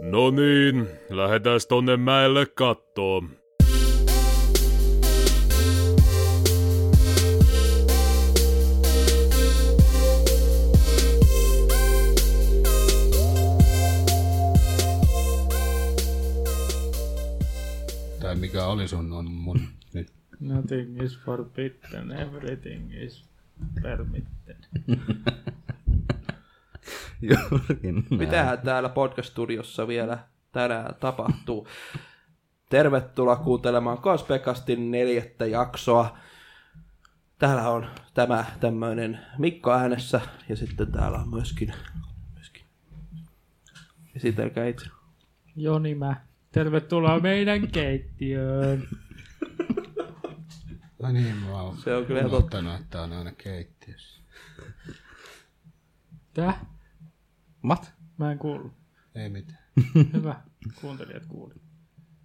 No niin, lähdetääs tonne mäelle kattoon. Tai mikä oli sun on mun nyt. Nothing is forbidden, everything is permitted. Juurikin näin. Mitähän täällä podcast-studiossa vielä tänään tapahtuu? Tervetuloa kuuntelemaan Kospekastin neljättä jaksoa. Täällä on tämä tämmöinen Mikko äänessä ja sitten täällä on myöskin... myöskin. Esitelkää itse. Joni mä. Tervetuloa meidän keittiöön. No niin, mä oon Se on kyllä ihan totta. ottanut, että on aina keittiössä. Täh? Mat? Mä en kuullut. Ei mitään. Hyvä. Kuuntelijat kuuli.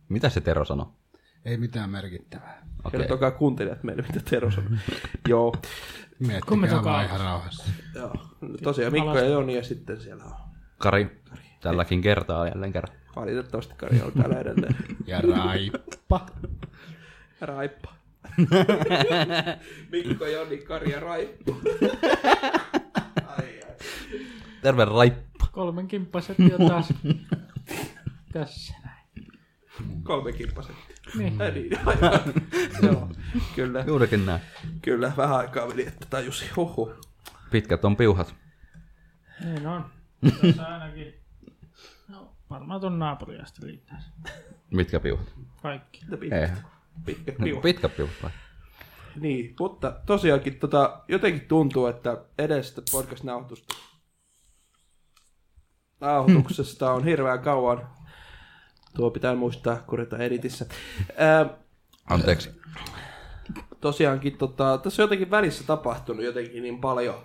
Mitä se Tero sanoi? Ei mitään merkittävää. Okei. Kertokaa kuuntelijat meille, mitä Tero sanoi. Joo. Miettikää Kommentoikaa. vaan ihan rauhassa. Joo. Tosiaan Mikko ja Joni ja sitten siellä on. Kari. Tälläkin kertaa jälleen kerran. Valitettavasti Kari on täällä edelleen. Ja raippa. Raippa. Mikko, Joni, Kari ja Raippa. Ai, ai. Terve Raippa. Kolmen kimppasetti on taas tässä näin. Kolme kimppaset. Niin. Ei niin, aivan. Joo, kyllä, Juurikin näin. kyllä. Vähän aikaa meni, että tajusin. Huhu. Pitkät on piuhat. Niin on. Tässä ainakin. No, varmaan ton naapuriasta liittää. Mitkä piuhat? Kaikki. Mitä Ei. Pitkä, pitkä No, piuha. Pitkät piuhat vai? Niin, mutta tosiaankin tota, jotenkin tuntuu, että edestä podcast-nauhoitusta nauhoituksesta on hirveän kauan. Tuo pitää muistaa korjata editissä. Ää, Anteeksi. tosiaankin tota, tässä on jotenkin välissä tapahtunut jotenkin niin paljon,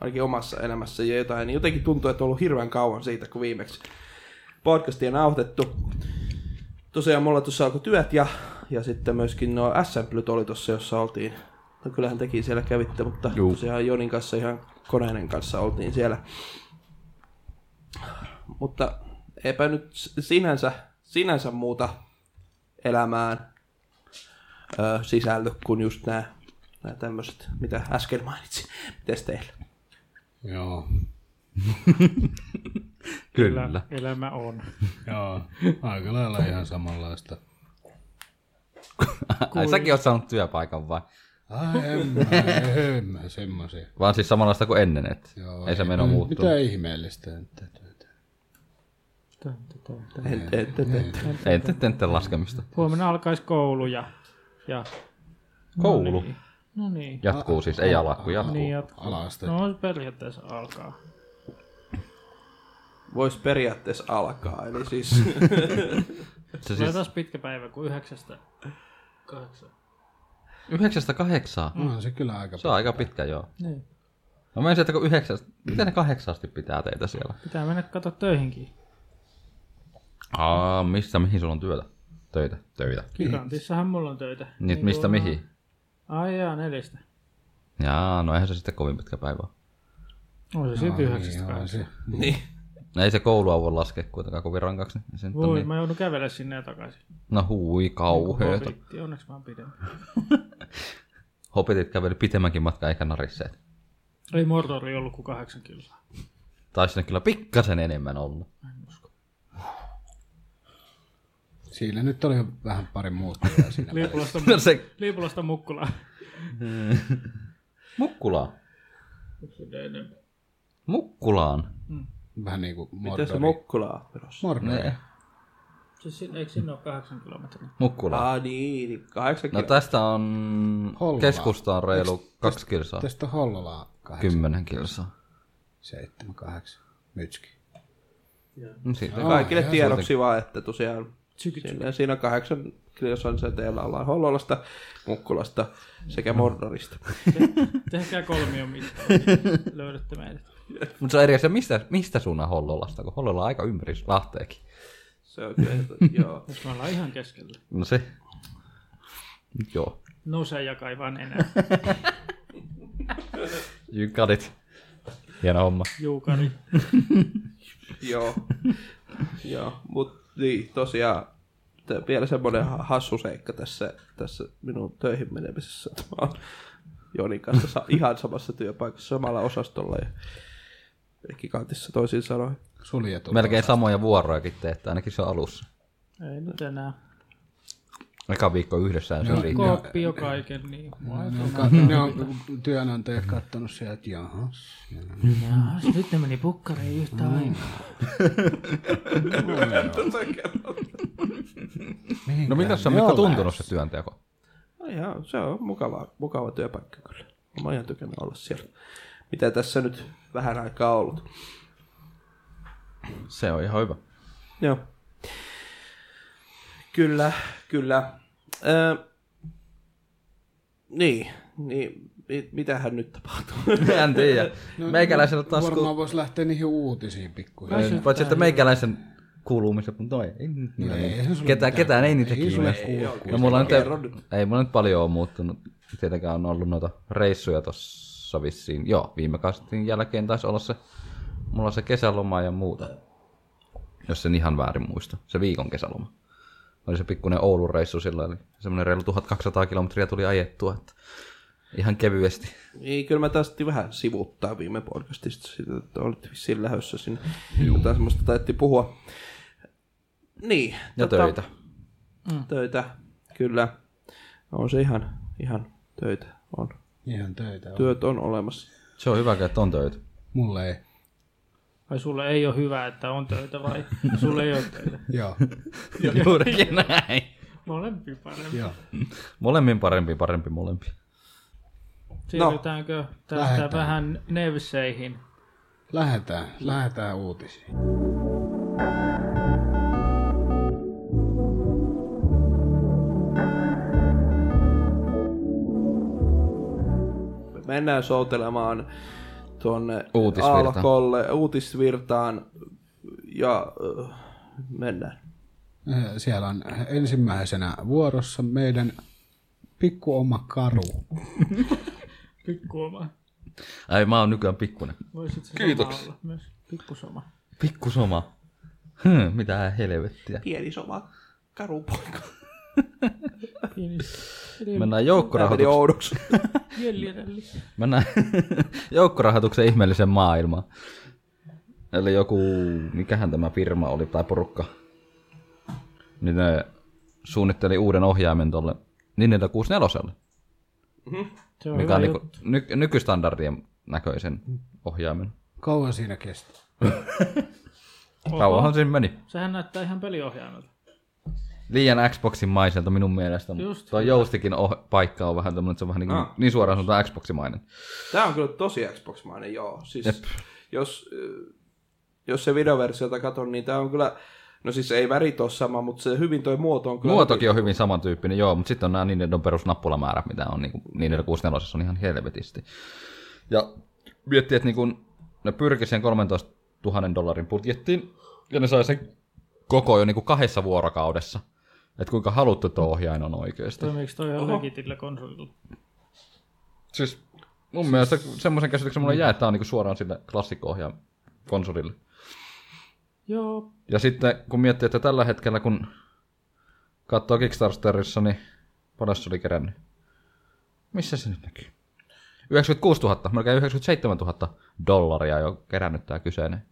ainakin omassa elämässä ja jotain, niin jotenkin tuntuu, että on ollut hirveän kauan siitä, kun viimeksi podcastia nauhoitettu. Tosiaan mulla tuossa alkoi työt ja, ja sitten myöskin nuo assemblyt oli tuossa, jossa oltiin. No kyllähän tekin siellä kävitte, mutta Juu. Juu. tosiaan Jonin kanssa ihan koneiden kanssa oltiin siellä. Mutta eipä nyt s- sinänsä, sinänsä muuta elämään ö, sisälly kuin just nämä, nämä tämmöiset, mitä äsken mainitsin. Mites teillä? Joo. Kyllä. Elämä on. Joo. Aika lailla ihan samanlaista. Ai, säkin oot saanut työpaikan vai? Ai en mä, en mä semmosia. Vaan siis samanlaista kuin ennen, et Joo, ei Mm. se meno muuttu. Mitä ihmeellistä nyt? Tän, tän, tän, tän. En, en, en, en. Ei te tentte laskemista. Huomenna alkaisi koulu ja... ja Koulu. no niin. Jatkuu siis, ei ala kun jatkuu. Niin jatkuu. Alasta. No periaatteessa alkaa. Voisi periaatteessa alkaa, eli siis Se Tulee siis taas pitkä päivä, kun yhdeksästä kahdeksan. yhdeksästä kahdeksaan. No, On se kyllä aika Se on aika pitkä, joo. Niin. Mä menisin, että kun yhdeksästä, miten ne kahdeksaasti pitää teitä siellä? Pitää mennä katsoa töihinkin. Aa, mistä mihin sulla on työtä? Töitä, töitä. Gigantissahan mulla on töitä. Nyt mistä mihin? Ai jaa, neljästä. Jaa, no eihän se sitten kovin pitkä päivä ole. On se sitten yhdeksästä Joo, kahdeksan. se. niin. No Ei se koulua voi laskea kuitenkaan kovin rankaksi. niin Se nyt on Voi, niin. mä Niin joudun kävellä sinne ja takaisin. No hui, kauheeta. Hobitti, onneksi mä oon pidempi. Hopitit käveli pitemmänkin matkan eikä narisseet. Ei Mordori ollut kuin kahdeksan kiloa. Taisi ne kyllä pikkasen enemmän olla. Siinä nyt oli vähän pari muuttujaa siinä. Liipulasta, No se Liipulasta Mukkulaan. Mukkulaan. Mukkulaan. vähän niin kuin Miten se Mordori. Mukkula on menossa? Mordori. Siis sin- eikö sinne ole kahdeksan kilometriä? Mukkulaan. Ah niin, niin kahdeksan No no, tästä on Hollaa. keskustaan reilu kaksi kilsaa. Tästä on Hollolaa 8, Kymmenen kilsaa. 7, 8, mytski. No siitä Kaikille ihan tiedoksi vaan, että tosiaan Tsyki, tsyki. siinä, siinä kahdeksan kilsan säteellä ollaan Hollolasta, Mukkulasta sekä Mordorista. Tehkää kolmio mitään, niin löydätte meidät. Mutta se on eri asia, mistä, mistä suunnan Hollolasta, kun Hollola on aika ympäri Lahteekin. Se on kyllä, joo. Jos me ollaan ihan keskellä. No No se, joo, Nouse ja kaivaan enää. you got it. Hieno homma. Juukari. Joo. Joo, mutta niin, tosiaan t- vielä semmoinen ha- hassu seikka tässä, tässä minun töihin menemisessä. että Mä oon Jonin kanssa sa- ihan samassa työpaikassa, samalla osastolla ja kikantissa toisin sanoen. Suljetu. Melkein samoja vuorojakin teette, ainakin se alussa. Ei nyt enää. Eka viikko yhdessä se Joo. riittää. Kooppi jo kaiken, niin No, vai? Ne on, ka- ne on työnantajat kattonut sieltä, että jaha. Jaa, nyt ne meni pukkariin Mm. yhtä aikaa. No mitä se on Mikko tuntunut se työnteko? No ihan, se on mukava, mukava työpaikka kyllä. Mä oon ihan tykännyt olla siellä. Mitä tässä nyt vähän aikaa ollut. Se on ihan hyvä. Joo. Kyllä, kyllä. Öö, niin, niin, mit, mitähän nyt tapahtuu? En tiedä. Meikäläisellä taas No, Varmaan ku... voisi lähteä niihin uutisiin pikkuhiljaa. Paitsi, että meikäläisen kuulumiset, mutta noi. Ei, nyt niillä No, Ei, niitä. eihän sulle Ketään, mitään ketään ei kuulu. niitä Ei sulle kiinnosta. kuulu. Ja mulla nyt, ei, Kerro nyt. ei mulla nyt paljon ole muuttunut. Tietenkään on ollut noita reissuja tossa vissiin. Joo, viime kastin jälkeen taisi olla se, mulla se kesäloma ja muuta. Jos en ihan väärin muista. Se viikon kesäloma. Oli se pikkuinen Oulun reissu sillä, eli semmoinen reilu 1200 kilometriä tuli ajettua. Että ihan kevyesti. Niin, kyllä mä taas vähän sivuuttaa viime podcastista sitä, että olit vissiin lähdössä sinne. Jotain semmoista taidettiin puhua. Niin. Ja töitä. Töitä, kyllä. On se ihan, ihan töitä. On. Ihan töitä on. Työt on olemassa. Se on hyvä, että on töitä. Mulle ei. Vai sulle ei ole hyvä, että on töitä vai sulle ei ole töitä? Joo, Juurikin näin. Molempi parempi. joo. Molemmin parempi, parempi molempi. Siirrytäänkö tästä No, lähdetään. vähän nevseihin? Lähetään, lähetään uutisiin. Me mennään soutelemaan tuonne Uutisvirtaan. Alkolle, uutisvirtaan ja äh, mennään. Eh, Siellä on ensimmäisenä vuorossa meidän pikku oma karu. Pikkuoma. Ai mä oon nykyään pikkunen. Voisit se Kiitoksia. olla myös. Pikkusoma. Pikkusoma. Hmm, mitä helvettiä. Pieni soma, karupoika. Pieni. Mennään Tämä meni joukkorahoituksen, oudoksi. Jeljerelli. mennään joukkorahoituksen ihmeellisen maailmaan. Eli joku, mikähän tämä firma oli tai porukka, niin ne suunnitteli uuden ohjaimen tuolle Nintendo 64 Se on mikä on hyvä niinku juttu. ny- nykystandardien näköisen ohjaimen. Kauan siinä kesti. Kauanhan siinä meni. Sehän näyttää ihan peliohjaimelta. liian Xboxin maiselta minun mielestä, Just. No. mutta tuo joustikin oh, paikka on vähän tämmöinen, että se on vähän niin, kuin, Ah. niin suoraan sanotaan Xboximainen. Tämä on kyllä tosi Xbox-mainen, joo. Siis, jos, äh, jos se videoversiota katon, niin tämä on kyllä, no siis ei värit ole sama, mutta se hyvin toi muoto on kyllä. Muotokin on hyvin samantyyppinen, joo, mutta sitten on nämä Nintendo perusnappulamäärät, mitä on niin kuin, Nintendo 64 on ihan helvetisti. Ja miettii, että niin kuin, ne pyrki sen 13 000 dollarin budjettiin, ja ne sai sen koko jo niin kuin kahdessa vuorokaudessa. Että kuinka haluttu tuo ohjain on oikeasti. Toimiiko toi ihan legitillä konsolilla? Siis mun mielestä semmoisen käsityksen mulle jää, että tämä on niin kuin suoraan sille klassikko-ohjaajan konsolille. Joo. Ja sitten kun miettii, että tällä hetkellä kun katsoo Kickstarterissa, niin paljon se oli kerännyt. Missä se nyt näkyy? 96 000, melkein 97 000 dollaria jo kerännyt tämä kyseinen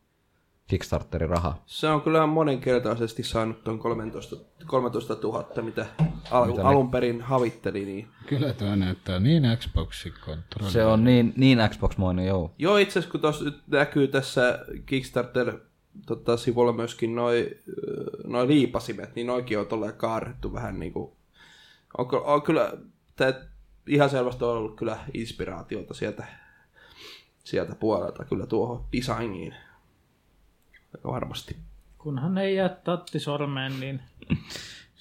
Kickstarterin raha. Se on kyllä moninkertaisesti saanut tuon 13, 13 000, mitä, al- Mitä ne- alun perin havitteli. Niin. Kyllä tämä näyttää niin Xboxin kontrolli. Se on niin, niin Xbox-moinen, joo. Joo, itse asiassa kun tuossa nyt näkyy tässä Kickstarter tota, sivulla myöskin noi, ö, noi liipasimet, niin noikin on tolleen kaarrettu vähän niin kuin, on, ky- on kyllä, tää, ihan selvästi on ollut kyllä inspiraatiota sieltä, sieltä puolelta kyllä tuohon designiin. Varmasti. Kunhan ei jää tatti sormeen, niin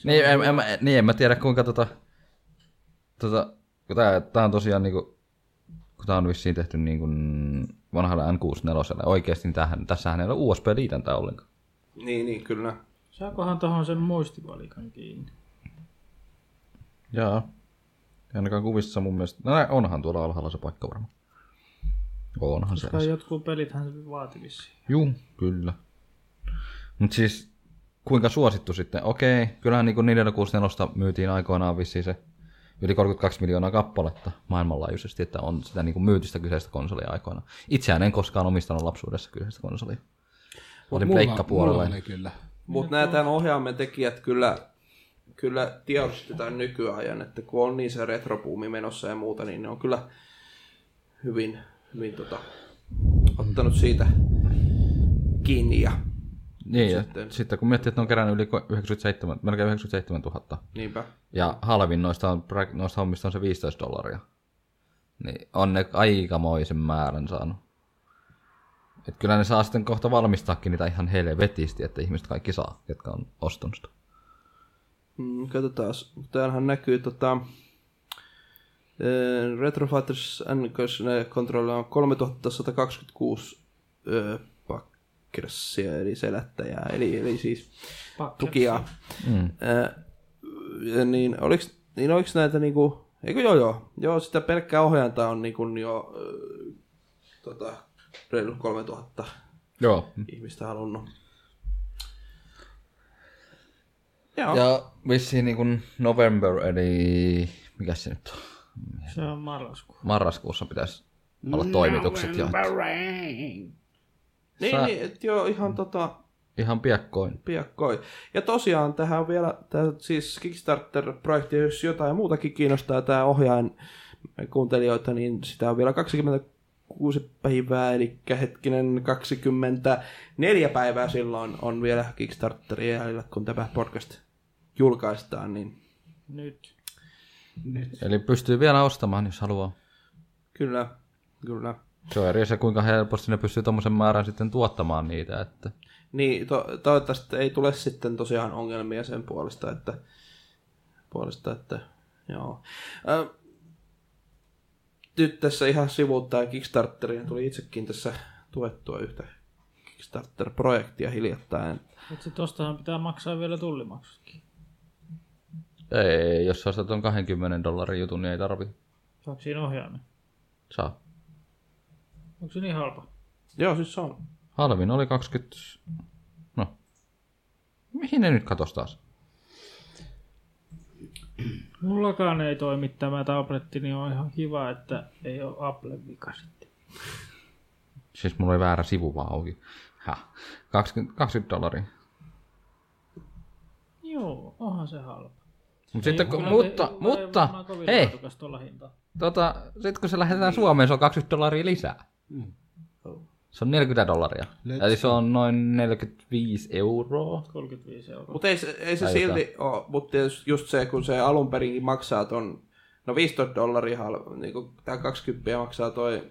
Niin en, en, mä- niin, en mä tiedä kuinka tota... tota kun tää, tää on tosiaan niinku... Kun tää on vissiin tehty niinku vanhalle N64, oikeesti niin tämähän, tässähän ei ole USB-liitäntää ollenkaan. Niin, niin, kyllä. saakohan tohon sen muistipalikan kiinni? Jaa. Ei Ainakaan kuvissa mun mielestä. No nä- onhan tuolla alhaalla se paikka varmaan. Onhan se. Koska jotkut pelithän se vaativissa. Juu, kyllä. Mutta siis kuinka suosittu sitten? Okei, kyllähän niin 464 myytiin aikoinaan vissiin se yli 32 miljoonaa kappaletta maailmanlaajuisesti, että on sitä niin kuin myytistä kyseistä konsolia aikoina. Itseään en koskaan omistanut lapsuudessa kyseistä konsolia. Olin Mulla- pleikkapuolella. Mulla oli kyllä. Mutta nämä tämän ohjaamme tekijät kyllä, kyllä tiedosti tämän nykyajan, että kun on niin se retropuumi menossa ja muuta, niin ne on kyllä hyvin, hyvin tota, ottanut siitä kiinni. Ja, Niin, sitten. Sitten- ja sitten kun miettii, että ne on kerännyt yli ko- 97, melkein 97 000, niinpä. ja halvin noista, on, pra- noista hommista on se 15 dollaria, niin on ne aikamoisen määrän saanut. Et kyllä ne saa sitten kohta valmistaakin niitä ihan helvetisti, että ihmiset kaikki saa, jotka on ostanut sitä. Mm, katsotaan. Täällähän näkyy tota, eh, Retro Fighters and Control on 3126 ö, pakkersia, eli selättäjää, eli, eli siis tukijaa. Mm. Ö, niin oliks, niin oliks näitä niinku, eikö joo joo, joo sitä pelkkää ohjainta on niinku jo ö, tota, reilu 3000 Joo. ihmistä halunnut. Joo. Ja vissiin niin kuin November, eli mikä se nyt on? Se on marraskuu. Marraskuussa pitäisi olla toimitukset jo. Niin, Sä- niin et joo, ihan tota, Ihan piakkoin. piakkoin. Ja tosiaan tähän on vielä, tää, siis Kickstarter-projekti, jos jotain muutakin kiinnostaa tämä ohjaajan kuuntelijoita, niin sitä on vielä 26 päivää, eli hetkinen 24 päivää silloin on vielä Kickstarteria jäljellä, kun tämä podcast julkaistaan, niin Nyt. Eli pystyy vielä ostamaan, jos haluaa. kyllä, kyllä. Se on eri asia, kuinka helposti ne pystyy tuommoisen määrän sitten tuottamaan niitä. Että... Niin, to- toivottavasti ei tule sitten tosiaan ongelmia sen puolesta, että, puolesta, että joo. Ö, nyt tässä ihan sivuuttaa Kickstarteria, tuli itsekin tässä tuettua yhtä Kickstarter-projektia hiljattain. Mutta sit tostahan pitää maksaa vielä tullimaksutkin. Ei, jos sä ostat tuon 20 dollarin jutun, niin ei tarvi. Saako siinä ohjaimen? Saa. Onko se niin halpa? Joo, siis se on. Halvin oli 20... No. Mihin ne nyt katos taas? Mullakaan ei toimi tämä tabletti, niin on ihan kiva, että ei ole Apple vika sitten. Siis mulla oli väärä sivu vaan auki. Häh. 20, 20 dollaria. Joo, onhan se halpa. Mut sitten, kun, Kyllä mutta, ei- ei mutta, varmaan kovin hei, laatukas tuolla hintaa. tota, sit kun se lähetetään Suomeen, se on 20 dollaria lisää. Se on 40 dollaria. Let's Eli se on noin 45 euroa. 35 euroa. Mutta ei, se- ei se Ai silti ole, mutta just se, kun se alun perinkin maksaa ton, no 15 dollaria, hal- niin tämä 20 maksaa toi,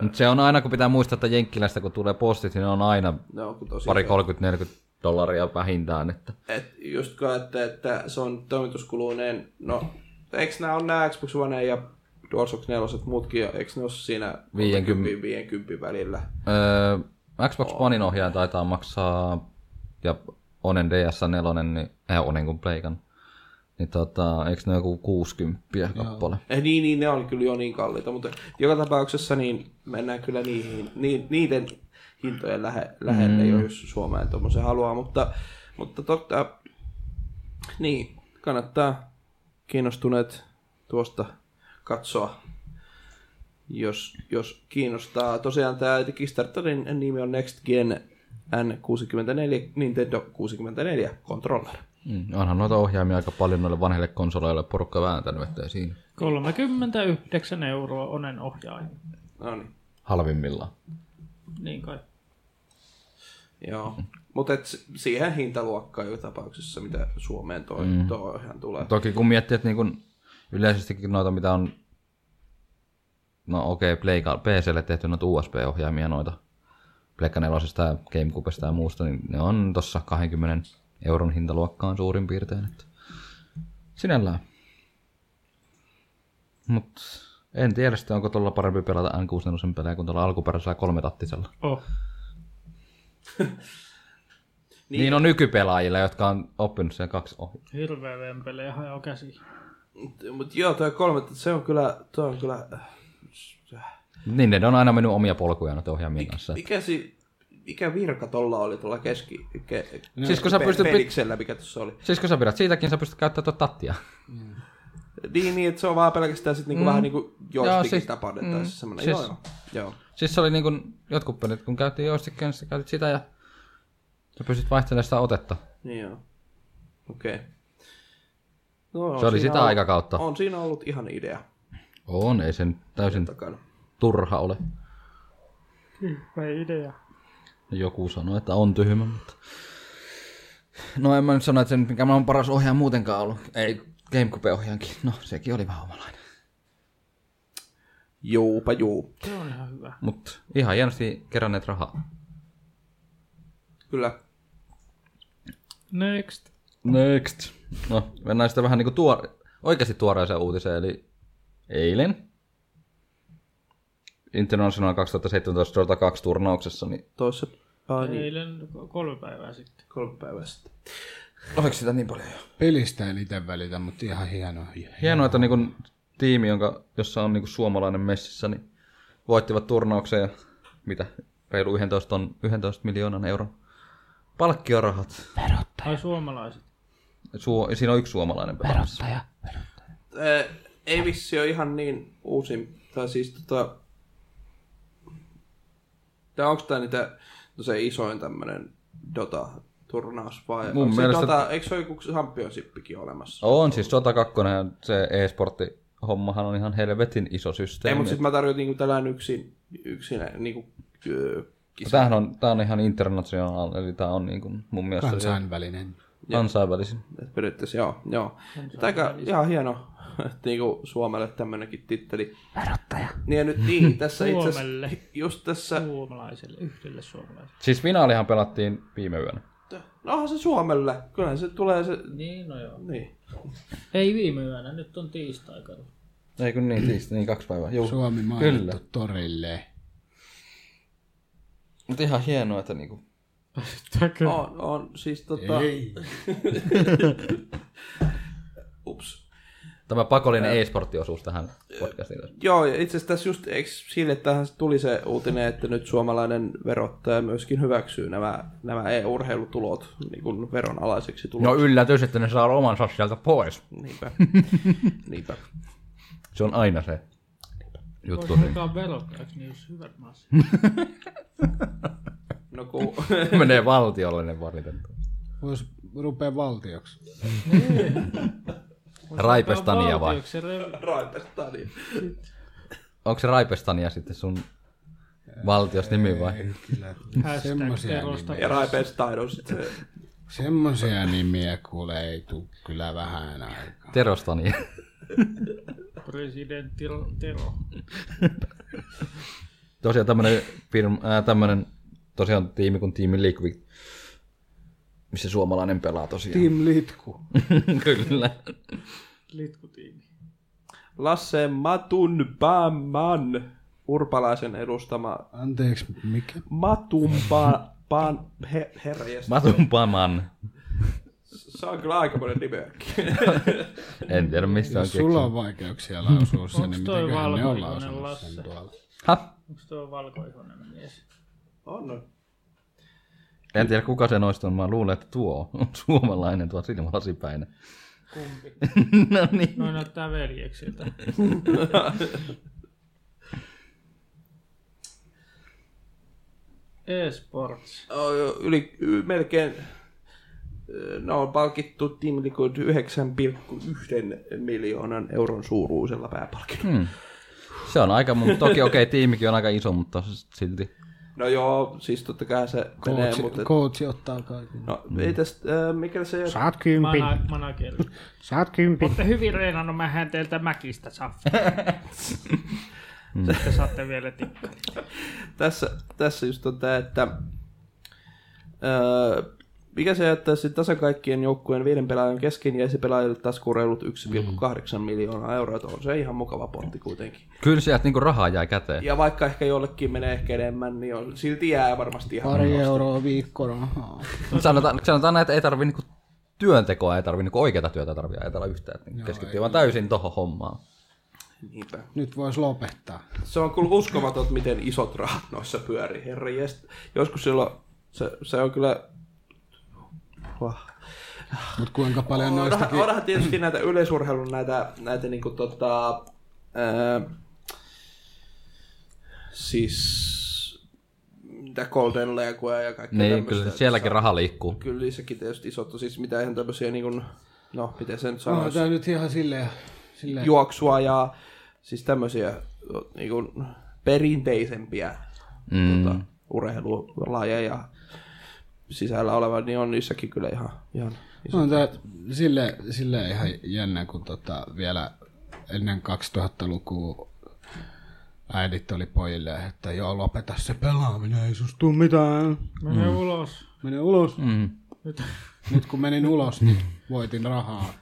Mut se on aina, kun pitää muistaa, että Jenkkilästä kun tulee postit, niin ne on aina no kun tosiaan... pari se- 30-40 dollaria vähintään. Että. Et just kun että, että se on toimituskuluinen, no eikö nämä on nämä Xbox One E ja DualShock 4 muutkin, ja eikö ne ole siinä 50. 50 välillä? Öö, Xbox Onein ohjaaja taitaa maksaa, ja Onen DS4, niin, äh, Onen kuin Pleikan, niin tota, eikö ne ole joku 60 kappale? Eh, niin, niin, ne oli kyllä jo niin kalliita, mutta joka tapauksessa niin mennään kyllä niihin, ni, niiden hintojen lähe, lähelle mm. jo, jos Suomeen tuommoisen haluaa, mutta, mutta totta, niin, kannattaa kiinnostuneet tuosta katsoa, jos, jos kiinnostaa. Tosiaan tämä Kickstarterin nimi on Next Gen N64, Nintendo 64 controller. Mm, onhan noita ohjaimia aika paljon noille vanhille konsoleille porukka vääntänyt, ettei siinä 39 euroa onen ohjaaja. No niin. halvimmillaan. Niin kai. Joo. Mm-hmm. Mutta siihen hintaluokkaan joka tapauksessa, mitä Suomeen toi, Mm-hmm. mm. toi ihan tulee. Toki kun miettii, että niin kun yleisestikin noita, mitä on, no okei, okay, PClle tehty noita USB-ohjaimia noita, Pleikka nelosesta ja Gamecubesta ja muusta, niin ne on tossa 20 euron hintaluokkaan suurin piirtein. Että. Sinällään. Mut en tiedä sitten, onko tuolla parempi pelata N64 pelejä kuin tuolla alkuperäisellä kolmetattisella. Oh. Niin, niin on nykypelaajilla, jotka on oppinut sen kaksi ohi. Hirveä vempele ja hajoa käsi. Mutta joo, toi kolme, se on kyllä, toi on kyllä, Niin, ne on aina mennyt omia polkuja noiden ohjaimien kanssa. mikä si, mikä virka tuolla oli tuolla keski... Ke, Siis kun sä pe- pystyt pit- Peliksellä, mikä tuossa oli. Siis kun sä pidät siitäkin, sä pystyt käyttämään tuota tattia. Niin, niin, että se on vaan pelkästään sitten niinku vähän niinku joystick Mm-hmm. siis- siis, tapainen tai siis semmoinen. Siis- Siis, joo, joo. joo. Siis se oli niin kuin jotkut pelit, kun käytiin joystickön, sä käytit sitä ja sä pystyt vaihtelemaan sitä otetta. Niin joo. Okei. Okay. No, Se siinä oli sitä ollut- aikakautta. On siinä ollut ihan idea On, ei sen täysin takana. turha ole. Hyvä idea. Joku sanoi, että on tyhmä, mutta... No en mä nyt sano, että se nyt mikä mä oon paras ohjaaja muutenkaan ollut. Ei, Gamecube-ohjaankin. No, sekin oli vähän omalainen. Joupa juu. Se on ihan hyvä. Mut ihan hienosti keränneet rahaa. Kyllä. Next. Next. No, mennään sitten vähän niinku tuore, oikeasti tuoreeseen uutiseen, eli eilen International 2017 Dota 2 turnauksessa, niin Toissa... Ai niin, Eilen kolme päivää sitten. kolme päivää sitten. oliko sitä niin paljon jo? Pelistä en itse välitä, mutta ihan hienoa. Hienoa, että niinku tiimi, jonka, jossa on niinku suomalainen messissä, niin voittivat turnauksen ja mitä, reilu 11, on 11 miljoonan euron palkkiorahat. Ai suomalaiset. Suo, siinä on yksi suomalainen pelaamassa. Ää, Eh, ei vissi ole ihan niin uusin. Tai siis tota... Tai onko tää niitä... No se isoin tämmönen Dota-turnaus vai... Mun onks se mielestä- Dota, eikö se ole joku championshippikin olemassa? On siis Dota 2 ja se e-sportti hommahan on ihan helvetin iso systeemi. ei, mutta sitten mä tarjoin niinku tällainen yksin, yksin niinku, öö, No kisa. Tämähän on, tää on ihan international, eli tämä on niin kuin mun mielestä Kansain. Kansainvälinen. kansainvälisin. Et Periaatteessa, joo. joo. Aika ihan hieno, että niinku Suomelle tämmöinenkin titteli. Verottaja. Niin ja nyt niin, tässä itse Suomelle. asiassa- just tässä, Suomalaiselle. Yhdelle suomalaiselle. Siis finaalihan pelattiin viime yönä. no onhan se Suomelle, kyllähän se tulee se, Niin, no joo. niin. Ei viime yönä, nyt on tiistai. kato. Ei kun niin, tiisti, niin kaksi päivää. Juu. Suomi Kyllä. mainittu torille. Mutta ihan hienoa, että niinku... On, on siis tota, Ei. ups. Tämä pakollinen e-sporttiosuus tähän podcastiin. tässä. Joo, ja itse asiassa tässä just, eikö sille tähän tuli se uutinen, että nyt suomalainen verottaja myöskin hyväksyy nämä, nämä e-urheilutulot niin kuin veronalaiseksi tulot. No yllätys, että ne saa omansa sieltä pois. Niinpä. Niinpä. Se on aina se juttu. Voisi alkaa verottajaksi, niin jos hyvät maassa. No kun, Menee valtiollinen valitettu. Voisi rupea valtioksi. Raipestania vai? raipestaan niin. Onko se Raipestania sitten sun valtiosnimi vai? Ei, kyllä. Semmoisia nimiä. Ja raipestaan on sitten se Semmoisia nimiä kuule ei tule kyllä vähän aikaa. Terostania. Presidentti Tero. tosiaan tämmönen, firma, ää, tämmönen tosiaan tiimi kuin Team Liquid, missä suomalainen pelaa tosiaan. Team Litku. Kyllä. Litkutiimi. Lasse Matunpaman urpalaisen edustama Anteeksi, mikä? Matunpaman he, herjes. Ma- Matun paman. se on kyllä aikamoinen nimeäkin. En tiedä mistä on Jos keksinyt. sulla on vaikeuksia lausua sen, niin Onks toi mitenköhän ne on valkoihoinen lausunut Lasse? sen tuolla? Ha? Onks tuo valkoihonen mies? On, on. En tiedä kuka se noista on, mä luulen, että tuo on suomalainen, tuo silmälasipäinen. Kumpi? no niin. Noin näyttää veljeksiltä. E-sports. On jo Yli, y, melkein ö, ne on palkittu Team Liquid 9,1 miljoonan euron suuruisella pääpalkinnolla. Hmm. Se on aika, mutta toki okei, okay, tiimikin on aika iso, mutta silti. No joo, siis totta kai se menee, Kootsi, mutta... kootsi ottaa kaiken. no, ei tästä, äh, mikä se... Saat kympi, Mana, manageri. saat kympi. Olette hyvin reenannut, mähän teiltä mäkistä safta. Sitten saatte vielä tikkaa. tässä, tässä just on tämä, että öö, mikä se jättää sitten tasan kaikkien joukkueen viiden pelaajan kesken jäisi pelaajille taskuun reilut 1,8 mm. miljoonaa euroa. että On se ihan mukava potti kuitenkin. Kyllä sieltä niinku rahaa jää käteen. Ja vaikka ehkä jollekin menee ehkä enemmän, niin on, silti jää varmasti ihan Pari euroa viikkorahaa. Mut Sanotaan, sanotaan näin, että ei tarvi niinku työntekoa, ei tarvi niinku oikeata työtä tarvii ajatella yhtään. Että niinku keskittyy vaan täysin tohon hommaan. Niinpä. Nyt voisi lopettaa. Se on kyllä uskomaton, miten isot rahat noissa pyörii. Herra jest. Joskus silloin se, se on kyllä... Wah. Mutta kuinka paljon Onhan, noistakin... onhan tietysti näitä yleisurheilun näitä, näitä niinku tota, ää, siis mitä Golden Leaguea ja kaikkea Niin, tämmöistä. kyllä sielläkin raha liikkuu. Kyllä niissäkin tietysti isot on siis mitä ihan tämmöisiä niinku, no miten sen Onhan sanoisi, tämä nyt ihan silleen... silleen juoksua ja siis tämmöisiä niinku perinteisempiä Mm. tota, urheilulajeja sisällä oleva, niin on niissäkin kyllä ihan, ihan iso. on tämä No, sille, sille ihan jännä, kun tota, vielä ennen 2000-lukua äidit oli pojille, että joo, lopeta se pelaaminen, ei susta tuu mitään. Mene mm. ulos. Mene ulos. Mm. Nyt kun menin ulos, niin voitin rahaa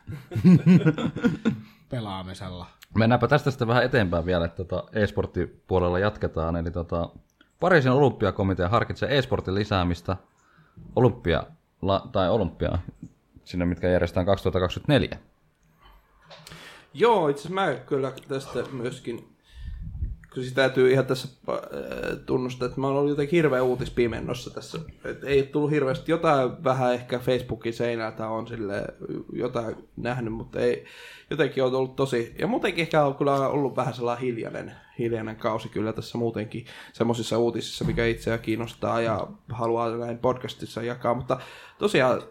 pelaamisella. Mennäänpä tästä sitten vähän eteenpäin vielä, että tota e-sporttipuolella jatketaan. Eli tota, Pariisin olympiakomitea harkitsee e-sportin lisäämistä olympia, la, tai olympia, sinne mitkä järjestetään 2024. Joo, itse asiassa mä kyllä tästä myöskin, kun siis täytyy ihan tässä äh, tunnustaa, että mä oon ollut jotenkin hirveä uutispimennossa tässä. Et ei ole tullut hirveästi jotain vähän ehkä Facebookin seinältä on sille jotain nähnyt, mutta ei jotenkin on ollut tosi, ja muutenkin ehkä on kyllä ollut vähän sellainen hiljainen, hiljainen kausi kyllä tässä muutenkin semmoisissa uutisissa, mikä itseä kiinnostaa ja haluaa näin podcastissa jakaa, mutta tosiaan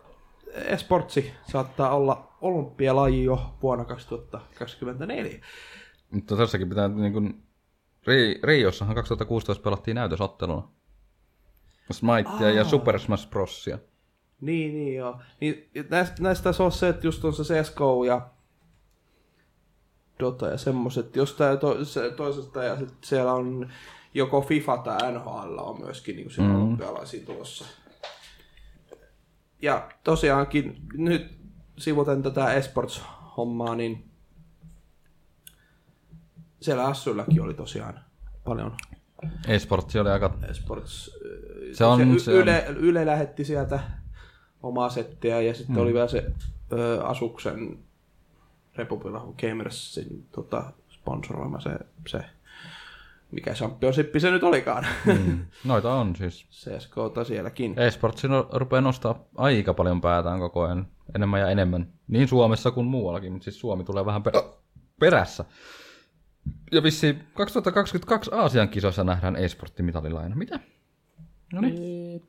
esportsi saattaa olla olympialaji jo vuonna 2024. Mutta tässäkin pitää, niin kuin, Ri, Riossahan 2016 pelattiin näytösotteluna. Smitea ja Super Smash Brosia. Niin, niin joo. Niin, ja näistä, näistä taisi olla se, että just on se CSGO ja Dota ja semmoset. Jos tää to, se, toisesta ja sit siellä on joko FIFA tai NHL on myöskin niin siinä mm. olympialaisia tulossa. Ja tosiaankin nyt sivuten tätä esports-hommaa, niin siellä Sylläkin oli tosiaan paljon E-sportsi oli aika... Sports. Se on- y- se on- Yle, Yle lähetti sieltä omaa settiä ja Mm. sitten hmm. oli vielä se ö, Asuksen Republic of Gamersin tota, sponsoroima se, se mikä championship se nyt olikaan. Mm. Hmm. Noita on siis. CSKta sielläkin. E-sportsi no, rupeaa nostaa aika paljon päätään koko ajan, enemmän ja enemmän. Niin Suomessa kuin muuallakin, mutta siis Suomi tulee vähän per- perässä. Ja vissiin 2022 Aasian kisoissa nähdään e-sporttimitalilaina. Mitä? No niin.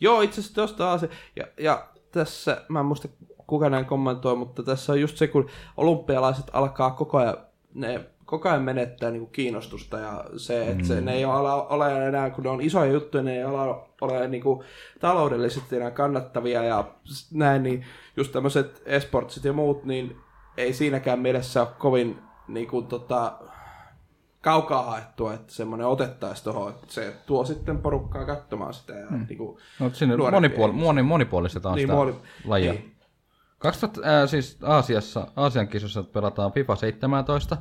Joo, itse asiassa tuosta asia. Ja, ja tässä, mä en muista kuka näin kommentoi, mutta tässä on just se, kun olympialaiset alkaa koko ajan, ne koko ajan menettää niinku kiinnostusta ja se, että se, ne ei ole, ala- ole enää, kun ne on isoja juttuja, ne ei ala, ole niinku taloudellisesti enää kannattavia ja s- näin, niin just tämmöiset esportsit ja muut, niin ei siinäkään mielessä ole kovin niinku, tota, kaukaa haettua, että semmoinen otettaisiin tuohon, että se tuo sitten porukkaa katsomaan sitä ja mm. niinku, No, sinne Nuorempi monipuol- moni- monipuolistetaan Niin, sitä moni- lajia. niin. 2000, ää, siis Aasiassa, Aasian kisossa pelataan FIFA 17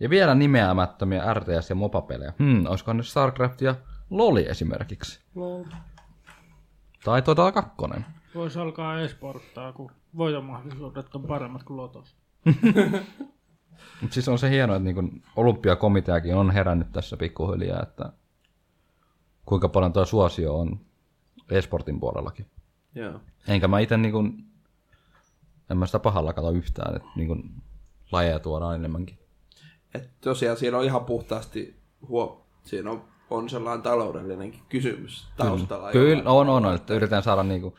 ja vielä nimeämättömiä RTS- ja mopapelejä. Hmm, olisikohan ne StarCraft ja LOLi esimerkiksi? Lol. Tai Total 2. Voisi alkaa esporttaa, kun voitomahdollisuudet on paremmat kuin lotos. Mut siis on se hienoa, että niin olympiakomiteakin on herännyt tässä pikkuhiljaa, että kuinka paljon tuo suosio on esportin puolellakin. Joo. Enkä mä itse niin kuin, en mä sitä pahalla kato yhtään, että niin kuin, lajeja tuodaan enemmänkin. Et tosiaan siinä on ihan puhtaasti huo, siinä on, on sellainen taloudellinenkin kysymys taustalla. Mm. Kyllä, on, on, on, että yritetään saada niin kuin,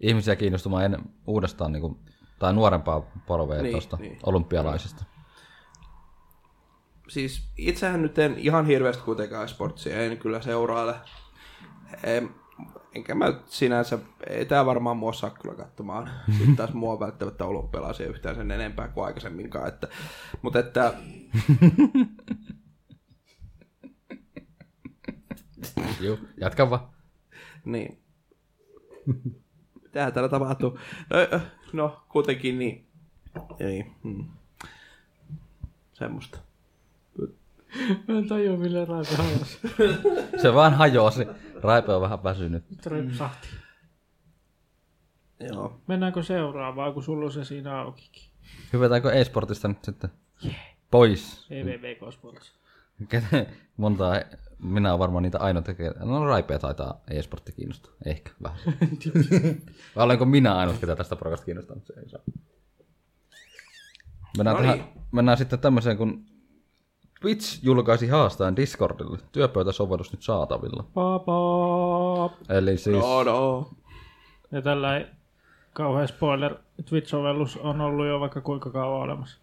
ihmisiä kiinnostumaan en, uudestaan niin kuin, tai nuorempaa polvea Niin, niin, tuosta niin. niin. olympialaisesta. Siis itsehän nyt en ihan hirveästi kuitenkaan sportsia, en kyllä seuraile. En, enkä mä sinänsä, ei tää varmaan mua saa kyllä katsomaan. Sitten taas mua välttämättä olympialaisia yhtään sen enempää kuin aikaisemminkaan. Että, mutta että Joo, jatka vaan. Niin. Mitä täällä tapahtuu? No, no kuitenkin niin. Niin. Mm. Semmosta. Mä en tajua, millä raipe hajosi. Se vaan hajosi. Raipe on vähän väsynyt. Nyt Repsahti. Joo. Siis- Mennäänkö seuraavaan, kun sulla on se siinä aukikin? Hyvätäänkö e-sportista nyt sitten? pois. E EVVK Sports. Ketä- Montaa, minä olen varmaan niitä ainoa tekee. No Raipea taitaa e-sportti kiinnostaa, ehkä vähän. Vai olenko minä ainut, ketä tästä porukasta kiinnostaa, mutta se ei saa. Mennään, No tähän, mennään sitten tämmöiseen, kun Twitch julkaisi haastaan Discordille. Työpöytäsovellus nyt saatavilla. Pa, pa. Eli siis... No, no. Ja tällä kauhean spoiler, Twitch-sovellus on ollut jo vaikka kuinka kauan olemassa.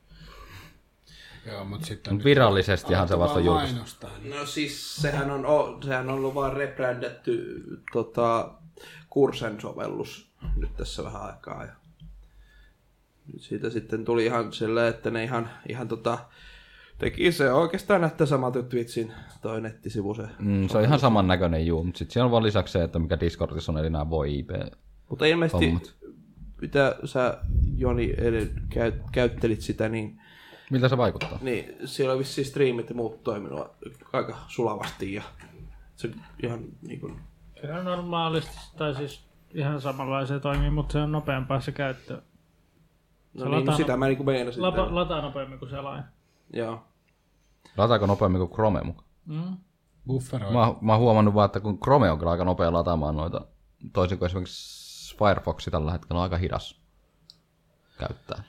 Joo, mutta sitten Mut Virallisestihan se vasta julkaisi. julkaista. No siis sehän on, o- sehän on ollut vaan rebrändätty tota, kursen sovellus nyt tässä vähän aikaa. Ja nyt siitä sitten tuli ihan silleen, että ne ihan, ihan tota, teki se oikeastaan näyttää samalta kuin Twitchin toi nettisivu se. Mm, se on ihan samannäköinen juu, mutta sitten siellä on vaan lisäksi se, että mikä Discordissa on, eli nämä voi IP. Mutta ilmeisesti, Hommat. mitä sä Joni edellä käyt, käyttelit sitä, niin, Miltä se vaikuttaa? niin siellä on vissiin striimit ja muut toiminut aika sulavasti ja se ihan niin kuin, Kyllä normaalisti, tai siis ihan samanlaisia toimii, mutta se on nopeampaa se käyttö. no Se niin, lataa- sitä mä niin kuin meinasin. Lapa, tällä. lataa nopeammin kuin selain. Joo. Lataako nopeammin kuin Chrome mukaan? Mm. Bufferoi. Mä, mä oon huomannut vaan, että kun Chrome on kyllä aika nopea lataamaan noita, toisin kuin esimerkiksi Firefox tällä hetkellä on aika hidas käyttää.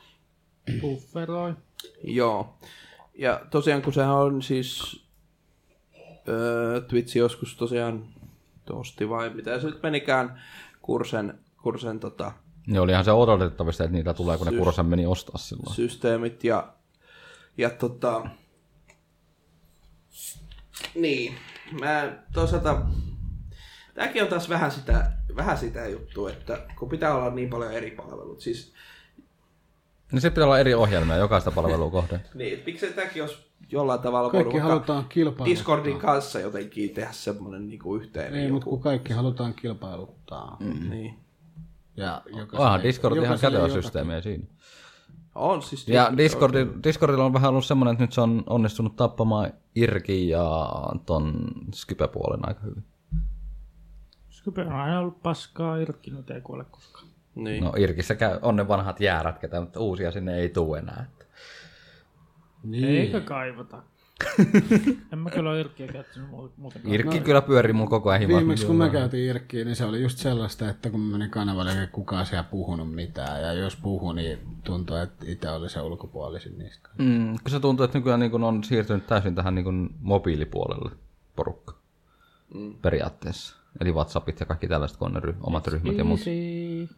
Bufferoi. Joo. Ja tosiaan kun sehän on siis öö, Twitch joskus tosiaan tosti vai mitä se nyt menikään kursen, kursen tota, Niin olihan se odotettavissa, että niitä tulee, kun ne kursen meni ostaa silloin. systeemit ja, ja tota, niin, mä toisaalta, tämäkin on taas vähän sitä, vähän sitä juttua, että kun pitää olla niin paljon eri palvelut, siis Niin se pitää olla eri ohjelmia jokaista palvelua kohden. niin, että miksei tämäkin jos jollain tavalla Kaikki vaikka halutaan kilpailuttaa. Discordin kanssa jotenkin tehdä semmoinen niin kuin yhteinen Ei, joku. mutta kun kaikki halutaan kilpailuttaa. Mm. Niin. Ja jokaiselle- Onhan Discord ihan jokaiselle kätevä jotakin. systeemi ei siinä. On siis Ja Discordi, Discordilla on vähän ollut semmoinen, että nyt se on onnistunut tappamaan Irki ja ton Skype-puolen aika hyvin. Skype on aina ollut paskaa, Irkki nyt ei kuole koskaan. Niin. No. No Irkissä käy, on ne vanhat jäärätketä, mutta uusia sinne ei tule enää. että. Niin. Eikä kaivata. en mä kyllä ole Irkkiä käyttänyt mu- muutenkaan. Irkki kyllä pyörii mun koko ajan Viimeksi kun me himaa. käytiin Irkkiin, niin se oli just sellaista, että kun mä menin kanavalle, niin kukaan siellä puhunut mitään. Ja jos puhui, niin tuntui, että itse oli se ulkopuolisin niistä. Mm, kun se tuntuu, että nykyään niin kun on siirtynyt täysin tähän niin kun mobiilipuolelle porukka mm. periaatteessa. Eli Whatsappit ja kaikki tällaiset, kun on ne ry- omat ryhmät ja muut. Niin. Easy.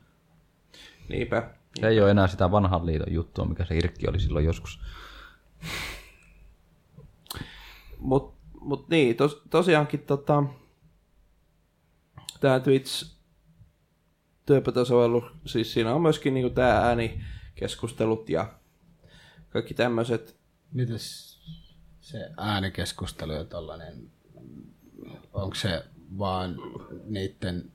Niinpä. Ei ole enää sitä vanhan liiton juttua, mikä se Irkki oli silloin joskus. Mut, mut niin, tos, tosiaankin tota, tämä Twitch työpötäsovellus, siis siinä on myöskin niinku tämä äänikeskustelut ja kaikki tämmöiset. Mites se äänikeskustelu ja tollanen, onko se vaan niiden,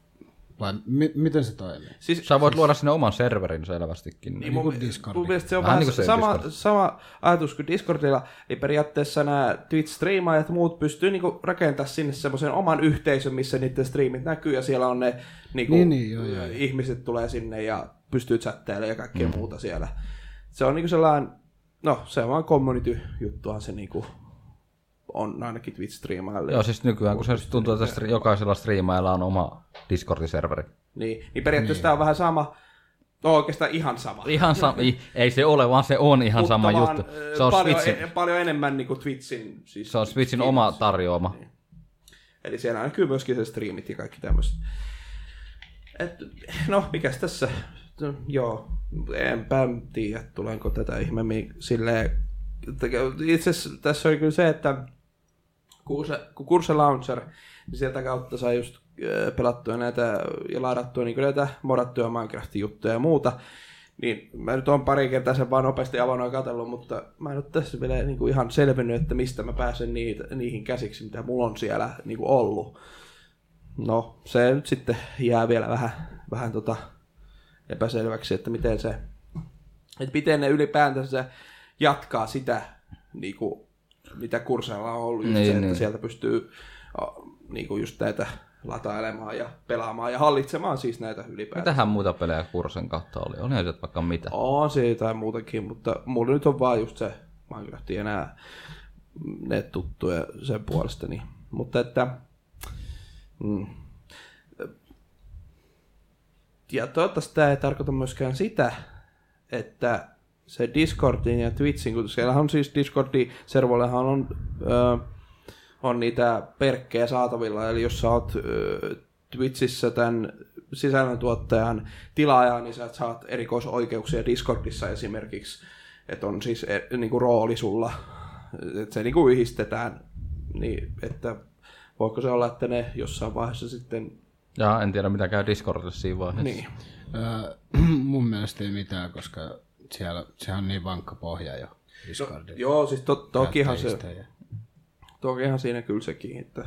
vai mi- miten se toimii? Siis, Sä voit luoda sinne oman serverin selvästikin. niin mun, kuin Discordi. mun mielestä se on Vähän vähän, niinku se sama, Discord. sama ajatus kuin Discordilla, eli periaatteessa nämä Twitch-striimaajat ja muut pystyy niinku rakentamaan sinne semmoisen oman yhteisön, missä niiden striimit näkyy ja siellä on ne niinku, Niin, niin, joo, joo, joo. ihmiset tulee sinne ja pystyy chattailemaan ja kaikkea mm. muuta siellä. Se on niinku sellainen, no se on vaan community-juttuhan se niinku on ainakin Twitch-striimaajille. Joo, siis nykyään, kun se tuntuu, että stri- jokaisella striimailla on oma Discord-serveri. Niin, niin periaatteessa niin. tämä on vähän sama, no oikeastaan ihan sama. Ihan sama, ei- ei se ole, vaan se on ihan sama vaan, juttu. ö, Se on paljon, Switchin, e- paljon enemmän niinku Twitchin. Siis se on Switchin oma tarjoama. Niin. Eli siellä näkyy myöskin se striimit ja kaikki tämmöiset. Et, no, mikäs tässä? No, joo, enpä tiedä, tuleeko tätä ihmeemmin silleen. Itse asiassa tässä oli kyllä se, että kun se- kun Kurse Launcher, niin sieltä kautta sai just ö, pelattua näitä ja ladattua niin näitä modattuja Minecraftin juttuja ja muuta. Niin mä nyt oon pari kertaa sen vaan nopeasti avannut ja katsellut, mutta mä en ole tässä vielä niin kuin ihan selvinnyt, että mistä mä pääsen niitä, niihin käsiksi, mitä mulla on siellä niin kuin ollut. No, se nyt sitten jää vielä vähän, vähän tota epäselväksi, että miten se, että miten ne ylipäätänsä jatkaa sitä, niin kuin, mitä kurssilla on ollut, just Niin, niin, se, niin. että sieltä pystyy o, niin kuin just näitä latailemaan ja pelaamaan ja hallitsemaan siis näitä ylipäätään. Mitähän muita pelejä kursen kautta oli? Olihan se vaikka mitä. On se jotain muutakin, mutta mulla nyt on vaan just se Minecraftia enää ne tuttuja sen puolesta. Niin. Mutta että... Mm. Ja toivottavasti tämä ei tarkoita myöskään sitä, että se Discordin ja Twitchin, kun siellä on siis Discordin servoillehan on, ö, on niitä perkkejä saatavilla, eli jos sä oot ö, Twitchissä tämän sisällöntuottajan tilaaja, niin sä saat erikoisoikeuksia Discordissa esimerkiksi, että on siis e, niinku rooli sulla, että se niinku yhdistetään, niin että voiko se olla, että ne jossain vaiheessa sitten, Ja en tiedä mitä käy Discordille siinä vaiheessa. niin, Öö, mun mielestä ei mitään, koska siellä, se on niin vankka pohja jo Discordin. joo, siis to, tokihan se, käyttäjistä ja- Tokihan siinä kyllä sekin, että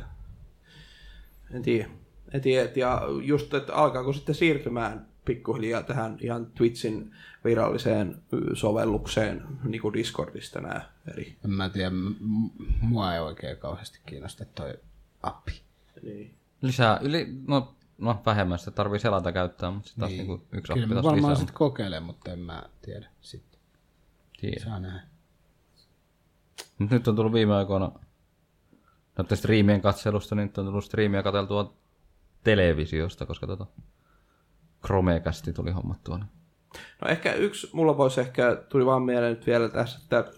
en tiedä. En tiedä, et ja just, että alkaako sitten siirtymään pikkuhiljaa tähän ihan Twitchin viralliseen ö, sovellukseen, niin kuin Discordista nämä eri. En mä tiedä, m- m- mua ei oikein kauheasti kiinnosta toi appi. Niin. Lisää yli, no, no vähemmän sitä tarvii selata käyttää, mutta sitten taas niin. niinku yksi Kyllä oppi mä taas lisää. varmaan Sit... sit kokeilen, mutta en mä tiedä sitten. Saa nähdä. Mut nyt on tullut viime aikoina näiden striimien katselusta, niin nyt on tullut striimiä katseltua televisiosta, koska tota Chromecasti tuli hommattua. niin. No ehkä yksi, mulla voisi ehkä, tuli vaan mieleen nyt vielä tässä, että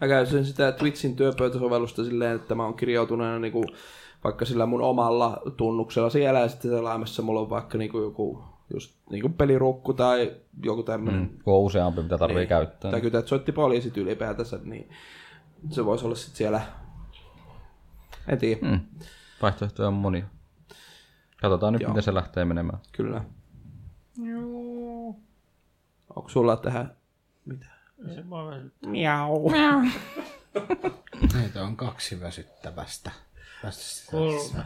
mä käytän sitä Twitchin työpöytäsovellusta silleen, että mä oon kirjautuneena niin kuin, vaikka sillä mun omalla tunnuksella siellä ja sitten selaimessa mulla on vaikka niin kuin joku just niin kuin pelirukku tai joku tämmöinen mm. Kun on useampi, mitä tarvii niin. käyttää. Tai kyllä että soitti poliisit ylipäätänsä, niin se voisi olla sitten siellä. En tiedä, mm. Mm. Vaihtoehtoja on monia. Katsotaan nyt, Joo. miten se lähtee menemään. kyllä. Joo. Onko sulla tähän mitä? Se mua väsyttää. Miau. Näitä on kaksi väsyttävästä. Päästä sisälle. Kolme.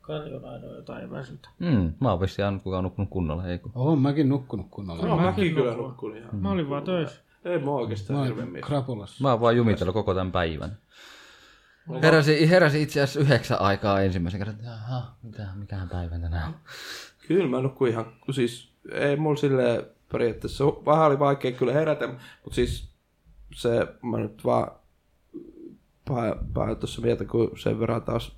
Kaljon ainoa jotain väsytä. Mm. Mä oon vissiin ainut, kuka on nukkunut kunnolla, ei kun. Oon mäkin nukkunut kunnolla. No, mä, mäkin kyllä nukkun ihan. Mä olin vaan töissä. Ei mä oikeastaan mä hirveän oon mies. krapulassa. Mä oon vaan jumitellut koko tämän päivän. No Heräsin, heräsin itse asiassa yhdeksän aikaa ensimmäisen kerran. että Jaha, mitä, mikähän päivä tänään on. Kyllä mä nukuin ihan, kun siis ei mulla sille periaatteessa, vähän oli vaikea kyllä herätä, mutta siis se, mä nyt vaan pahoin tuossa mieltä, kun sen verran taas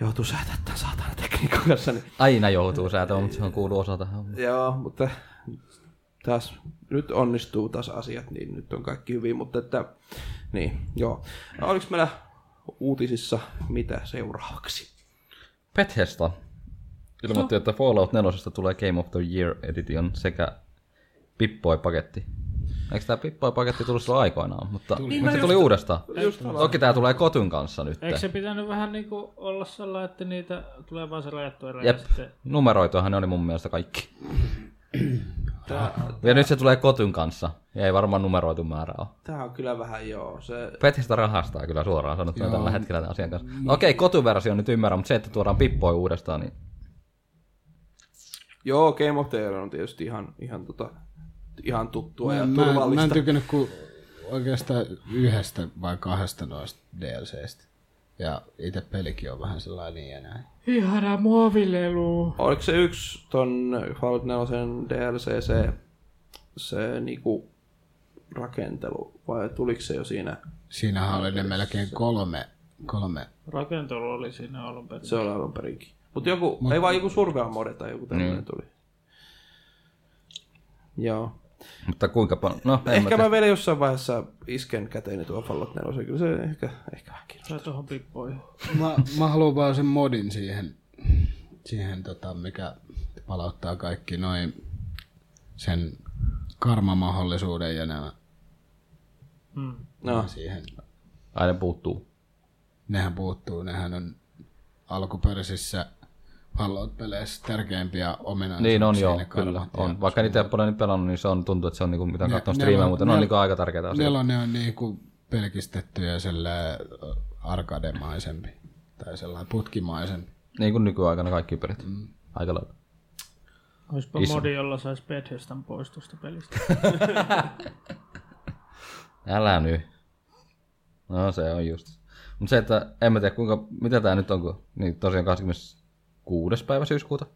joutuu säätämään tämän saatana tekniikan kanssa, niin Aina joutuu säätöön, mutta se on kuuluu osa tähän. Joo, mutta taas nyt onnistuu taas asiat, niin nyt on kaikki hyvin, mutta että, niin, joo. No, oliko meillä uutisissa mitä seuraavaksi? Bethesda ilmoitti, että Fallout 4 tulee Game of the Year Edition sekä Pippoi-paketti. Eikö tämä Pippoi-paketti tullut silloin aikoinaan, mutta, mutta se tuli uudestaan. Toki tämä tulee Kotyn kanssa nyt. Eikö se pitänyt vähän niinku olla sellainen, että niitä tulee vaan se rajattu erä ja Jep, sitten... numeroituahan ne oli mun mielestä kaikki. Ja nyt se tulee Kotyn kanssa, ja ei varmaan numeroitu määrä ole. Tämä on kyllä vähän joo, se Bethesda rahastaa kyllä suoraan sanottuna tällä hetkellä tämän asian kanssa. No okei, kotuversio nyt ymmärrän, mutta se, että tuodaan pippoi uudestaan, niin Joo, Game of the Year on tietysti ihan, ihan, tota, ihan tuttua Mä, mä, ja mä en turvallista. tykännyt kuin oikeastaan yhdestä vai kahdesta noista DLCstä. Ja itse pelikin on vähän sellainen niin ja näin. Ihana muovilelu. Oliko se yksi ton Fallout 4 DLC se, se niinku rakentelu vai tuliko se jo siinä? Siinähän oli ne melkein kolme, kolme Rakentelu oli siinä alun perin. Se oli alun perinkin. Mutta joku, ei vaan joku survea mode tai joku tämmöinen Niin. tuli. Joo. mutta kuinka paljon? No, en mä ehkä tiedä. mä vielä jossain vaiheessa isken käteeni tuo Fallout 4. Kyllä se ehkä, ehkä vähän kiinnostaa. Tai tuohon pippoihin. Mä, mä haluan vaan sen modin siihen, siihen tota, mikä palauttaa kaikki noin sen karmamahdollisuuden ja nämä No, siihen. Aina puuttuu. Nehän puuttuu, nehän on alkuperäisissä Fallout-peleissä tärkeimpiä ominaisuuksia. Niin on ne joo, karmat kyllä. ja- On. Vaikka niitä ei ole paljon nyt pelannut, niin se on tuntuu, että se on niinku, mitä on Ne- katsonut ne- striimejä, mutta ne, ne- on niinku aika tärkeitä asioita. Nelonen on niinku pelkistettyjä sellainen arkademaisempi tai sellainen putkimaisempi. Niin kuin nykyaikana kaikki pelit. Mm. Aika lailla. Olisipa Iso. modi, jolla saisi Bethesdan pois tuosta pelistä. Älä nyt. No se on just. Mutta se, että en mä tiedä kuinka, mitä tää nyt on, kun niin tosiaan 26. päivä syyskuuta.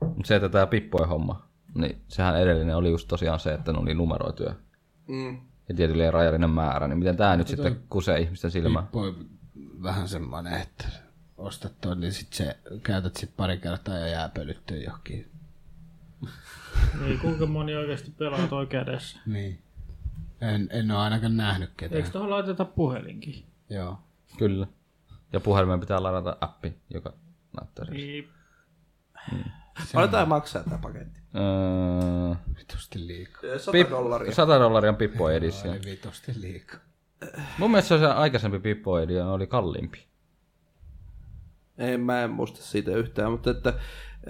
Mutta se, että tää pippoi homma, niin sehän edellinen oli just tosiaan se, että ne oli numeroituja. mm, ja tietyllä rajallinen määrä, niin miten tämä nyt sitten kusee ihmisten silmään? Voi vähän semmoinen, että ostat ton, niin sit se käytät sit pari kertaa ja jää pölyttyä johonkin. Ei Niin, kuinka moni oikeasti pelaa toi kädessä. Niin. En, en ole ainakaan nähnyt ketään. Eikö tuohon laiteta puhelinkin? Joo. Kyllä. Ja puhelimen pitää ladata appi, joka näyttää sen. Niin, Paljon tää maksaa tää paketti? Öö, Vitosti liikaa. 100 pip, dollaria. 100 dollaria on Pippo Edissä. Oli vitosti liikaa. Mun mielestä se on se aikaisempi Pippo Edi, ja oli kalliimpi. En, mä en muista siitä yhtään, mutta että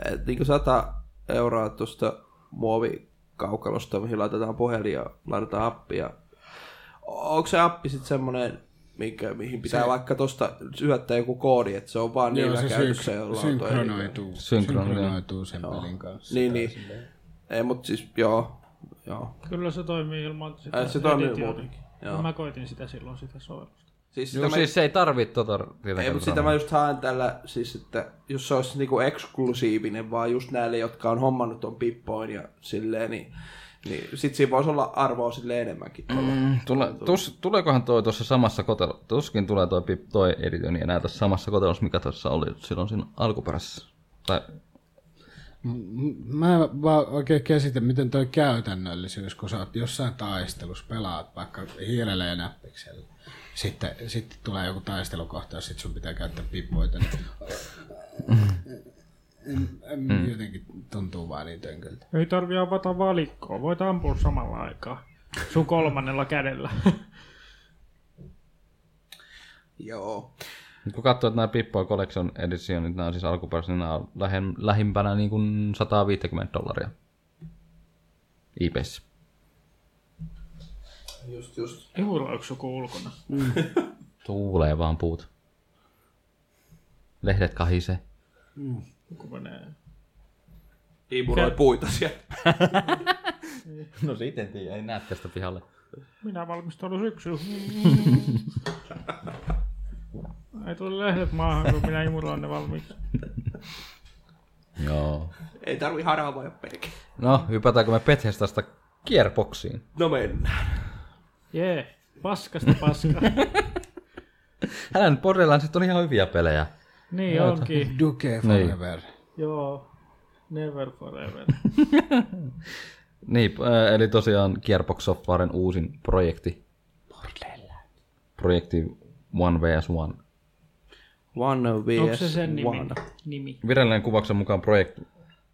et, niin 100 euroa tuosta muovikaukalosta, mihin laitetaan puhelin ja laitetaan appi. Ja... Onko se appi sitten semmoinen, mikä, mihin pitää se... vaikka tuosta syöttää joku koodi, että se on vaan Joo, niillä se käytössä, synk- jolla on toi. synkronoituu. Synkronoituu. Synkronoituu sen pelin kanssa. Niin, niin. Ei, mutta siis joo. joo. kyllä se toimii ilman sitä Äh, se toimii editioita. muutenkin, joo. No, Mä koitin sitä silloin sitä sovellusta. Siis sitä Joo, mä- siis se ei tarvii tota Ei, tietenkään mutta sitä rahaa. mä just haen tällä, siis että jos se olisi niinku eksklusiivinen vaan just näille, jotka on hommannut ton pippoin ja silleen, niin, niin sit siinä voisi olla arvoa sille enemmänkin. Mm. Tule, tus, tuleekohan toi tuossa samassa kotelossa? Tuskin tulee toi, pip- toi edityni enää tässä samassa kotelossa, mikä tuossa oli silloin siinä alkuperäisessä. Tai, Mä en vaan oikein käsitä, miten toi käytännöllisyys, kun sä oot jossain taistelussa, pelaat vaikka hiirellä ja näppiksellä. Sitten, sitten tulee joku taistelukohta, jos sit sun pitää käyttää pipoita. Niin... Mm. Mm. Jotenkin tuntuu vaan niin tönköltä. Ei tarvi avata valikkoa, voit ampua samalla aikaa. Sun kolmannella kädellä. Joo. Nyt kun katsoo, että nämä Pippo Collection Editionit, nämä on siis alkuperäiset, niin nämä on lähem, lähimpänä niin kuin 150 dollaria. E IPS. Just, just. Juuroiko joku ulkona? Tuulee vaan puut. Lehdet kahisee. Joku menee. Imuroi puita siellä. No siitä en tiedä, ei näe tästä pihalle. Minä valmistaudun syksyyn. Ei tule lehdet maahan, kun minä imuroin ne valmiiksi. Joo. Ei tarvi haravoja pelkin. No, hypätäänkö me Bethesdasta Gearboxiin? No mennään. Jee, paskasta paskaa. Hänen Borderlandsit on ihan hyviä pelejä. Niin onkin. Duke forever. Joo. Never forever. Niin, äh, eli tosiaan Gearbox Softwaren uusin projekti. Projekti One vs One. One vs. Onko se sen nimi? One. nimi? Virallinen kuvauksen mukaan projekti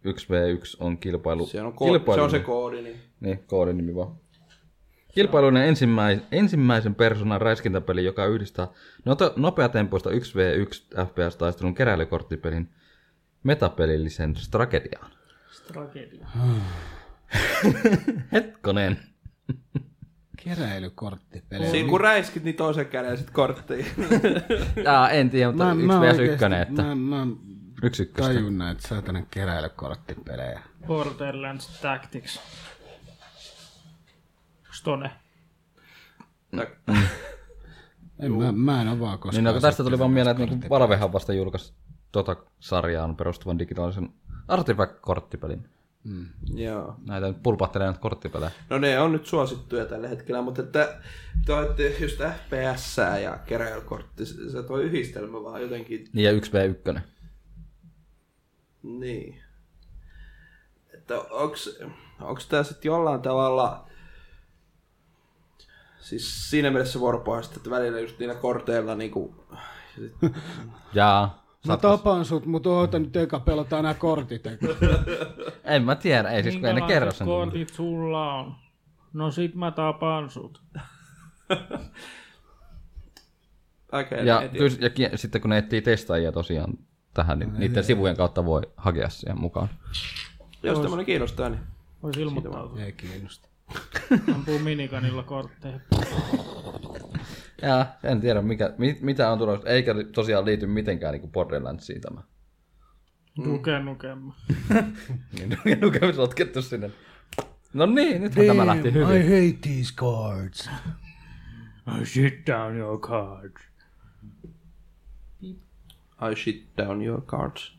1v1 on kilpailu. No, Se on, koodi, se on se koodi, niin Niin, koodin nimi vaan. Kilpailuinen ensimmäis, ensimmäisen persoonan räiskintäpeli, joka yhdistää noto, nopeatempoista 1v1 FPS-taistelun keräilykorttipelin metapelillisen tragediaan. Tragedia. Hetkonen! Keräilykorttipeli. Siinä kun räiskit, niin toisen käden sit korttiin. Jaa, en tiedä, mutta 1v1, oikeesti- että mä, mä en yksi ykköstä. tajun näitä saatanan keräilykorttipelejä. Borderlands Tactics. Stone. Mm. En, mä, mä en ole vaan koskaan. Niin, no, kun tästä tuli vaan mieleen, että niinku Valvehan vasta julkaisi tota sarjaan perustuvan digitaalisen Artifact-korttipelin. Joo. Näitä nyt pulpahtelee näitä korttipelejä. No ne on nyt suosittuja tällä hetkellä, mutta että toi, että just FPS ja keräilykortti, se se toi yhdistelmä vaan jotenkin, Niin, ja 1v1. niin. Että onks, onks tää sitten jollain tavalla, siis siinä mielessä vuoropuolesta, että välillä just niillä korteilla niinku, Jaa. Mä tapan sut, mutta oota nyt eka pelataan nämä kortit. eka. En mä tiedä, ei siis kun ei ne kerro sen. kortit sulla on? No sit mä tapaan sut. aika Ja, kyllä, ja ki- sitten kun ne etsii testaajia tosiaan tähän, niin niiden sivujen kautta voi hakea siihen mukaan. jos tämmönen kiinnostaa, niin Vois ilmoittautua. Ei kiinnosta. Ampuu minikanilla kortteja. Ja en tiedä, mikä, mit, mitä on tulossa. Eikä tosiaan liity mitenkään niin Borderlandsiin tämä. Nuke nukemma. Niin nukemis sotkettu sinne. No niin, nythän tämä lähti hyvin. hate these cards. I shit down your cards. I shit down your cards.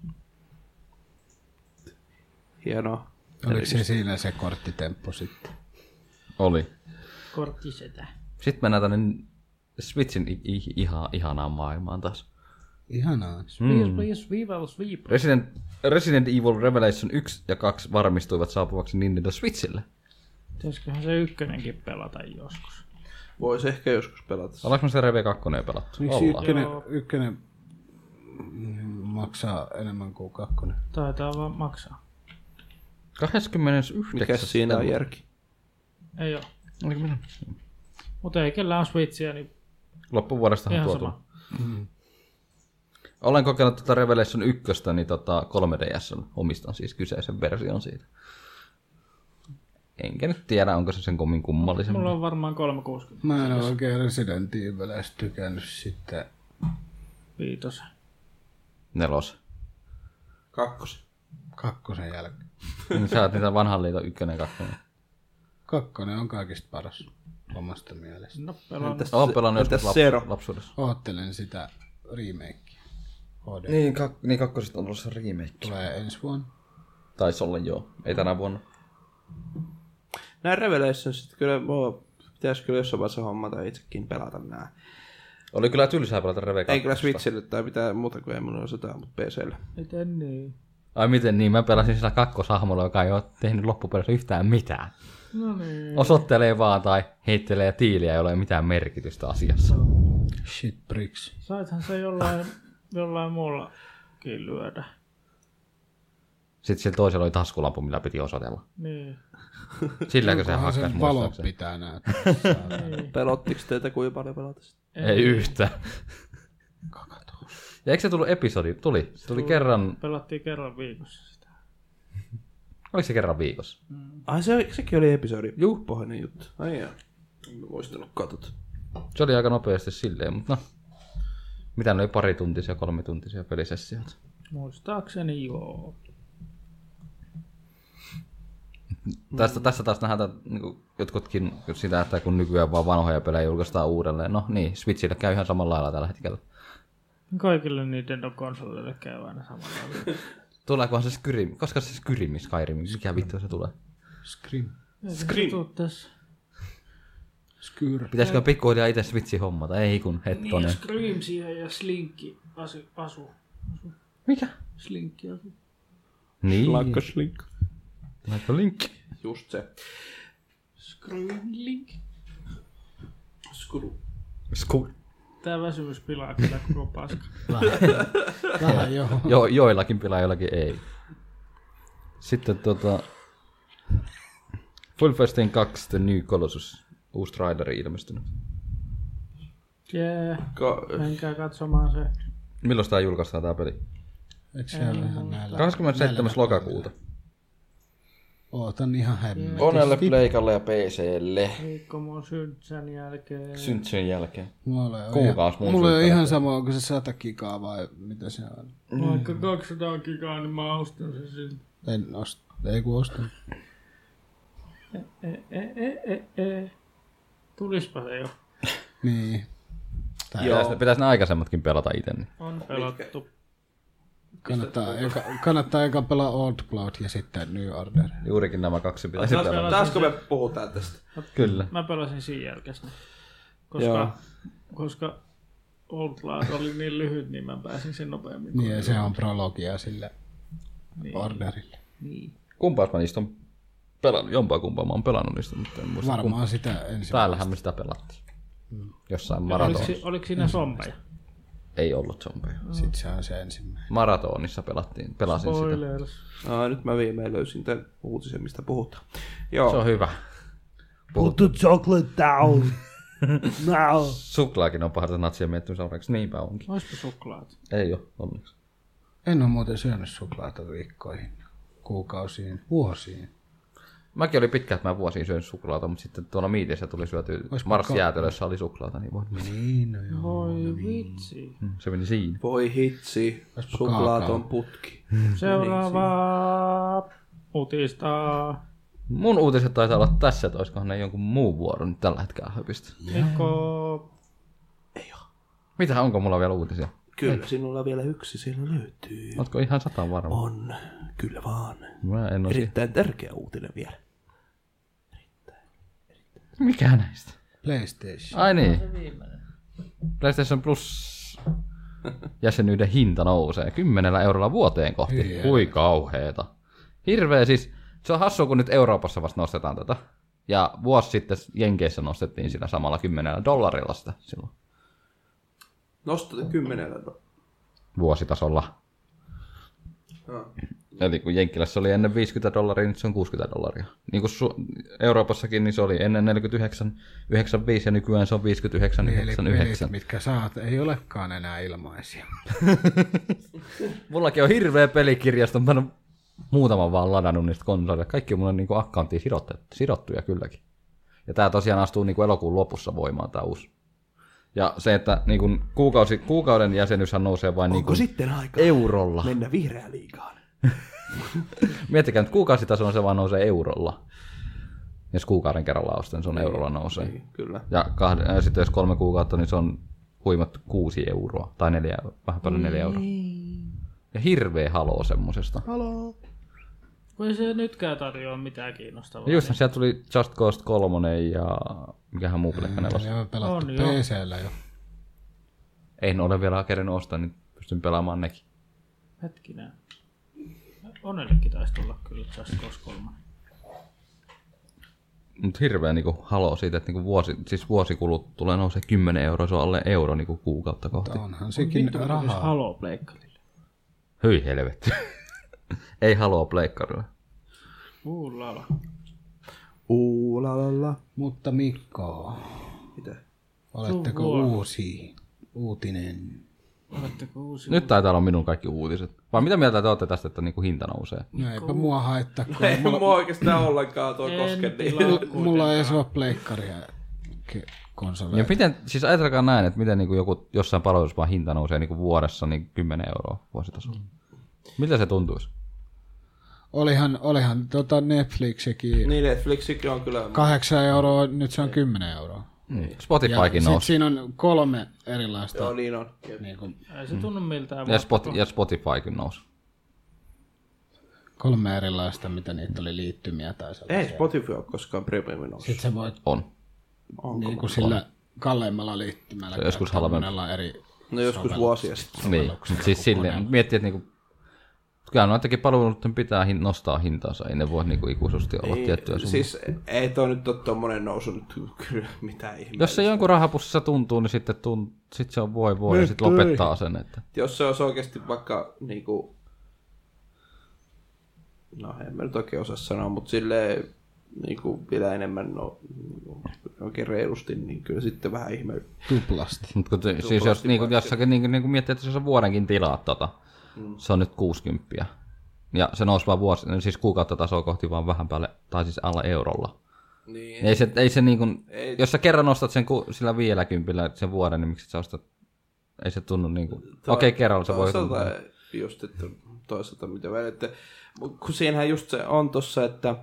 Hienoa. Oliko se siinä se korttitemppu sitten? Oli. Korttisetä. Sitten mennään tänne Switchin i- i- ihan, ihanaan maailmaan taas. Ihanaa. Please, please, we will sweep. Resident, Resident Evil Revelation 1 ja 2 varmistuivat saapuvaksi Nintendo Switchille. Pitäisiköhän se ykkönenkin pelata joskus. Voisi ehkä joskus pelata. se. Ollaanko me sitä Reve 2 pelattu? Niin Miksi Ollaan. ykkönen, Joo. ykkönen maksaa enemmän kuin kakkonen? Taitaa vaan maksaa. 29. Mikä siinä on järki? Ei oo. Oliko minä? Mutta ei kellään on Switchiä, niin Loppuvuodestahan ihan tuo sama. tuli. Mm-hmm. Olen kokenut tätä Revelation 1, niin tota 3DS on, omistan siis kyseisen version siitä. Enkä nyt tiedä, onko se sen kummin kummallisempi. Mulla on varmaan 360 Mä en ole oikein Resident Evilästä tykännyt sitten. viitosen. Nelos. Kakkos. kakkosen jälkeen. Niin Sä oot niitä vanhan liiton ykkönen kakkonen. Kakkonen on kaikista paras omasta mielestä. No pelannut. Entäs Oon se- pelannut entäs joskus Zero? laps- lapsuudessa. Oottelen sitä remakea. HD niin. Niin, kak- niin kakkosesta on tulossa remake. tulee ensi vuonna. Taisi olla joo. Ei tänä vuonna. Nämä Revelationsit kyllä mua pitäisi kyllä jossain vaiheessa hommata itsekin pelata nämä. Oli kyllä tylsää pelata Reve Ei kyllä kakkosta. Switchille tai mitään muuta kuin ei mulla ole sitä, mutta PClle. Miten niin? Ai miten niin, mä pelasin sillä kakkoshahmolla, joka ei ole tehnyt loppupelissä yhtään mitään. No niin. Osoittelee vaan tai heittelee tiiliä, jolla ei ole mitään merkitystä asiassa. Shit bricks. Saithan se jollain, jollain muullakin lyödä. Sitten sillä toisella oli taskulampu, millä piti osoitella. Niin. Silläkö se Onkohan hakkas sen valo muistaakseni? pitää näyttää. Niin. Pelottiko teitä kuinka paljon pelata sitä? Ei yhtään. Ja eikö se tullut episodi? Tuli. Se tuli kerran, Pelattiin kerran viikossa sitä. oliko se kerran viikossa? Ai se, sekin oli episodi. Juh, pohjainen juttu. Ai jaa. En mä muistanut katot. Se oli aika nopeasti silleen, mutta no. Mitä ne oli pari tuntisia, kolme tuntisia pelisessioita? Muistaakseni joo. Tästä, tästä taas nähdään että niinku jotkutkin sitä, että kun nykyään vaan vanhoja pelejä julkaistaan uudelleen. No niin, Switchillä käy ihan samalla lailla tällä hetkellä. Kaikille Nintendo konsoleille käy aina samalla. Tuleekohan se Skyrim? Koska se Skyrim, Skyrim, mikä vittu se tulee? Scream. Scream. tässä. Skyr. Pitäisikö pikkuhiljaa itse Switchi hommata? Ei kun Niin, ja hetkonen. Scream siihen ja Slinkki asu. asu. Mikä? Slinkki asu. Niin. Lakkaslink. Laitko linkki. Just se. Scream Link. Skuru. Skur. Tää väsymys pilaa kyllä koko paska. Vähän joo. Jo, joillakin pilaa, joillakin ei. Sitten tota... Full Festin 2 The New Colossus. Uusi traileri ilmestynyt. Jee, yeah. Ka- menkää katsomaan se. Milloin tää julkaistaan tää peli? Eikö se ole ihan näillä? 27. lokakuuta. Ootan ihan hemmin. Konelle, Pleikalle ja PClle. Viikko mun syntsen jälkeen. Syntsyyn jälkeen. Mulla ei ole Kuukaus ihan, muun mulla ei ole synttäreitä. ihan sama, onko se 100 gigaa vai mitä se on. Vaikka 200 gigaa, niin mä ostan sen silti. En osta. Ei kun ostan. E, e, e, e, e. Tulispa se jo. Niin. Pitäis, ne- pitäis ne aikaisemmatkin pelata itse. Niin. On pelattu. Kannattaa, eka, kannattaa eka pelaa Old Blood ja sitten New Order. Juurikin nämä kaksi pitäisi Taas, pelata. taasko me puhutaan tästä? Kyllä. Mä pelasin siinä jälkeen. sen. Koska, Joo. koska Old Blood oli niin lyhyt, niin mä pääsin sen nopeammin. Niin, ja se on prologia sille niin. Orderille. Niin. Kumpaas mä niistä on pelannut? Jompaa kumpaa mä oon pelannut niistä, mutta en muista. Varmaan sitä ensin. Täällähän me sitä pelattiin. Mm. Jossain Oliko, maratonissa. si- oliko siinä zombeja? Ei ollut zombeja. Sitten se on se ensimmäinen. Maratonissa pelattiin, pelasin sitä. Spoilers. Aa, nyt mä viimein löysin tämän uutisen, mistä puhutaan. Joo. Se on hyvä. Put the chocolate down. now. Suklaakin on paharta natsia miettinyt seuraavaksi. Niinpä onkin. Oispa suklaat. Ei ole, onneksi. En ole muuten syönyt suklaata viikkoihin, kuukausiin, vuosiin. Mäkin oli pitkä, että mä vuosiin syön suklaata, mutta sitten tuolla miitissä tuli syöty Olispa Mars ka- jäätelössä oli suklaata, niin voi. Niin, no joo. Voi vitsi. Mm, Se meni siinä. Voi hitsi. Oispa Suklaaton kaakao. putki. Seuraavaa utista. Mun uutiset taitaa olla tässä, että olisikohan ne jonkun muun vuoron nyt tällä hetkellä höpistä. Mikko. Mitä, onko mulla vielä uutisia? Kyllä, sinulla on vielä yksi siellä löytyy. Ootko ihan sata varma? On. Kyllä vaan. Mä en ole. Erittäin tärkeä uutinen vielä. Erittäin, erittäin. Mikä näistä? PlayStation. Ai niin. PlayStation Plus jäsenyyden hinta nousee 10 eurolla vuoteen kohti. Hyi Kui kauheeta. Hirveä siis. Se on hassua, kun nyt Euroopassa vasta nostetaan tätä. Ja vuosi sitten Jenkeissä nostettiin sillä samalla 10 dollarilla sitä silloin Nostat kymmenellä. vuositasolla. Joo. Eli kun Jenkkilässä oli ennen 50 dollaria, nyt se on 60 dollaria. Niin kuin Su- Euroopassakin niin se oli ennen 49, 95 ja nykyään se on 59, Eli pelit, 99. mitkä saat, ei olekaan enää ilmaisia. Mullakin on hirveä pelikirjasto, mä en muutaman vaan ladannut niistä konsoleista. Kaikki on mulla niinku akkaanttiin sidottu, sidottuja kylläkin. Ja tää tosiaan astuu niinku elokuun lopussa voimaan tää uusi. Ja se, että niinku kuukausi, kuukauden jäsenyyshän nousee vain niinku sitten aika eurolla. mennä vihreään liigaan? Miettikää nyt, kuukausitasolla se vaan nousee eurolla. Jos kuukauden kerralla ostaa, niin se on eurolla nousee. Niin, kyllä. Ja kahden, äh, sitten jos kolme kuukautta, niin se on huimat kuusi euroa. Tai neljä, vähän päälle neljä euroa. Ja hirveä haloo semmosesta. Kun ei se nytkään tarjoa mitään kiinnostavaa. Ja Just niin. sieltä tuli Just Cause 3 ja mikähän muu pleikka nelosta. Ja me pelattu On joo. PCllä jo. En ole vielä kerännyt ostaa, niin pystyn pelaamaan nekin. Hetkinen. Onellekin taisi tulla kyllä Just Cause 3. Mut hirveä niinku halo siitä, että niinku vuosi, siis vuosikulut tulee nousee 10 euroa, se on alle euro niinku kuukautta kohti. Onhan sekin Jos rahaa. haloo pleikkarille. Hyi helvetti. Ei haloo pleikkarilla. Uulala. Uu, la, la, la. Mutta Mikko, Mitä? oletteko Sun vuoro. uusi? Uutinen. Oletteko uusi? Nyt taitaa olla minun kaikki uutiset. Vai mitä mieltä te olette tästä, että niinku hinta nousee? No eipä mua haittaa, kun Ei mua oikeastaan ollenkaan tuo En koske. Niin. tilaa. mulla ei se ole pleikkaria ke- Ja konsoleja. miten, siis ajatelkaa näin, että miten niinku joku jossain palvelussa vaan hinta nousee niinku vuodessa niin 10 euroa vuositasolla. Miltä se tuntuisi? Olihan, olihan tota Netflixikin Niin Netflixikin on kyllä. 8 euroa, nyt se on 10 euroa. Niin. Ja Spotifykin sit nousi. siinä on kolme erilaista. Joo, niin on. Niin kuin, Ei se tunnu miltään. Ja, Spot, ja Spotifykin nousi. kolme erilaista, mitä niitä oli liittymiä tai sellaisia. Ei Spotify ole koskaan premiumin noussut. Sitten sä voit On. niin kuin sillä kalleimmalla liittymällä. Se joskus käyttää halvempi. monella eri... No joskus vuosia sitten. Niin, mut siis silleen, miettii, että niinku, kyllä noidenkin palveluiden pitää hin, nostaa hintaansa, ei ne voi niinku ikuisesti olla ei, tiettyä summaa. Siis, Siis ei toi nyt ole tuommoinen nousu nyt kyllä mitään ihmeellistä. Jos se jonkun rahapussissa tuntuu, niin sitten tunt, sit se on voi voi ja sitten lopettaa sen. Että. Jos se olisi oikeasti vaikka niinku... No en mä nyt oikein osaa sanoa, mutta silleen niinku vielä enemmän no, niinku, oikein reilusti, niin kyllä sitten vähän ihme. Tuplasti. Mut kun te, siis jos niinku, jossakin niinku, niinku miettii, että jos sä vuodenkin tilaat tota, mm. se on nyt 60. Ja se nousi vaan vuosi, siis kuukautta tasoa kohti vaan vähän päälle, tai siis alle eurolla. Niin. Ei se, ei se niinku, Ei. jos sä kerran ostat sen ku, sillä 50 sen vuoden, niin miksi sä ostat? Ei se tunnu niinku, okei okay, kerralla se voi Toisaalta just, että toisaalta mitä välitte. Kun siinähän just se on tossa, että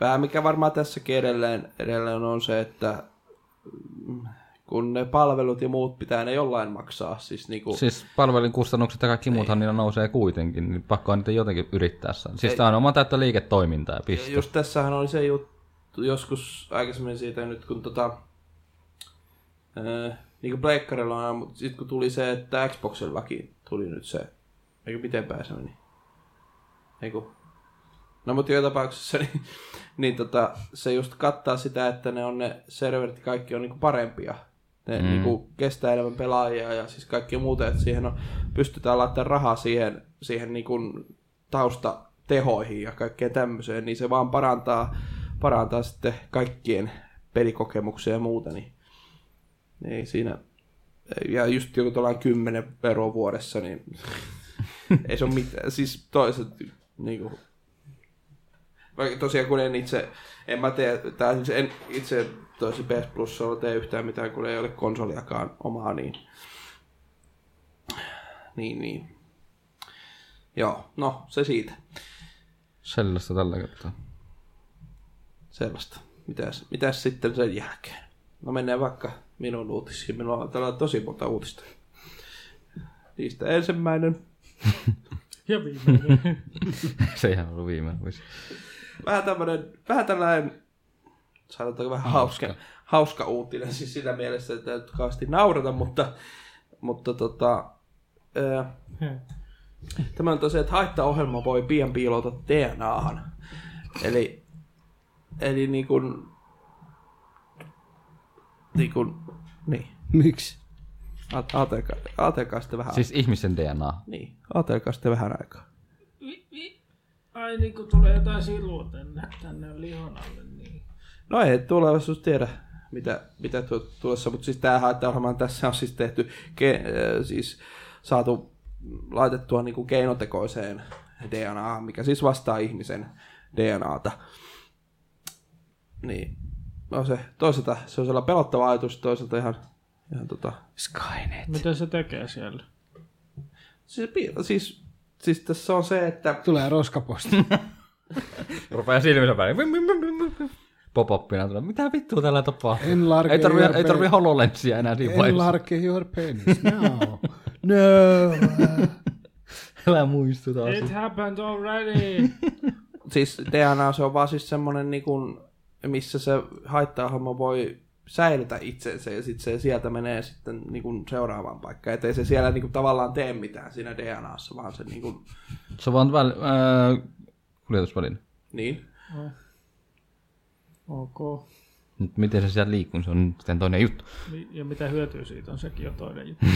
vähän mikä varmaan tässäkin edelleen, edelleen on se, että mm, kun ne palvelut ja muut pitää ne jollain maksaa. Siis niinku, Siis palvelinkustannukset ja kaikki Niin. muuthan niillä nousee kuitenkin, niin pakko niitä jotenkin yrittää saada. Siis tämä on oma täyttä liiketoimintaa ja Ja piste. just tässähän oli se juttu joskus aikaisemmin siitä nyt, kun tota... Äh, niin kuin Pleikkarilla on aina, mutta sitten kun tuli se, että Xboxillakin tuli nyt se... Eikö miten pääse meni? Eiku. No mutta joka tapauksessa niin, niin tota, se just kattaa sitä, että ne on ne serverit kaikki on niinku parempia. Ne mm. niinku kestää enemmän pelaajia ja siis kaikki muuta, että siihen on, pystytään laittamaan rahaa siihen, siihen niinku taustatehoihin ja kaikkeen tämmöiseen, niin se vaan parantaa, parantaa sitten kaikkien pelikokemuksia ja muuta. Niin, niin siinä, ja just joku tuollainen kymmenen veroa vuodessa, niin ei se ole mitään. Siis toiset, niinku, vaikka tosiaan kun en itse, en mä tee, tai siis en itse toisi PS Plus tee yhtään mitään, kun ei ole konsoliakaan omaa, niin, niin, niin. Joo, no se siitä. Sellaista tällä kertaa. Sellaista. Mitäs, mitäs sitten sen jälkeen? No mennään vaikka minun uutisiin. Minulla on täällä tosi monta uutista. Niistä ensimmäinen. Ja viimeinen. se ei ihan ollut viimeinen. vuosi. Vähän tämmönen, vähän tällainen sanotaanko vähän hauska, hauska uutinen siis siinä mielessä, että ei nyt kauheasti naurata, mutta, mutta tota, ää, Tämä on tosiaan, että haittaohjelma voi pian piilota DNAhan. Eli, eli niin kuin, niin kuin, niin. Miksi? A- Ajatelkaa ajatelkaa sitten vähän siis... Siis ihmisen DNA. Niin, ajatelkaa sitten vähän aikaa. Vi- vi- Ai niin kun tulee jotain sirua tänne, tänne lihon alle, niin... No ei tulevaisuus tiedä, mitä, mitä tuo tulossa, mutta siis tämä haittaohjelma on- tässä on siis tehty, ke, äh, siis saatu laitettua niin kuin keinotekoiseen DNA, mikä siis vastaa ihmisen DNAta. Niin, no se, toisaalta se on sellainen pelottava ajatus, toisaalta ihan, ihan tota, Mitä se tekee siellä? siis, pi- siis, siis tässä on se, että Tulee roskaposti. Rupeaa silmissä päin. Pop-uppina tulee. Mitä vittua täällä tapahtuu? En larki ei tarvi, juurpeita. ei tarvi HoloLensia enää siinä En vaiheessa. larki your penis, no. no. Älä muistuta It asiaa. happened already! siis DNA se on vaan siis semmoinen, niin kuin, missä se haittaohjelma voi säilytä itsensä ja sitten se sieltä menee sitten niin kuin seuraavaan paikkaan. Että ei se siellä niin kuin, tavallaan tee mitään siinä DNAssa, vaan se niin kuin, Se on vaan väl, äh, kuljetusväline. niin. Ok. Mut miten se siellä liikkuu, se on sitten toinen juttu. Mi- Ja mitä hyötyä siitä on, sekin on toinen juttu.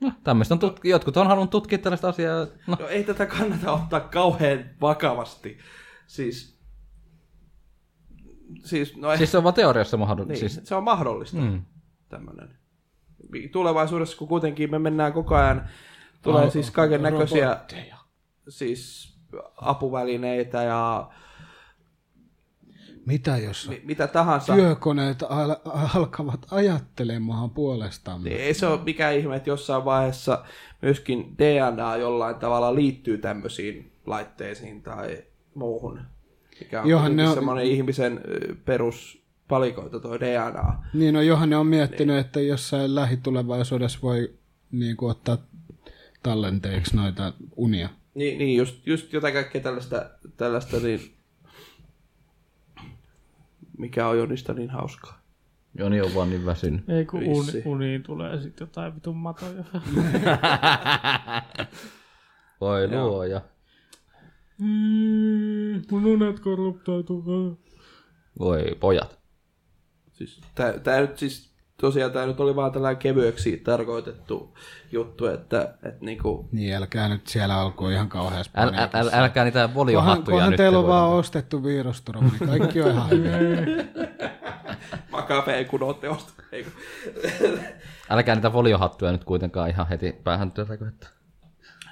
No, tämmöistä on tutki, jotkut on halunnut tutkia tällaista asiaa. No, No ei tätä kannata ottaa kauhean vakavasti. Siis, siis, no, siis se on vaan teoriassa mahdollista. Niin, Niin. Siis, se on mahdollista. Mm. Tämmönen. Tulevaisuudessa, kun kuitenkin me mennään koko ajan, tulee oh, siis kaiken näköisiä siis apuvälineitä ja Mitä jos Niin. mi- mitä tahansa. työkoneet al- alkavat ajattelemaan Niin. puolestamme? Ei se ole mikään ihme, että jossain vaiheessa myöskin DNA jollain tavalla liittyy tämmöisiin laitteisiin tai muuhun. Mikä on Johan Johan ne on- semmoinen ihmisen ö, peruspalikoita tuo DNA. Niin, no Johan ne on miettinyt, niin. että jossain lähitulevaisuudessa voi niin kuin, ottaa tallenteeksi noita unia. Niin, niin just, just jotain kaikkea tällaista, tällaista niin, mikä on Jonista niin hauskaa. Joni on vaan niin väsynyt. Ei kun uni, Vissi. uniin tulee sitten jotain vitun matoja. Voi luoja. Mm, Mun unet korruptoituu. Voi pojat. Siis, tää, tää nyt siis, tosiaan tämä nyt oli vaan tällainen kevyeksi tarkoitettu juttu, että, että niinku, Niin, älkää nyt siellä alkuun ihan kauheasti. Äl, äl, äl, älkää niitä Kohan, voliohattuja kohan nyt. teillä on voida- vaan ostettu virusturva, niin kaikki on ihan hyvin. makape ei kun ootte osta. Ei kun. Älkää niitä foliohattuja nyt kuitenkaan ihan heti päähän työtäkö, että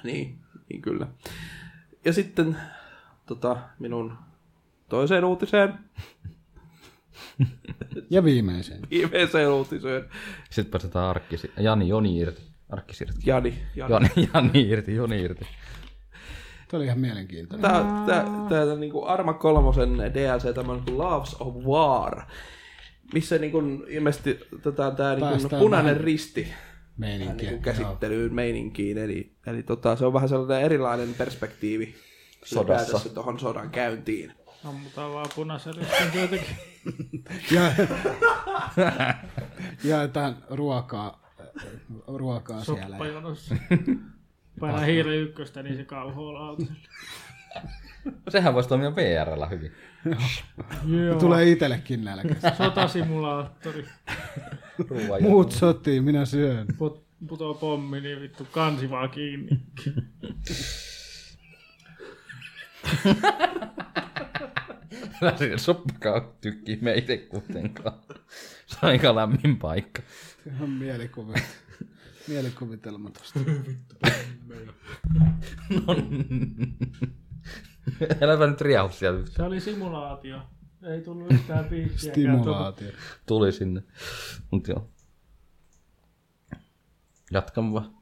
niin, niin kyllä. Ja sitten tota, minun toiseen uutiseen, Ja viimeiseen. viimeiseen uutiseen, Sitten päästetään arkkisi. Jani, Joni irti. Arkkisi irti. Jani. Jani. Jani, Jani irti, Joni irti. Tämä oli ihan mielenkiintoinen. Tää, tää, tää, tää niinku Arma kolmosen DLC, tämä on niinku Loves of War, missä niinku ilmeisesti otetaan tää niinku Päästään punainen vähän risti tähän Meininkiä. niinku käsittelyyn joo. meininkiin. Eli, eli tota, se on vähän sellainen erilainen perspektiivi sodassa tuohon sodan käyntiin. Ammutaan vaan punaisen ristin työntekijä. Ja, jaetaan ruokaa, ruokaa siellä. Soppajonossa. Painaa hiiren ykköstä, niin se kauhoo lautalle. Sehän voisi toimia VRllä hyvin. Joo. Tulee itsellekin nälkä. Sotasimulaattori. Ruuan ja- Muut sotii, minä syön. Put, putoo pommi, niin vittu kansi vaan kiinni. Älä sinne soppakaan tykkii meitä kuitenkaan. Se on aika lämmin paikka. Ihan mielikuvit. Mielikuvitelma tosta. Äläpä nyt riahu sieltä. Se oli simulaatio. Ei tullut yhtään piikkiäkään. tuota- Stimulaatio. Tuli sinne. Mut joo. Jatkan vaan.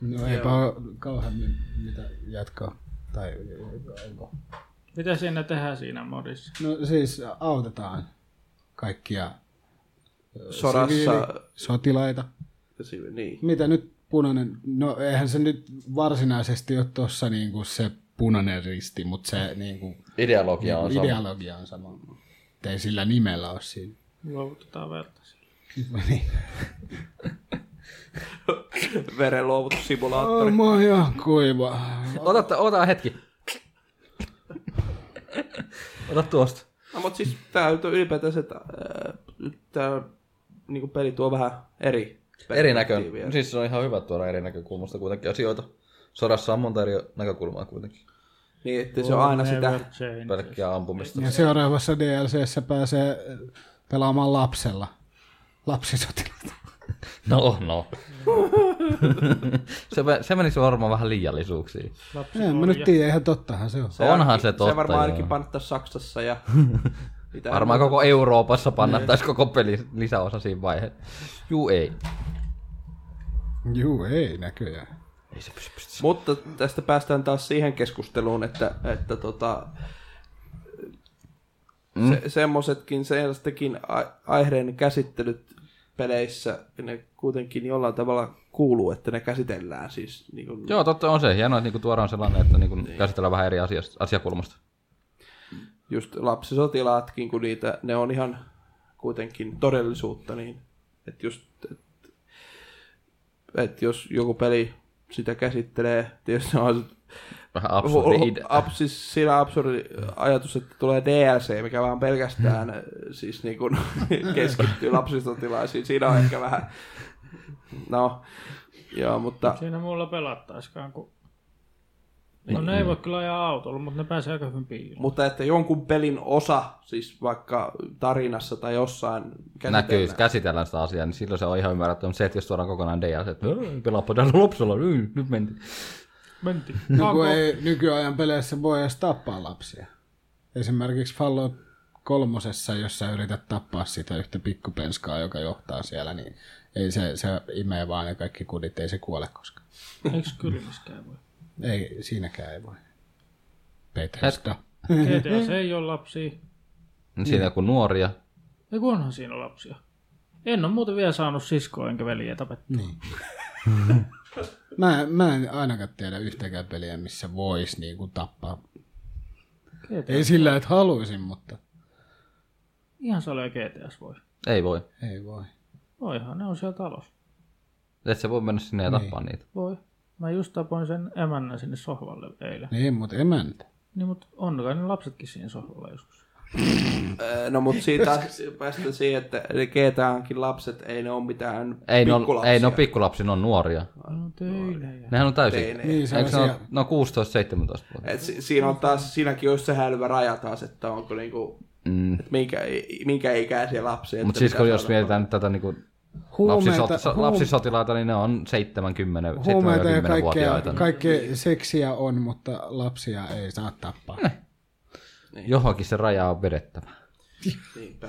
No eipä ole kauhean mi- mitä jatkaa. Tai onko? Mitä siinä tehdään siinä modissa? No siis autetaan kaikkia Sodassa, siviili- sotilaita. sivi- niin. Mitä nyt punainen, no eihän se nyt varsinaisesti ole tuossa niinku se punainen risti, mutta se niinku Ideologia on sama. ideologia on sama. ettei sillä nimellä ole siinä. Luovutetaan verta. niin. Verenluovutussimulaattori. Oh, mä oon ihan kuiva. Ota, ota hetki. Ota tuosta. No, mutta siis tää nyt on ylipäätänsä, että ää, nyt tää niinku peli tuo vähän eri Eri näkö. perspektiiviä. Siis se on ihan hyvä tuoda eri näkökulmasta kuitenkin asioita. Sodassa on monta eri näkökulmaa kuitenkin. Niin, että se on aina sitä. Pelkkiä ampumista. Ja seuraavassa DLCssä pääsee pelaamaan lapsella. Lapsisotilasta. No, no. se, me- se menisi varmaan vähän liiallisuuksiin. En mä nyt tiedä, ihan tottahan se on. Se Onhan ainakin- se totta. Se varmaan ainakin joo. pannattaisi Saksassa ja... mitä- Varmaan koko Euroopassa pannattaisi koko pelin lisäosa siinä vaiheessa. Juu ei. Juu, ei näköjään. Mutta tästä päästään taas siihen keskusteluun, että, että tota, mm. se, semmoisetkin, sellaisetkin ai- aiheiden käsittelyt peleissä, ne kuitenkin jollain tavalla kuuluu, että ne käsitellään siis. Niin kuin, Joo, totta on se. Hienoa, että niinku tuodaan sellainen, että niinku käsitellään vähän eri asiasta, asiakulmasta. just lapsisotilaatkin, kun niitä, ne on ihan kuitenkin todellisuutta, niin että just, et, et jos joku peli sitä käsittelee, tietysti on se Vähän absurdi idea. Ab, siis siinä absurdi ajatus, että tulee DLC, mikä vaan pelkästään Hmm. siis niin kuin keskittyy lapsistotilaisiin. Siinä on ehkä vähän, no, joo, mutta Siinä muulla pelattaisikaan, kun... No ne ei voi kyllä ajaa autolla, mutta ne pääsee aika hyvin piiloon. mutta että jonkun pelin osa, siis vaikka tarinassa tai jossain näkyy, käsitellään. käsitellään sitä asiaa, niin silloin se on ihan ymmärrettävä. Mutta se, että jos tuodaan kokonaan DLC, että "Öö, pelaappa täällä lapsella, yy, nyt mentiin. Mentiin. Nyky- No ei, nykyajan peleissä voi edes tappaa lapsia. Esimerkiksi Fallout kolmosessa, jos sä yrität tappaa sitä yhtä pikkupenskaa, joka johtaa siellä, niin ei se, se imee vaan ne kaikki kudit, ei se kuole koskaan. Eikö kylmiskään voi? Ei, siinäkään ei voi. Bethesda. GTA ei ole lapsia. Niin siinä joku nuoria. Ja kun onhan siinä lapsia. En ole muuten vielä saanut siskoa enkä veljeä tapettua. Niin. Mä, mä en ainakaan tiedä yhtäkään peliä, missä voisi niinku tappaa. GTA. Ei sillä, että haluaisin, mutta Ihan sale GTS voi. Ei voi. ei voi. Voihan, ne on siellä talossa. Et se voi mennä sinne Niin. ja tappaa niitä. Voi. Mä just tapoin sen emännän sinne sohvalle eilen. Niin, mutta emäntä. Niin mut on kai ne lapsetkin siinä sohvalla joskus. Öö, No mutta siitä päästään siihen, että ne GTAnkin lapset, ei ne ole mitään Ei ne, on, pikkulapsia. ei ne on pikkulapsi, ne on nuoria. No teille ja... Nehän on täysin. Ei ne- Niin, Eikö ne sellaisia... on, ne on 16-17-vuotiaita? Et si- siinä on taas, siinäkin olisi se häilyvä raja taas, että onko niinku, mm. et minkä, minkä ikäisiä lapsia. Mutta että siis mitä kun jos sanotaan. mietitään nyt tätä niinku Huumeita, lapsisot- lapsisotilaita, niin ne on 70 huumeita ja 70 kaikkea, vuotiaita. Niin. kaikkea seksiä on, mutta lapsia ei saa tappaa. Eh. Niin. Johonkin se raja on vedettävä. Niinpä.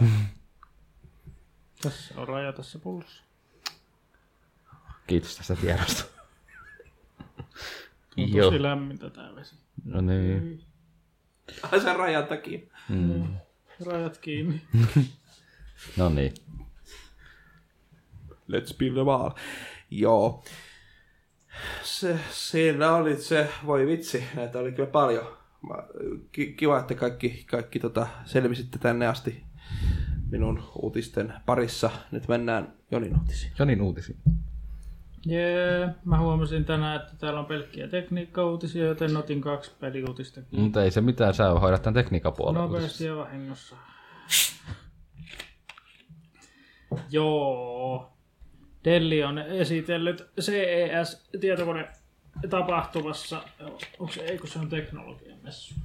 Tässä on raja tässä pullossa. Kiitos tästä tiedosta. On Joo. tosi lämmintä tää vesi. No niin. Ai sen rajan takia. Rajat kiinni. No niin. Let's build the wall. Joo. Se, siinä oli se, voi vitsi, näitä oli kyllä paljon. Mä, ki, kiva, että kaikki, kaikki tota, selvisitte tänne asti minun uutisten parissa. Nyt mennään Jonin uutisiin. Jonin uutisiin. Jee, mä huomasin tänään, että täällä on pelkkiä tekniikkauutisia, joten otin kaksi peliuutista kiinni. Mutta ei se mitään, sä hoidat tämän tekniikan puolella. Nopeasti ja vahingossa. Joo. Delli on esitellyt E CES-tietokone-tapahtumassa. Onko se, eikö se on teknologiamessu?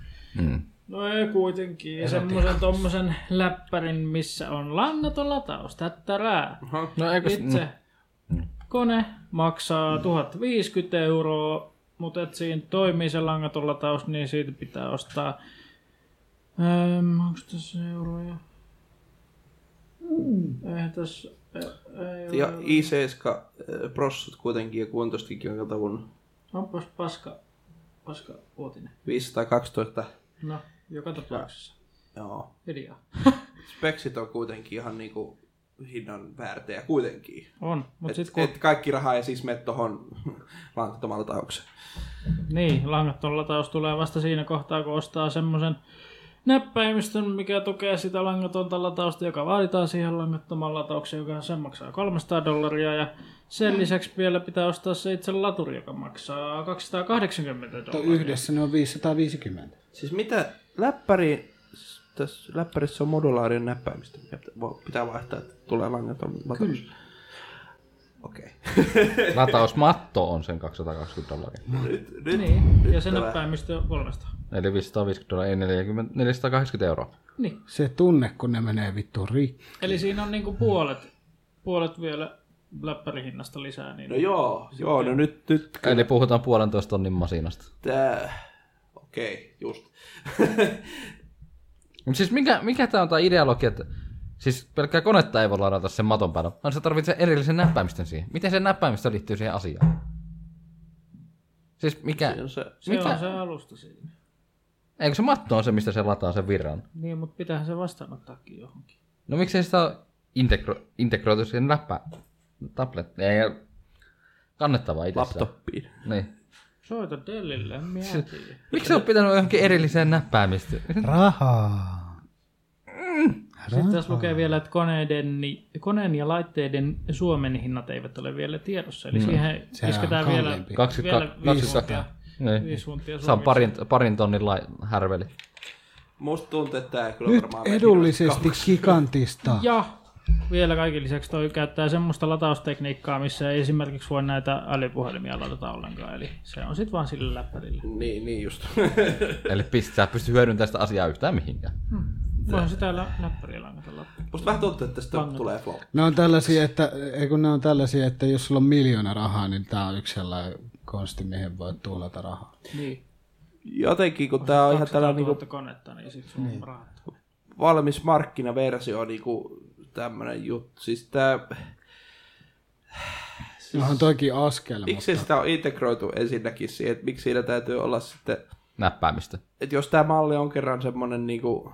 Mm. No ei kuitenkin. Semmoisen tommosen läppärin, missä on langaton lataus. Tättärää. No eikö Itse kone maksaa 1050 euroa, mutta et siinä toimii se langaton lataus, niin siitä pitää ostaa... Ähm, onko tässä euroja? Ei tässä... eh, Ei, ei Ja ole. i7 äh, prossut kuitenkin ja kuontostikin on katavun Onpas paska, paska uutinen. 512. No, joka tapauksessa. Joo. Hiljaa. Speksit on kuitenkin ihan niinku hinnan väärtejä kuitenkin. On, mutta Et, sitten et, kun... et kaikki raha ei siis mene tohon tota langattomalle taukseen. Niin, langaton lataus tulee vasta siinä kohtaa, kun ostaa semmoisen näppäimistön, mikä tukee sitä langatonta latausta, joka vaaditaan siihen langattoman lataukseen, joka sen maksaa 300 dollaria. Ja sen lisäksi vielä pitää ostaa se itse laturi, joka maksaa 280 Mutta dollaria. yhdessä ne on 550. Siis mitä läppäri, tässä läppärissä on modulaarinen näppäimistö, mikä pitä- vo- pitää vaihtaa, että tulee langaton lataus. Kyllä. Okei. Latausmatto on sen 220 dollaria. Nyt, nyt. Niin, ja se Ystävä. näppäimistö 300. Eli 550 dollaria, ei 40, 480 euroa. Niin. Se tunne, kun ne menee vittu rikki. Eli siinä on niinku puolet, puolet vielä läppärihinnasta lisää. Niin No joo, joo, no nyt, nyt Eli puhutaan puolentoista tonnin masinasta. tää... Okei, just. Mut siis mikä, mikä tää on tää ideologia, että siis pelkkää konetta ei voi ladata sen maton päällä, vaan se tarvitsee erillisen näppäimistön siihen. Miten se näppäimistö liittyy siihen asiaan? Siis mikä? Se on se. se mitä? on se alusta siinä. Eikö se matto on se, mistä se lataa sen virran? Niin, mutta pitäähän se vastaanottaakin johonkin. No miksei sitä ole integro, integroitu siihen läppä, tablet, ei kannettavaa itsessään. Laptopiin. Niin. Soita Dellille, en minä tiedä. Miksi se on pitänyt johonkin erilliseen näppäimistöön? Rahaa. Sitten tässä lukee vielä, että koneiden, ni- koneen ja laitteiden Suomen hinnat eivät ole vielä tiedossa. Eli siihen Mm. Sehän on isketään vielä, kalliimpi. 22. vielä viisi tuntia. 22. Niin. Viisi tuntia Se on Suomessa. parin, parin tonnin lai, härveli. Musta tuntuu, että tää kyllä Nyt varmaan... edullisesti gigantista. Ja vielä kaiken lisäksi toi käyttää semmoista lataustekniikkaa, missä ei esimerkiksi voi näitä älypuhelimia ladata ollenkaan. Eli se on sitten vaan sillä läppärillä. Niin, niin just. Eli pistää pysty hyödyntämään sitä asiaa yhtään mihinkään. Voihan sitä lä- läppärillä langata Musta vähän tuntuu, että tästä tulee flow. Ne on tällaisia, että, ei kun ne on tällaisia, että jos sulla on miljoona rahaa, niin tää on yksi sellainen konsti, mihin voi tuhlata rahaa. Niin. Jotenkin, kun tää on ihan tällainen niinku Tuota konetta, niin sit sun niin. rahat. valmis markkinaversio, niinku tämmönen juttu. Siis tää... No on toikin askel, mutta Miksi sitä on integroitu ensinnäkin siihen, että miksi siinä täytyy olla sitten, Näppäämistä. että jos tämä malli on kerran semmoinen niinku,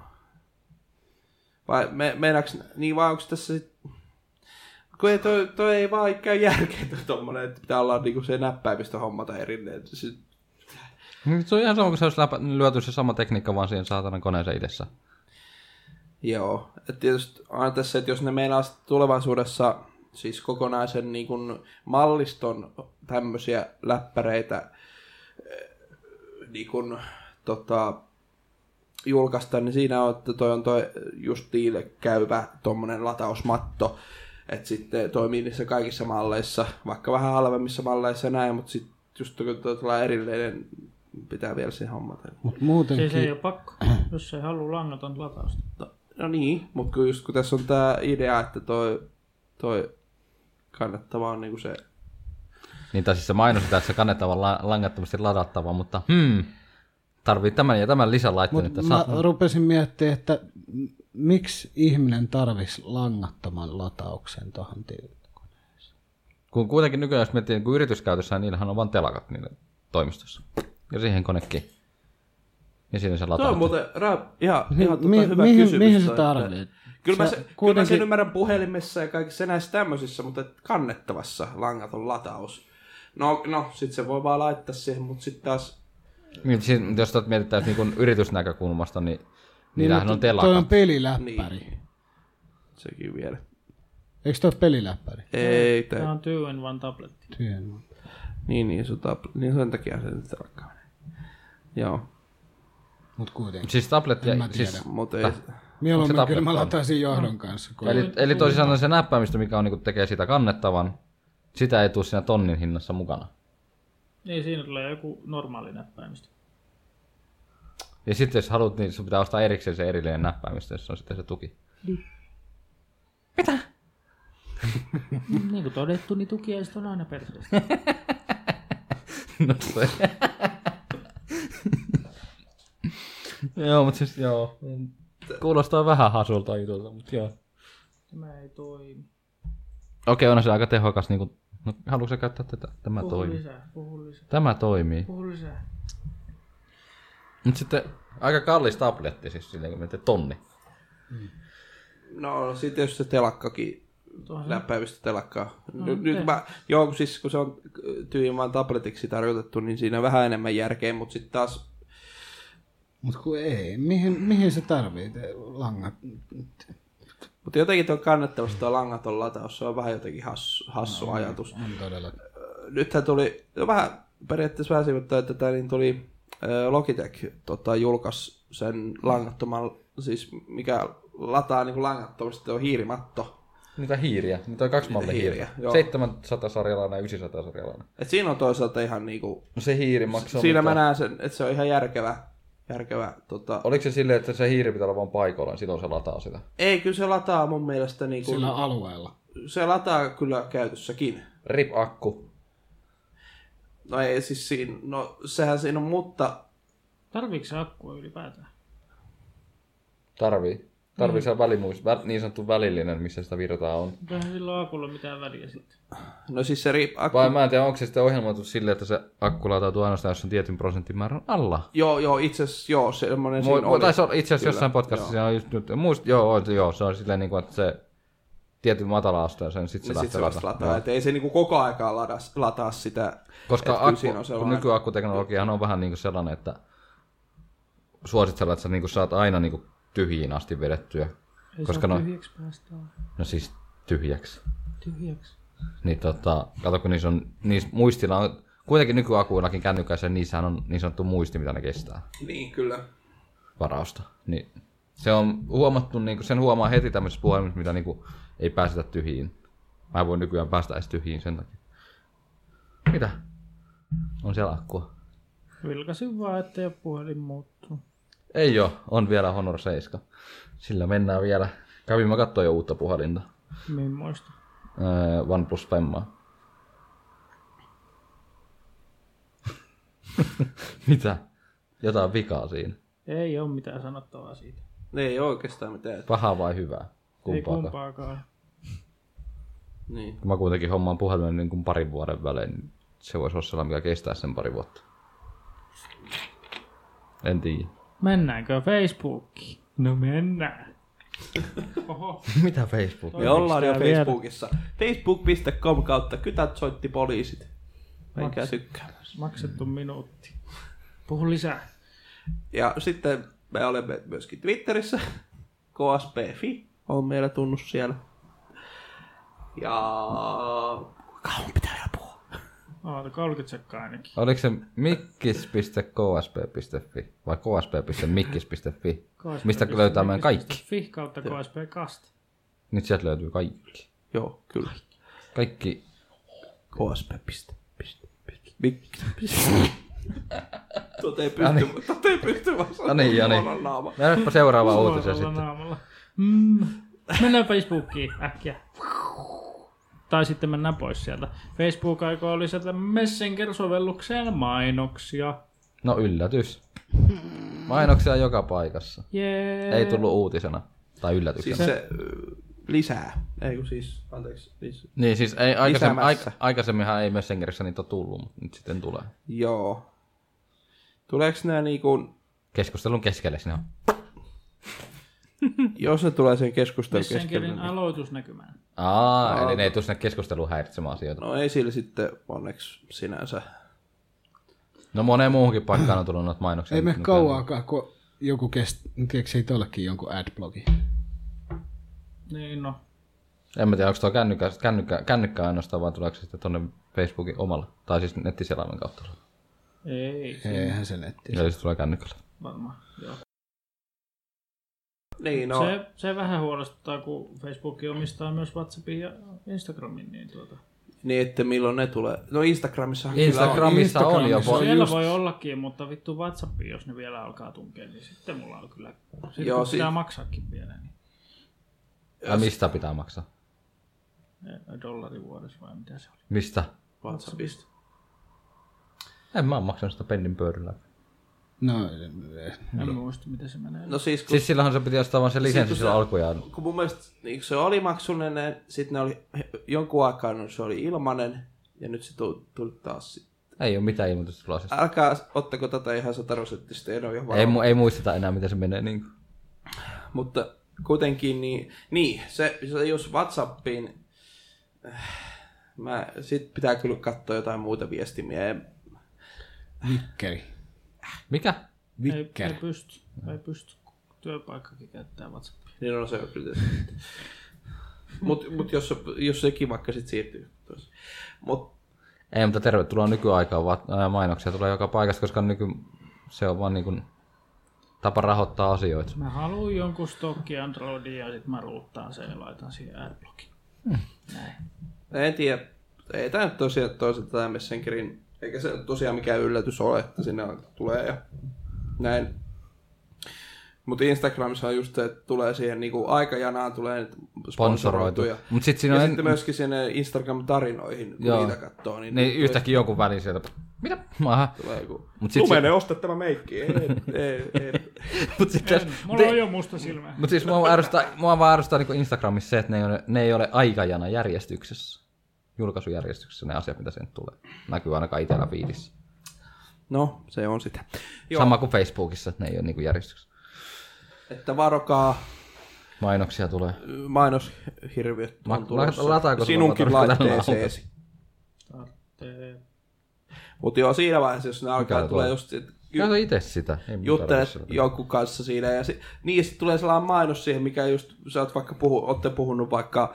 vai me, meinaaks, niin vai onko tässä sit, kun ei toi, toi ei vaan käy järkeä toi tommonen, että pitää olla niinku se näppäimistö hommata erilleen. Siis, Nyt Niin, Se on ihan sama, kun se olisi läpä, lyöty se sama tekniikka vaan siihen saatanan koneeseen itsessä. joo, että tietysti aina tässä, että jos ne meinaa sit tulevaisuudessa siis kokonaisen niin kun, malliston tämmöisiä läppäreitä niin kun, tota, julkaista, niin siinä on, että toi on toi just niille käyvä tommonen latausmatto, että sitten toimii niissä kaikissa malleissa, vaikka vähän halvemmissa malleissa ja näin, mutta sitten just kun toi tulee erillinen, niin pitää vielä sen hommata. mut Siis ei muutenkin ole pakko, jos ei halua langatonta latausta. No, no niin, mutta kun just kun tässä on tämä idea, että toi, toi kannattava on niinku se... Niin, tai siis se mainos, että se kannettava la- langattomasti ladattava, mutta hmm, tarvii tämän ja tämän lisälaitteen, että Mut saa... mä rupesin miettimään, että m- miksi ihminen tarvisi langattoman latauksen tuohon tietokoneeseen. Kun kuitenkin nykyään, jos miettii niin kuin yrityskäytössä, niin niillähän on vain telakat niille toimistossa. Ja siihen konekin. Ja siinä se Toi lataa. on muuten ra- ihan, ihan tota mi- hyvä mihin- kysymys. mihin sä toi, tarvit? että- Kyllä mä, Sä se, kyllä mä kuitenkin- sen ymmärrän puhelimessa ja kaikissa näissä tämmöisissä, mutta et kannettavassa langaton lataus. No, no sit se voi vaan laittaa siihen, mutta sitten taas... Niin, siis, jos tätä mietitään niin kuin yritysnäkökulmasta, niin niillähän on no Toi on telakat. peliläppäri. Niin. Sekin vielä. Eikö toi ole peliläppäri? Ei, tää- Tämä on two in one tabletti. Työn. Niin, niin, se on tab- niin sen takia se nyt rakkaan. Joo, Mut kuitenkin. Siis tablet ja... En mä tiedä. Siis, mutta ei... Mieluummin onko se kyllä mä tablet- lataisin Mm. johdon kanssa. Kun... Eli, tuota- eli toisin sanoen se näppäimistö, mikä on, niin kuin tekee sitä kannettavan, sitä ei tule siinä tonnin hinnassa mukana. Niin siinä tulee joku normaali näppäimistö. Ja sitten jos haluat, niin sun pitää ostaa erikseen se erillinen näppäimistö, jossa on sitten se tuki. Niin kuin todettu, niin tukiaiset on aina perseestä. No se. joo, mutta siis joo. Kuulostaa vähän hasulta jutulta, mutta joo. Tämä ei toimi. Okei, onhan se aika tehokas. Niin kuin, no, haluatko sä käyttää tätä? Tämä Puhu toimii. lisää, puhu lisää, Tämä toimii. puhu lisää. Mutta sitten aika kallis tabletti siis silleen, kun miettii tonni. No, sitten jos se telakkakin Tuohan se- läpäivistä telakkaa. No, Nyt, nyt ei. mä, joo, kun siis kun se on tyyliin vain tabletiksi tarkoitettu, niin siinä on vähän enemmän järkeä, mutta sitten taas Mut kun ei, mihin, mihin se tarvii te langat? Mutta jotenkin tuo kannettavasti tuo langaton lataus, se on vähän jotenkin hassu, hassu niin. no, ajatus. On todella. nythän tuli, no vähän periaatteessa vähän sivuuttaa tätä, niin tuli ö, Logitech tota, julkaisi sen langattoman, siis mikä lataa niin kuin langattomasti, on hiirimatto. Niitä hiiriä. Niitä on kaksi mallia hiiriä, hiiriä. joo. 700 sarjalainen ja 900 sarjalainen. Et siinä on toisaalta ihan niinku, No se hiiri maksaa... siinä mitä- mä näen sen, että se on ihan järkevä, järkevä tota, Oliko se silleen, että se hiiri pitää olla vaan paikoillaan, silloin se lataa sitä? ei kyllä se lataa mun mielestä niinku, Sillä alueella. se lataa kyllä käytössäkin. Rip-akku. No ei siis siinä, no sehän siinä on, mutta Tarviiko se akkua ylipäätään? Tarvii. Tarvii mm. välimuist, vä, niin sanottu välillinen, missä sitä virtaa on. Mitähän sillä on akulla mitään väliä sitten? no siis se riip, akku, Vai mä en tiedä, onko se sitten ohjelmoitu silleen, että se akku latautuu ainoastaan, jos on tietyn prosentin määrän alla. joo joo itse asiassa joo semmonen Voi, siinä oli. voi, taisi olla itse asiassa jossain podcastissa, se on just nyt, muist, joo, on, se- joo, se on silleen, niin kuin, että se tietyn matala asteen, sen sitten se Niin sit lähtee se vasta lataa. lataa. Joo. Et ei se niinku koko aikaa ladas, lataa sitä. Koska Et kyllä akku, siinä on kun sellainen- nykyakkuteknologiahan on vähän niin kuin sellainen, että suositellaan, että sä niin kuin saat aina niin kuin tyhjiin asti vedettyä. Ei Koska no, tyhjäksi päästään. no siis tyhjäksi. Tyhjäksi. Niin tota, kato kun niissä on, niissä muistilla on, kuitenkin nykyakuillakin kännykäissä, niissähän on niin sanottu muisti, mitä ne kestää Niin kyllä. varausta. Niin se on huomattu, niin kuin sen huomaa heti tämmöisessä puhelimessa, mitä niin kuin ei päästetä tyhjiin. Mä en voi nykyään päästä edes tyhjiin sen takia. Mitä? On siellä akkua. Vilkasin vaan, ettei ole puhelin muuttunut. Ei oo, on vielä Honor 7. Sillä mennään vielä. Kävin mä katsoin jo uutta puhelinta. Mimmoista? Öö, OnePlus Femmaa. Mitä? Jotain vikaa siinä. Ei ole mitään sanottavaa siitä. Ne ei oo oikeastaan mitään. Pahaa vai hyvää? Ei Kumpaakaan. kumpaakaan. Niin. Kun mä kuitenkin hommaan puhelimen niin kuin parin vuoden välein, niin se voisi olla sellainen, mikä kestää sen pari vuotta. En tiedä. Mennäänkö Facebookiin? No mennään. Oho. Mitä Facebook? Me ollaan jo Miksi tää Facebookissa. Facebook.com kautta kytät soitti poliisit. Menkää tykkäämässä. Maksettu minuutti. Puhu lisää. Ja sitten me olemme myöskin Twitterissä. KSPFi on meillä tunnus siellä. Ja... Kauan pitää vielä puhua. Oota, 30 sekkaa ainakin. Oliko se mikkis.ksp.fi vai ksp.mikkis.fi? KSP. Mistä löytää meidän kaikki? Fi kautta KSP Kast. Nyt sieltä löytyy kaikki. Joo, kyllä. Kaikki KSP. Piste, piste, piste. Mikki. piste. Tota ei pysty, tota ei pysty vaan sanoa. No niin, ja niin. suoraan naamaan. Mennäänpä seuraavaan uutiseen Suoralla sitten. naamalla. Mm. Mennään Facebookiin äkkiä. Tai sitten mennään pois sieltä. Facebook aikoo lisätä Messenger-sovellukseen mainoksia. No yllätys. Mainoksia joka paikassa. Jee. Ei tullut uutisena. Tai yllätyksenä. Siis se ö, lisää. Ei kun siis, anteeksi. Siis. Niin siis ei, aikaisemmin, Lisäämässä. aik- aikaisemminhan ei Messengerissä niitä ole tullut, mutta nyt sitten tulee. Joo. Tuleeko nämä niinku, Keskustelun keskelle sinne on. jos... jos ne tulee sen keskustelun keskelle? Messengerin Niin, aloitusnäkymään. Aa, eli ne ei tule sinne keskusteluun häiritsemään asioita. No, no ei sillä sitten onneksi sinänsä. no moneen muuhunkin paikkaan on tullut noita mainoksia. Ei me nyt nykyään. kauaakaan, kun joku kest, keksii tollekin jonkun adblogin. Niin no. En mä tiedä, onko tuo kännykkä, kännykkä, kännykkä ainoastaan, vai tuleeko se sitten tuonne Facebookin omalla. Tai siis nettiselaimen kautta. Ei, Eihän se netti. Eli se tulee kännykällä. varmaan. Joo. Niin, no. No. Se, se vähän huolestuttaa, kun Facebook omistaa myös WhatsAppin ja Instagramin. Niin tuota. Niin, että milloin ne tulee. No Instagramissa Instagramissa on jo. Instagramissa on Po- Siellä just... voi ollakin, mutta vittu WhatsAppiin, jos ne vielä alkaa tunkea, niin sitten mulla on kyllä... Sitten Joo, Joo, pitää si- maksaakin vielä, niin ja mistä pitää maksaa? eh, dollari vuodessa vai mitä se oli. Mistä? WhatsAppista. En mä oo maksanut sitä pennin pöydällä. No, eh, En muista, miten se menee. No siis, kun, Siis sillähän se piti ostaa vaan se lisenssi kun silloin se- alkujaan. kun mun mielestä niin se oli maksullinen, sitten ne oli jonkun aikaa, no, se oli ilmanen, ja nyt se tuli, tuli taas sit. Ei oo mitään ilmoitusta tulossa. Älkää ottako tätä ihan satarosettisesti, en ole ihan Ei, varma. mu- ei muisteta enää, miten se menee. Niin kuin. Mutta kuitenkin, niin, niin se, se jos Whatsappiin, äh, mä, sit pitää kyllä katsoa jotain muuta viestimiä. En- mikkeri. Mikä? Ei, ei Vikker. pysty. Ei pysty. Työpaikkakin käyttää WhatsAppia. Niin on se on kyllä. Mut, mut jos, jos sekin vaikka sit siirtyy. tois- Mut Ei, mutta tervetuloa nykyaikaan, vaan ää, mainoksia tulee joka paikassa, koska nyky, se on vaan niin kuin tapa rahoittaa asioita. Mä haluan jonkun stokki Androidin ja sit mä ruuttaan sen ja laitan siihen Airblockin. en tiedä, ei tämä nyt tosiaan toisaalta tämä Messengerin, eikä se tosiaan mikään yllätys ole, että sinne tulee ja näin. Mutta Instagramissa on just se, että tulee siihen niinku aikajanaan tulee nyt Sponsoroitu. sponsoroituja. Mut sit siinä ja on en- sitten myöskin sinne Instagram-tarinoihin, kun Joo. niitä katsoo, niin, Niin yhtäkkiä jonkun välin sieltä. Mitä? Aha. tulee joku, Mut sit Lumene, osta tämä meikki. Ei, ei, ei. Mut sit En, mulla on jo musta silmä. Mutta siis mua ärsyttää, mua vaan ärsyttää niin Instagramissa se, että ne ei ole, ne ei ole aikajana järjestyksessä. Julkaisujärjestyksessä ne asiat, mitä sen tulee. Näkyy ainakaan itsellä fiidissä. No, se on sitä. Joo. Sama kuin Facebookissa, että ne ei ole niin järjestyksessä. Että varokaa Mainoksia tulee. mainoshirviöt Ma- on tulossa lataako sulla sinunkin motorilla laitteeseesi. Tarttee. Mutta joo, siinä vaiheessa, jos ne alkaa, tulee Mikä tulee? just sit, Käytä ju- itse sitä. Ei mun juttelet tarvitse sitä. jonkun kanssa siinä. Ja si- niin, ja sitten tulee sellainen mainos siihen, mikä just, sä oot vaikka puhu, ootte puhunut vaikka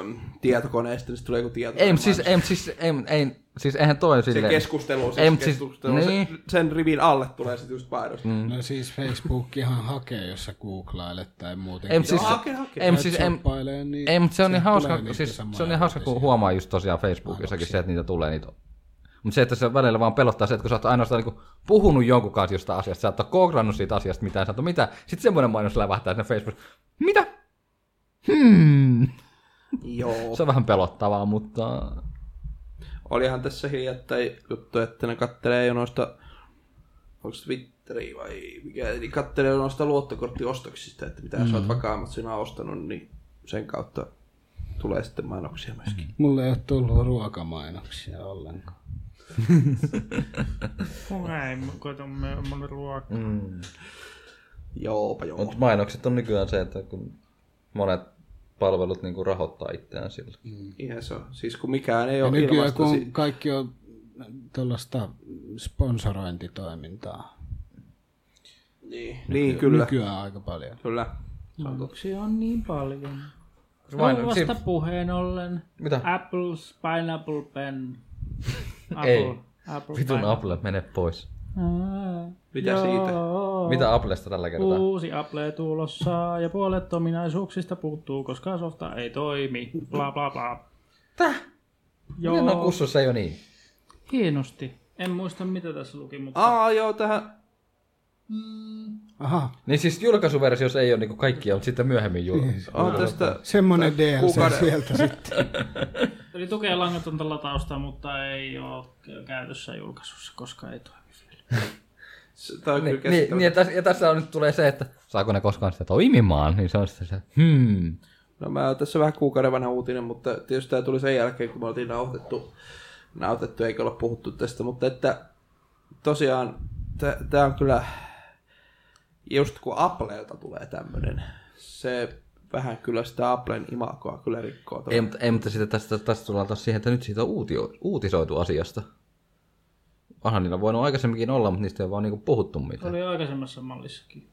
äm, tietokoneesta, niin sit tulee joku tietokone. Ei, mut siis, ei, mut siis, ei, mut ei, siis eihän toi se silleen... keskustelu, Ei, siis mut siis- keskustelu siis, niin. sen, sen, rivin alle tulee sitten just mainos. Mm. No siis Facebook ihan hakee, jos sä googlailet tai muuten. Ei, mut siis, Joo, hake, hake. ei, mut siis, ei, shoppailee, niin ei, mutta se on niin sieltä hauska, tulee niitä siis, se samoja on niin hauska, kun uutisia. huomaa just tosiaan Facebookissakin se, että niitä tulee niitä. Mutta se, että se välillä vaan pelottaa se, että kun sä oot ainoastaan niinku puhunut jonkun kanssa jostain asiasta, sä et ole kohdannut siitä asiasta mitään, sä et ole mitään. Sitten semmoinen mainos lävähtää sinne Facebook. Mitä? Hmm. Joo. Se on vähän pelottavaa, mutta... Olihan tässä hiljattain juttu, että ne kattelee jo noista, onko Twitteri vai mikä, niin kattelee jo noista luottokorttiostoksista, että mitä mm. sä oot vakaammat sinä ostanut, niin sen kautta tulee sitten mainoksia myöskin. Mulle ei ole tullut ruokamainoksia ollenkaan. Mulla ei koeta me- mun ruokaa. Mm. Joopa joo. Mutta mainokset on nykyään se, että kun monet palvelut niinku rahoittaa itseään sillä. Mm. Ihan se on. Siis kun mikään ei Ja ole nykyään ilmasta. kun si- on, kaikki on tuollaista sponsorointitoimintaa. niin, niin kyllä. Nykyään aika paljon. Kyllä. Mainoksia on niin paljon. Mainoksia- Vauvasta puheen ollen. Mitä? Apples, pineapple pen. Apple. Ei. Apple Vitun pine- Apple, mene pois. Ää, Mitä joo. siitä? Mitä Applesta tällä kertaa? Uusi Apple tulossa ja puolet ominaisuuksista puuttuu, koska softa ei toimi. Bla bla bla. Täh? Joo, Miten on kussussa jo niin? hienosti. En muista mitä tässä luki, Ah. mutta Aa joo, tähän. Aha, Niin siis julkaisuversiossa ei ole niinku kaikkia, mutta sitten myöhemmin julkaisu. On tästä. semmonen DLC kuukauden- sieltä sitten. eli tukee langatonta latausta, mutta ei ole käytössä julkaisussa, koska ei toimi. Tämä on kyllä Niin, niin, niin, ja, käsittämätöntä. tässä, ja tässä on nyt tulee se, että saako ne koskaan sitä toimimaan, niin se on sitten se, hmm. No mä oon tässä vähän kuukauden vanha uutinen, mutta tietysti tämä tuli sen jälkeen, kun me oltiin nauhoitettu, nauhoitettu eikä olla puhuttu tästä, mutta että tosiaan tämä on kyllä, just kun Applelta tulee tämmöinen, se vähän kyllä sitä Applen imagoa kyllä rikkoo. toi. Ei, mutta, ei, mutta sitten tästä, tästä tullaan taas siihen, että nyt siitä on uutio, uutisoitu asiasta. Onhan niillä voinut aikaisemminkin olla, mutta niistä ei ole vaan niinku puhuttu Se mitään. oli aikaisemmassa mallissakin.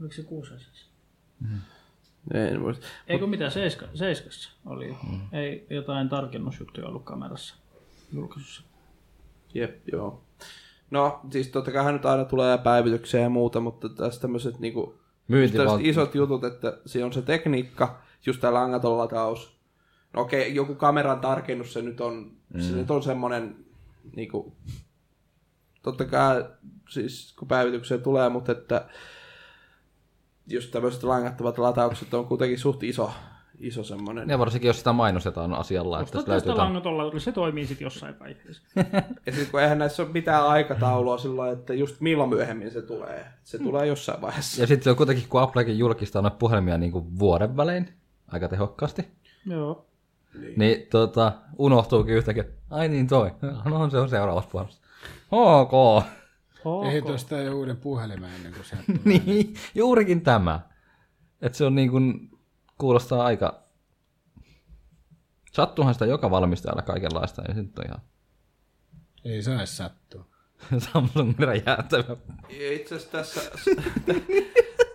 Oliko se kuusasessa? En muista. Eikö mitä, seiska, seiskassa oli jo. Mm. Ei jotain tarkennusjuttuja ollut kamerassa julkaisussa. Jep, joo. No, siis totta kai nyt aina tulee päivityksiä ja muuta, mutta tässä tämmöiset niinku, Myyntival- tällaiset isot jutut, että siinä on se tekniikka, just tämä langaton lataus. No okei, joku kameran tarkennus se nyt on, mm. se nyt on semmoinen, niinku, totta kai siis kun päivitykseen tulee, mutta että just tämmöiset langattomat lataukset on kuitenkin suht iso, iso semmoinen. Ja varsinkin, jos sitä mainostetaan asialla, että Osta tästä löytyy tästä jotain. langatolla, se toimii sitten jossain vaiheessa. Ja sitten kun eihän näissä ole mitään aikataulua sillä lailla, että just milloin myöhemmin se tulee. Se tulee jossain vaiheessa. Mm. Ja sitten se on kuitenkin, kun Applekin julkistaa noita puhelimia niinku vuoden välein, aika tehokkaasti, Joo. Niin tota, unohtuukin yhtäkkiä. Ai niin toi. No se on seuraavassa puhelimessa. HK. Ei HK. tuosta ei uuden puhelimen ennen kuin se tulee. Niin, juurikin tämä. Että se on niin kuin, kuulostaa aika... niin Sattuuhan sitä joka valmistajalla kaikenlaista, ja sitten on ihan... Ei saisi sattua. Samsung räjähtävä. Ja Itse asiassa tässä,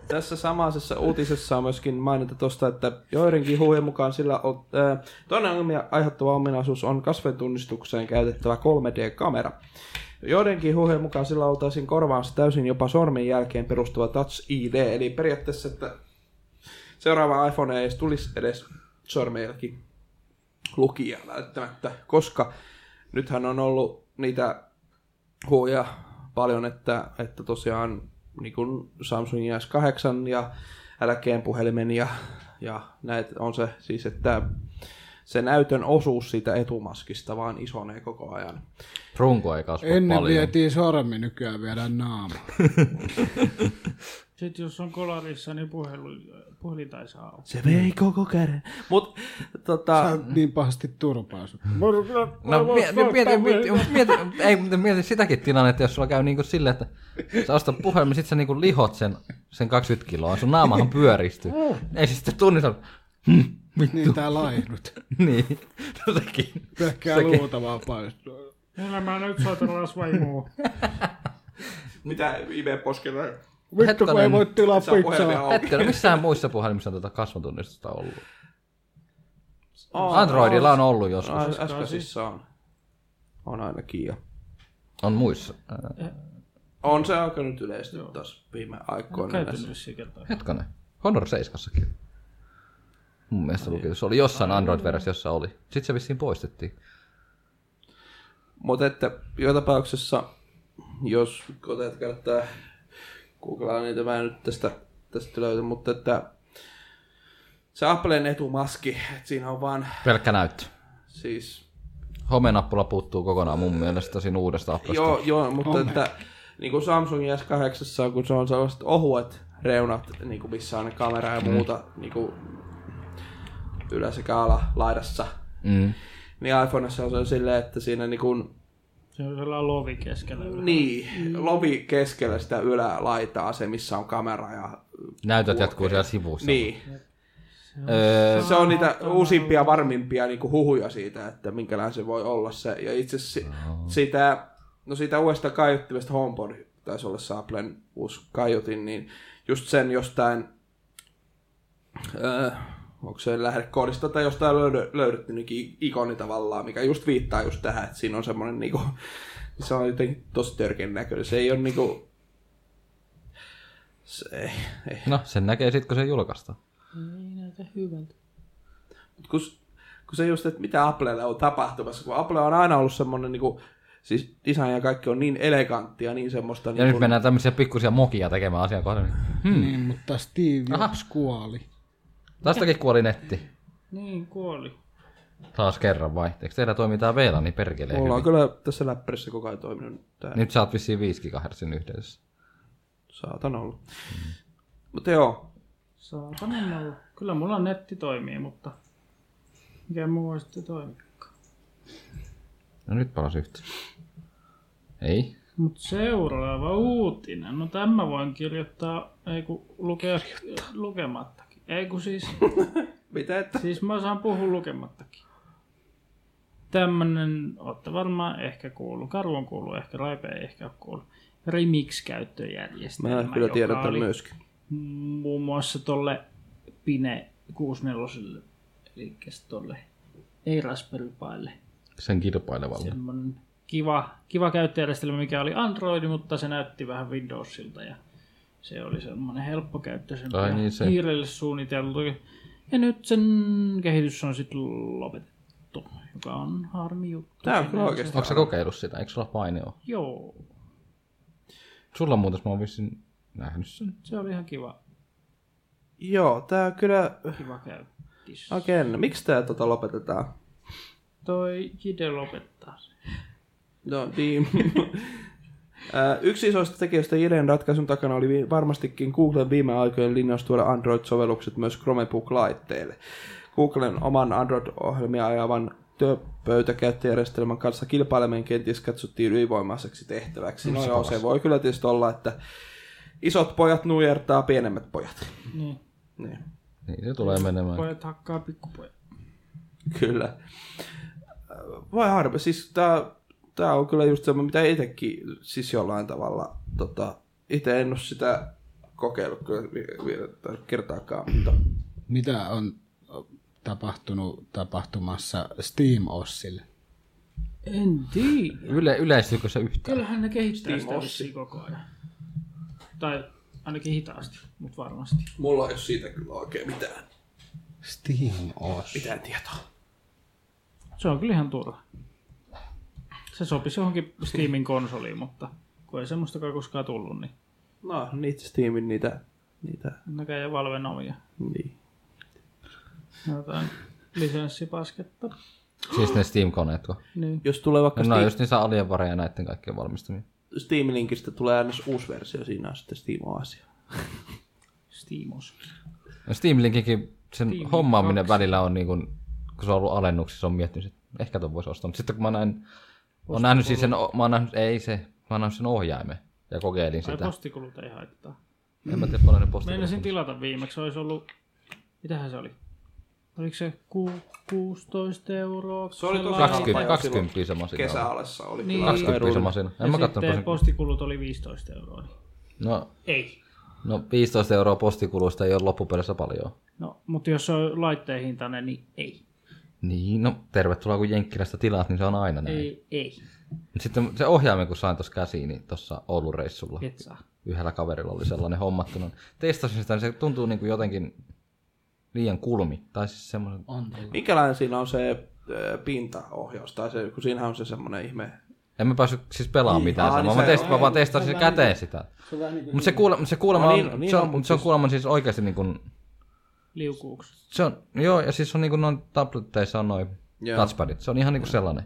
tässä samaisessa uutisessa on myöskin maininta tuosta, että joidenkin huujen mukaan sillä on, ää, toinen ongelmia aiheuttava ominaisuus on kasventunnistukseen käytettävä 3D-kamera. Joidenkin huujen mukaan sillä oltaisiin korvaansa täysin jopa sormen jälkeen perustuva Touch ID, eli periaatteessa, että seuraava iPhone ei edes tulisi edes sormenjälki lukia välttämättä, koska nythän on ollut niitä huoja paljon, että, että tosiaan niin kuin Samsung S8 ja älkeen puhelimen ja, ja näitä on se siis, että se näytön osuus siitä etumaskista vaan isonee koko ajan. Runko ei kasva Ennen paljon. vietiin sormi, nykyään viedään naama. Sitten jos on kolarissa, niin puhelu, puhelin tai saa olla. Se vei koko käden. Mut, tota, niin pahasti turpaa sut. No mie- mie- mieti, mieti, mieti, ei, mutta mieti sitäkin tilannetta, jos sulla käy niinku silleen, että sä ostat puhelimen, sit sä niinku lihot sen, sen 20 kiloa, sun naamahan pyöristyy. ei siis se sitten tunnista, Niin tää laihdut. niin, jotenkin. Pelkkää luuta vaan paistuu. Elämä nyt soitella vaimoa. mitä Ibe Poskella? Vittu kun ei Hetkonen. voi tilaa Saa puhelimia pizzaa. auki. Hetkellä, missään muissa puhelimissa on tätä kasvotunnistusta ollut. Androidilla on ollut joskus. Äskeisissä on. On ainakin jo. On muissa. On se aika nyt yleistynyt taas viime aikoina. näissä. Käytänyt se kertaa. Hetkonen. Honor 7 Mun mielestä luki, se oli jossain Android-versiossa, jossa oli. Sitten se vissiin poistettiin. Mutta että jo tapauksessa, jos koteet kannattaa googlaa niitä, mä en nyt tästä, tästä löytä, mutta että se Applen etumaski, että siinä on vaan Pelkkä näyttö. siis, Homenappula puuttuu kokonaan mun mielestä siinä uudesta appasta. joo, joo, mutta että niin kuin Samsung S8, kun se on sellaiset ohuet reunat, niin kuin missä on kamera ja muuta, niin kuin ylä- sekä alalaidassa, Mm. niin iPhoneissa on se silleen, että siinä niin kuin Se on sellainen lovi keskellä. Niin, lovi keskellä sitä ylälaitaa, se missä on kamera ja... Näytöt jatkuu siellä sivussa. Niin, Öö, se on niitä uusimpia, varmimpia niinku huhuja siitä, että minkälainen se voi olla se. Ja itse asiassa si- sitä, no siitä uudesta kaiuttimesta HomePod, taisi olla se Applen uusi kaiutin, niin just sen jostain, öö, onko se lähdekoodista tai jostain löydö, löydetty niinku ikoni tavallaan, mikä just viittaa just tähän, että siinä on semmoinen niinku, se on jotenkin tosi törkeän näköinen. Se ei ole niinku, se ei, ei No, sen näkee sitten, kun se julkaistaan. Ei näytä hyvältä. kun, kun se just, että mitä Applelle on tapahtumassa, kun Apple on aina ollut semmoinen, niin kuin, siis design ja kaikki on niin eleganttia, niin semmoista, Ja niin nyt kuin, mennään tämmöisiä pikkusia mokia tekemään asian kohden. Niin, mutta Steve Jobs kuoli. Tästäkin kuoli netti. Niin, kuoli. Taas kerran vai? Eikö teillä toimi tää VLAN niin perkeleen mulla on hyvin? kyllä tässä läppärissä koko ajan toiminut tämä niin. Nyt sä oot vissiin 5 GHz yhteydessä. saatan olla. Mm-hmm. Mutta joo, Saatanan olla. Kyllä mulla netti toimii, mutta mikä muu ei sitten toimi. No nyt paras yhtä. Ei. Mut seuraava uutinen. No tämä voin kirjoittaa, ei kun lukea, lukemattakin. Ei kun siis, mitä että? siis mä saan puhua lukemattakin. Tämmönen, ootte varmaan ehkä kuullut, Karu on kuullut, ehkä Raipe ei ehkä ole kuullut. Remix-käyttöjärjestelmä, Mä kyllä joka tiedän tämän oli myöskin. muun muassa tolle Pine 64 eli tolle ei Raspberry Pille. Sen kilpailevalle. Semmoinen kiva, kiva käyttöjärjestelmä, mikä oli Android, mutta se näytti vähän Windowsilta ja se oli semmoinen helppokäyttöisempi Ai ja niin se. kiireelle suunniteltu. Ja nyt sen kehitys on sitten lopetettu, joka on harmi juttu. Tää on kyllä Sinänsä. oikeesti. Onko sä kokeillut sitä? Eikö sulla paine ole? Joo, Sulla muuten mä oon vissiin nähnyt sen. se oli ihan kiva, Joo, tää on kyllä, kiva käyttis. okei, no, miksi tää tota lopetetaan? Toi Jide lopettaa sen. No niin. Ö, Yksi isoista tekijöistä Jiren ratkaisun takana oli vi- varmastikin Googlen viime aikojen linjaus tuoda Android-sovellukset myös Chromebook-laitteille. Googlen oman Android-ohjelmia ajavan työpöytäkäyttöjärjestelmän kanssa kilpaileminen kenties katsottiin ylivoimaiseksi tehtäväksi. No joo, se voi kyllä tietysti olla, että isot pojat nujertaa pienemmät pojat. Niin, Niin. Niin se tulee menemään. pojat hakkaa pikkupojat. Kyllä. Vai harmi, siis tää, Tää on kyllä just semmoinen, mitä itsekin siis jollain tavalla, tota, itse en ole sitä kokeillut kyllä vi- vi- tai kertaakaan, mutta Mitä on tapahtunut tapahtumassa Steam Ossille? En tiedä. Yle, yleistyykö se yhtään? Kyllähän ne kehittää Steam sitä Ossi. vissiin koko ajan. Tai ainakin hitaasti, mutta varmasti. mulla ei ole siitä kyllä oikein mitään, Steam Oss. mitään tietoa. Se on kyllä ihan turha. Se sopisi johonkin Steamin konsoliin, mutta kun ei semmoistakaan koskaan tullut, niin No, niitä Steamin niitä, niitä, näköjään Valven omia. niin. Jotain lisenssipasketta. Siis ne Steam-koneet tuo. Niin. Jos tulee vaikka No, ne on Steam, just niissä alienvareja näiden kaikkien valmistumia. Steam Linkistä tulee aina uusi versio, siinä on sitten Steam Asia. Steamos. No Steam Linkinkin sen Steam Steam hommaaminen 2. välillä on niin kuin, kun se on ollut alennuksissa, on miettinyt, että ehkä ton voisi ostaa. Mutta sitten kun mä näin, olen nähnyt siis sen, o- mä oon nähnyt, ei se, mä oon nähnyt sen ohjaimen ja kokeilin Tai sitä. postikulut ei haittaa. En mä tiedä paljon ne postit. Meinasin tilata viimeksi, olisi ollut... Mitähän se oli? Oliko se ku- 16 euroa? Se oli tosi sellainen? 20, Lainaa silloin 20 se masina. oli. Kesäalessa oli Niin. kyllä 20 se masina. En mä ja kattonut sitten tosin. postikulut oli 15 euroa. niin No, Ei. no 15 euroa postikulusta ei ole loppupeleissä paljon. No, mutta jos se on laitteen hintainen, niin ei. Niin, no tervetuloa kun Jenkkilästä tilaat, niin se on aina näin. Ei, ei. Mut Sitten se ohjaimen, kun sain tuossa käsiin, niin tuossa Oulun reissulla. Et saa. yhdellä kaverilla oli sellainen hommattuna. Testasin sitä, niin se tuntuu niin kuin jotenkin liian kulmi. Tai siis semmoinen... On tullut. Minkälainen siinä on se ö, pintaohjaus, tai se, kun siinähän on se semmoinen ihme. En mä päässyt siis pelaamaan mitään Aa, samaa. niin Mä, se- niin- test, mä vaan testasin se käteen sitä. Mutta se, kuule, mut se kuulemma No on, niin, no niin se on, on, mut se on siis- kuulemma siis oikeasti niin kuin, Liukuuks. se on, joo, ja siis on niin kuin noin tabletteissa on noin Joo. touchpadit. Se on ihan niin kuin sellainen.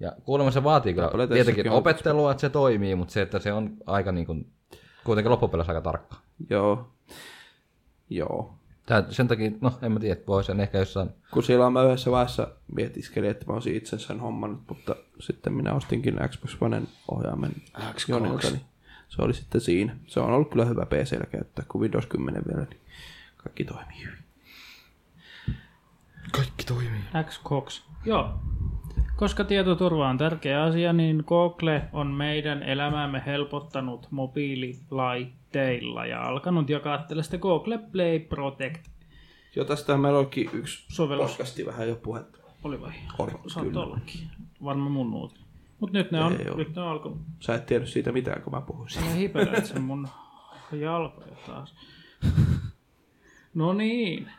Ja kuulemma se vaatii kyllä Tableteissakin tietenkin on opettelua, että se toimii, mutta se, että se on aika niin kuin, kuitenkin loppupeleissä aika tarkka. Joo. Joo. Tää, sen takia, no en mä tiedä, voi sen ehkä jossain Kun silloin mä yhdessä vaiheessa mietiskelin, että mä olisin itse sen hommannut, mutta sitten minä ostinkin Xbox Oneen ohjaimen Jonilta, niin se oli sitten siinä. Se on ollut kyllä hyvä PCllä käyttää, kun Windows 10 vielä, niin kaikki toimii hyvin. Xbox. Joo. Koska tietoturva on tärkeä asia, niin Google on meidän elämäämme helpottanut mobiililaitteilla ja alkanut jakaa tällaista Google Play Protect Joo, tästä meillä olikin yksi Sovellus. podcasti vähän jo puhetta. Oli vai? Oli, Saattaa Oh. kyllä. ollakin. Varmaan mun uutinen. Mut nyt ne on, Ei oo. nyt ne on alkanut. Sä et tiedä siitä mitään, kun mä puhun siitä. Älä hiperöit sen mun jalkoja taas. No niin.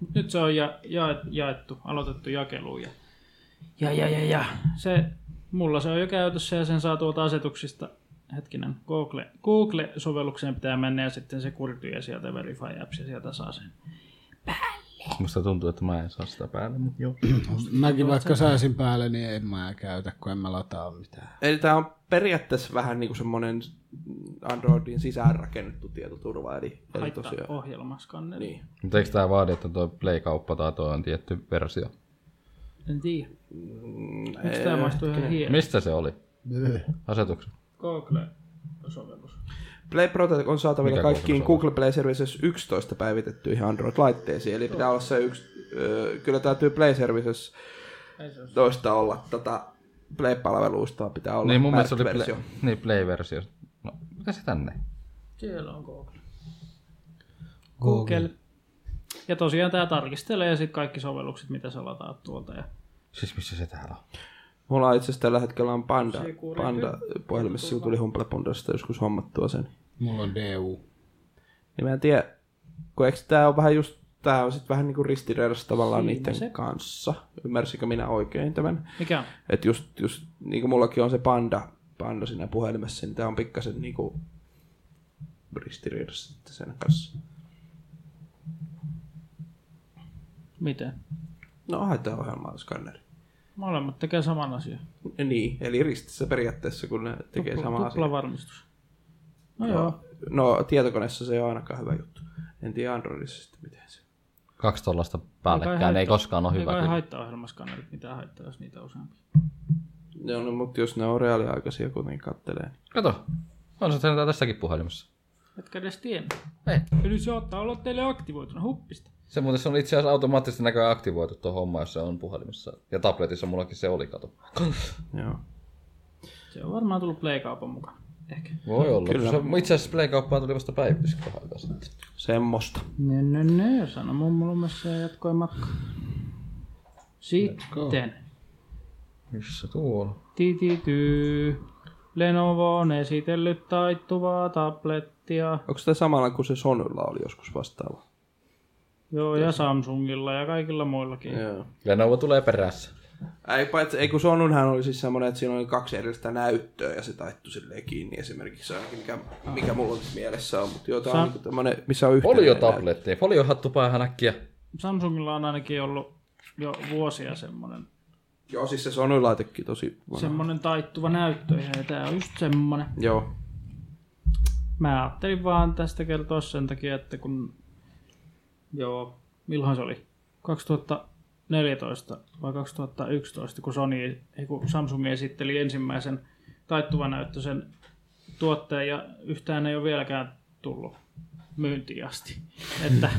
Mut nyt se on ja, ja, jaettu, aloitettu jakelu ja, ja, ja, ja, ja. Se, mulla se on jo käytössä ja sen saa tuolta asetuksista. Hetkinen, Google, Google-sovellukseen pitää mennä ja sitten se kurtyy ja sieltä Verify Apps ja sieltä saa sen. Musta tuntuu, että mä en saa sitä päälle, mutta joo. Mäkin vaikka saisin päälle, niin en mä käytä, kun en mä lataa mitään. Eli tämä on periaatteessa vähän niin kuin semmoinen Androidin sisään rakennettu tietoturva, eli, eli Haittaa tosiaan. ohjelmaskanneri. Niin. Mutta eikö tämä vaadi, että tuo Play-kauppa tai tuo on tietty versio? En tiedä. Mm, Miksi eh, tämä maistuu ihan hieno? Mistä se oli? Asetuksen. Google-sovellus. Play Protect on saatavilla Mikä kaikkiin kokemus on? Google Play Services 11 päivitettyihin Android-laitteisiin, eli pitää olla se yksi, ö, kyllä täytyy Play Services toista olla tota Play-palveluista pitää olla Niin mun mielestä se oli Pack-versio. play, niin, Play-versio. No, mitä se tänne? Siellä on Google. Google. Ja tosiaan tämä tarkistelee sitten kaikki sovellukset, mitä sä lataat tuolta. Ja Siis missä se täällä on? Mulla itse asiassa tällä hetkellä on Panda, Se kuulee Panda puhelimessa, kun tuli Humble Pandasta joskus hommattua sen. Mulla on DU. Niin mä en tiedä, kun eikö tää on vähän just, tää on sit vähän niinku ristiriidassa tavallaan Siinä niiden se. kanssa. Ymmärsikö minä oikein tämän? mikä on? Että just, just niin kuin mullakin on se panda, panda siinä puhelimessa, niin tämä on pikkasen niin kuin ristiriidassa sitten sen kanssa. Miten? No haetaan ohjelmaa skanneri. Molemmat tekee saman asian. Niin, eli ristissä periaatteessa, kun ne tekee Tupla, samaa tupla asiaa. varmistus. No joo. No tietokoneessa se ei ole ainakaan hyvä juttu. En tiedä Androidissa sitten miten se. Kaksi tollasta päällekkäin, ei koskaan ole hyvä. Ei kyllä. Niin, haittaa ohjelmaskannerit, mitä haittaa, jos niitä on useampi. No, no mutta jos ne on reaaliaikaisia kuitenkin kattelee. niin- Kato, on se tää tässäkin puhelimessa. Etkä edes tiennyt. Ei. Eli se ottaa olla teille aktivoituna huppista. Se muuten se on itse asiassa automaattisesti näköjään aktivoitu tuo homma, jos se on puhelimessa. Ja tabletissa mullakin se oli, kato. niin Joo. Se on varmaan tullut Play-kaupan mukaan. Ehkä. Voi olla. Kyllä. Se, itse asiassa Play-kauppaan tuli vasta päivitys kahden aikaa sitten. Semmosta. No, no, no, sano mun mummolumessa ja jatkoi matka. Sitten. Missä tuolla? Titityy. Lenovo on esitellyt taittuvaa tablettia. Onko tämä samalla kuin se Sonylla oli joskus vastaava? Joo, ja Samsungilla ja kaikilla muillakin. Joo. Lenovo tulee perässä. Ei, paitsi, ei kun Sonunhan oli siis semmoinen, että siinä oli kaksi erillistä näyttöä ja se taittu silleen kiinni esimerkiksi. Se on ainakin mikä, mikä mulla nyt mielessä on, mutta joo, tää Sa- on niinku tämmönen, missä on yhteinen. Folio näyttö. tabletti. Folio hattu päähän äkkiä. Samsungilla on ainakin ollut jo vuosia semmoinen, Joo, siis se Sonyn laitekin tosi vanha. semmoinen taittuva näyttö. Ja tämä on just semmoinen. Joo. Mä ajattelin vaan tästä kertoa sen takia, että kun... Joo, milloin se oli? 2014 vai 2011, kun, Sony, ei, kun Samsung esitteli ensimmäisen taittuvanäyttöisen tuotteen ja yhtään ei ole vieläkään tullut myyntiin asti. että,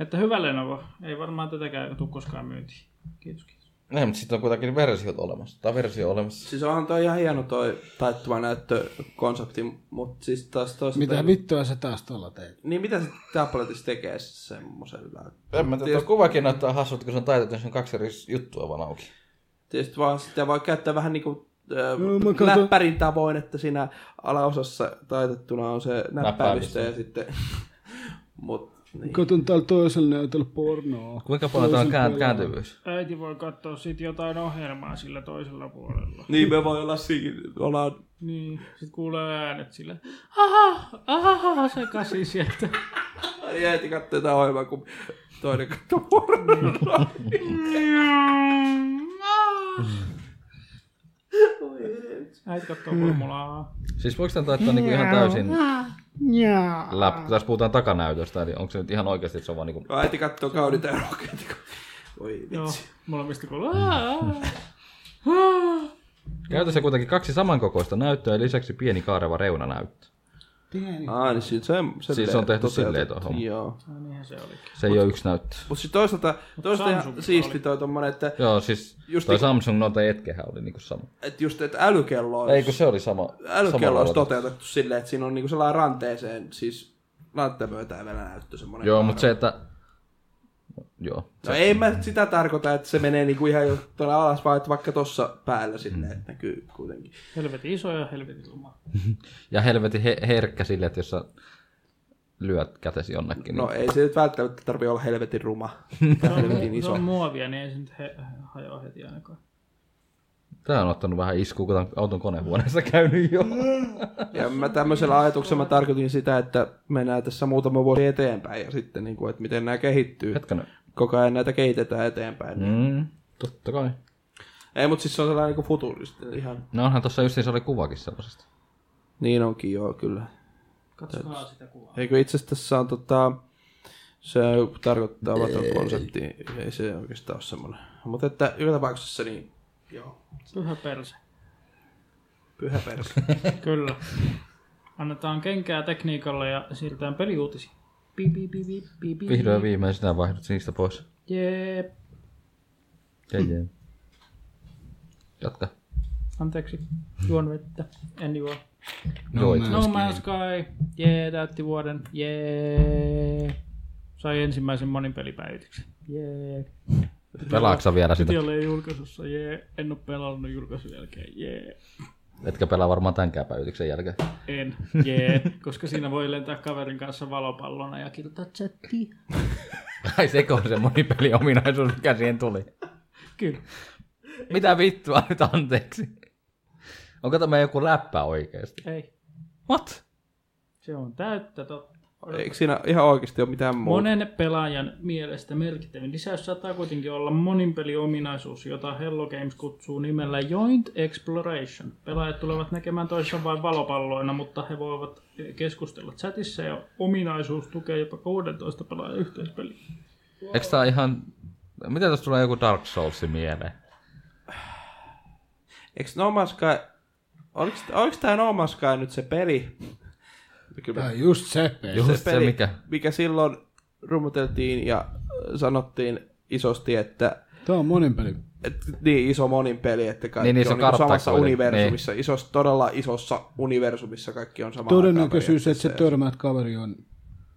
että hyvä Lenovo, ei varmaan tätäkään tule koskaan myyntiin. Kiitos, kiitos. Ei, mutta sitten on kuitenkin versiot olemassa. Tai versio olemassa. Siis onhan toi ihan hieno toi taittuva näyttökonsepti, mutta siis taas toisaalta... Mitä vittua sä taas tuolla teit? Niin mitä se tabletissa tekee semmoisella? En mä tiedä, tuo kuvakin näyttää hassulta, kun se on taitettu, niin se on kaksi eri juttua vaan auki. Tietysti vaan sitä voi käyttää vähän niin kuin Joo, No, mä katson- läppärin tavoin, että siinä alaosassa taitettuna on se näppäilystä ja sitten... Mut, niin. Katon täällä toisella näytöllä pornoa. Kuinka paljon tämä on kään, kääntyvyys? Äiti voi katsoa sitten jotain ohjelmaa sillä toisella puolella. niin me voi olla siinä, ollaan... Niin, sit kuulee äänet sillä, aha, aha, sekaisin sieltä. Jäiti katsoo jotain ohjelmaa, kun toinen katsoo pornoa. Äiti kattoo formulaa. Siis voiko tämä taittaa niinku ihan täysin läp... Tässä puhutaan takanäytöstä, eli onko se nyt ihan oikeasti, että se on vaan niinku... Äiti katsoo kaudit ja roketti. Oi Joo, vitsi. molemmista kuuluu. "Aa." Käytössä kuitenkin kaksi samankokoista näyttöä ja lisäksi pieni kaareva reunanäyttö. Aa, niin siis se, se Siis se on tehty toteutettu. silleen tuo homma. Joo. No niinhän se olikin. Se ei ole yksi näyttö. Mutta siis toisaalta, toisaalta ihan Samsungilla siisti oli. toi tommonen, että, Joo, siis Just Just toi niinku- Samsung Note etkehän oli niinku sama. että just, että älykello olisi Ei kun se oli sama. älykello sama olisi aloite. toteutettu silleen, että siinä on niinku sellainen ranteeseen, siis rantemyötäimellä näyttö semmoinen. Joo, mutta se, että... Joo. No ei mä sitä tarkoita, että se menee niinku ihan jo tuonne alas, vaan että vaikka tossa päällä silleen, Mm. että näkyy kuitenkin. Helvetin iso ja helvetin luma. Ja helvetin he- herkkä sille, että jos sä lyöt kätesi jonnekin, No no, niin ei se nyt välttämättä tarvi olla helvetin ruma. Se on, helvetin mu- se iso. on muovia, niin ei se nyt he- hajoa heti ainakaan. tää on ottanut vähän iskua, kun tää on auton konehuoneessa käynyt jo. Ja mä tämmöisellä ajatuksella mä tarkoitin sitä, että mennään tässä muutama vuosi eteenpäin ja sitten, niin kuin, että miten nämä kehittyy. Hetkinen. Koko ajan näitä kehitetään eteenpäin. Mm. Mm, totta kai. Ei, mutta siis se on sellainen niin futuristinen ihan. No onhan tossa just niin se oli kuvakin sellaisesta. Niin onkin, joo, kyllä. Katsokaa sitä kuvaa. Eikö itse asiassa tässä on tota, se tarkoittaa avaton konsepti, ei se oikeastaan ole semmoinen. Mutta että joka tapauksessa niin, joo, Pyhä perse. pyhä perse. Kyllä. Annetaan kenkää tekniikalle ja siirrytään peliuutisiin. Pi, pi, pi, pi, pi, pi. Vihdoin viimein sinä vaihdut niistä pois. Jep. Jee, jee. Jatka. Anteeksi. Juon vettä. En juo. No, Joo, itse No Man's Sky, jee, täytti vuoden, jee. Sai ensimmäisen monipelipäivityksen, jee. Pelaaksa vielä sitä? Piti olla jo julkaisussa, jee. En oo pelannut julkaisun jälkeen, jee. Etkä pelaa varmaan tämänkään päivityksen jälkeen. En, jee. Koska siinä voi lentää kaverin kanssa valopallona ja kirjoittaa chatti. Ai sekö on se monipeliominaisuus, mikä siihen tuli? Kyllä. Mitä vittua nyt anteeksi? Onko tämä joku läppä oikeesti? Ei. What? Se on täyttä totta. Eikö siinä ihan oikeasti ole mitään muuta? Monen pelaajan mielestä merkittävin lisäys saattaa kuitenkin olla monin peliominaisuus, jota Hello Games kutsuu nimellä Joint Exploration. Pelaajat tulevat näkemään toisaan vain valopalloina, mutta he voivat eh, keskustella chatissa ja ominaisuus tukee jopa 16 pelaajan yhteispeliä. Eikö tää ihan... Miten tästä tulee joku Dark Souls mieleen? Eikö No Man's Sky, oliko, oliko tämä No Man's Sky nyt se peli? Kyllä Tää mä- on just se peli. Just se, mikä... mikä silloin rummuteltiin ja sanottiin isosti, että Tämä on monin peli. et, niin iso monin peli, että kaikki Niin, niin, se on niin kartta samassa kuitenkin, universumissa, niin. isos, todella isossa universumissa kaikki on samalla Todennäköisyys, että sä törmäät kaveri on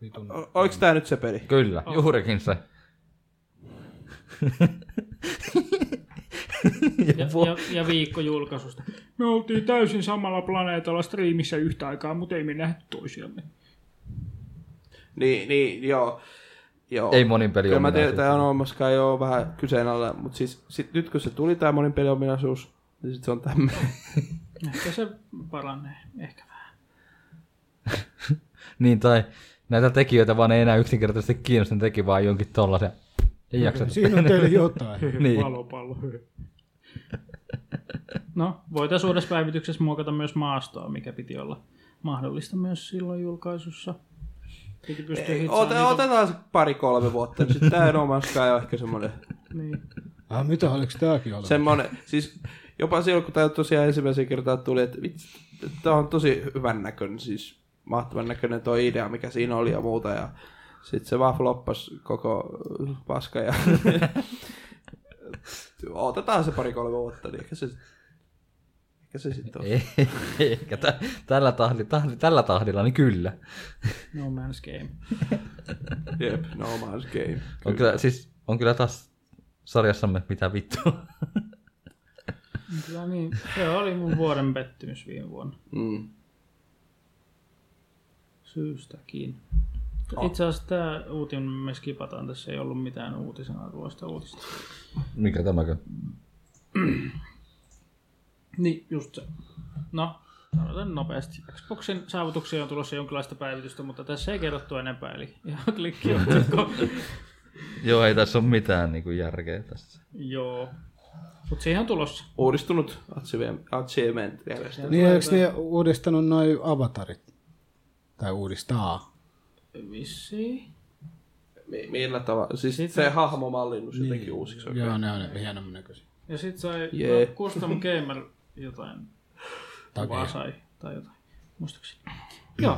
vitun. Oliko tämä nyt se peli? Kyllä, juurikin se. Ja, ja, ja viikko julkaisusta. Me oltiin täysin samalla planeetalla striimissä yhtä aikaa, mutta ei me nähty toisiamme. Niin, niin, joo. joo. Ei monin pelin Kyllä mä tiedän, ominaisuus. tämä on olemassakaan jo vähän kyseenalainen, mutta siis sit, nyt kun se tuli tämä monin pelin ominaisuus, niin sit se on tämmöinen. Ehkä se paranee, ehkä vähän. Niin, tai näitä tekijöitä vaan ei enää yksinkertaisesti kiinnosta, ne teki vaan jonkin tollasen. Ei jaksa. Siinä on teillä jotain. Niin. Palopallo. No, voitaisiin uudessa päivityksessä muokata myös maastoa, mikä piti olla mahdollista myös silloin julkaisussa. Piti pystyä hitsaamaan Ota, otetaan se pari-kolme vuotta, niin sitten tämä Noman Sky on ehkä semmoinen, Niin. Ah, mitä, oliko tämäkin ollut? semmoinen, siis jopa silloin kun tämä tosiaan ensimmäisen kertaa tuli, että vitsi, tämä on tosi hyvän näköinen, siis mahtavan näköinen tuo idea, mikä siinä oli ja muuta, ja sitten se vaan floppas koko äh, paska, ja otetaan se pari-kolme vuotta, niin ehkä se, ehkä se sitten on. Ei, Ehkä tä, tällä, tahdi, tahdi, tällä tahdilla, niin kyllä. No Man's Game. Jep, no man's game. On kyllä, siis, on kyllä taas sarjassamme mitä vittua. Kyllä niin, se oli mun vuoden pettymys viime vuonna. Mm. Syystäkin. Itse asiassa tämä uutinen me skipataan, tässä ei ollut mitään uutisen arvoista uutista. Mikä tämäkö? Niin, just se. No, sanotaan nopeasti. Xboxin saavutuksiin on tulossa jonkinlaista päivitystä, mutta tässä ei kerrottu enempää, eli ihan klikki otsikko. Joo, ei tässä ole mitään niin kuin järkeä tässä. Joo. Mutta siihen on tulossa. Uudistunut achievement- achievement järjestelmä. Niin, eikö ne uudistanut noi avatarit? Tai uudistaa. Vissiin. Mi- Millä tavalla? Siis se hahmomallinnus jotenkin uusiksi oikein. Joo, ne on hienomman näköisiä. Ja sit sai Jee. yeah. no, Custom Gamer jotain. Vaan Takia. sai. Tai jotain. Muistaakseni. Niin. Joo.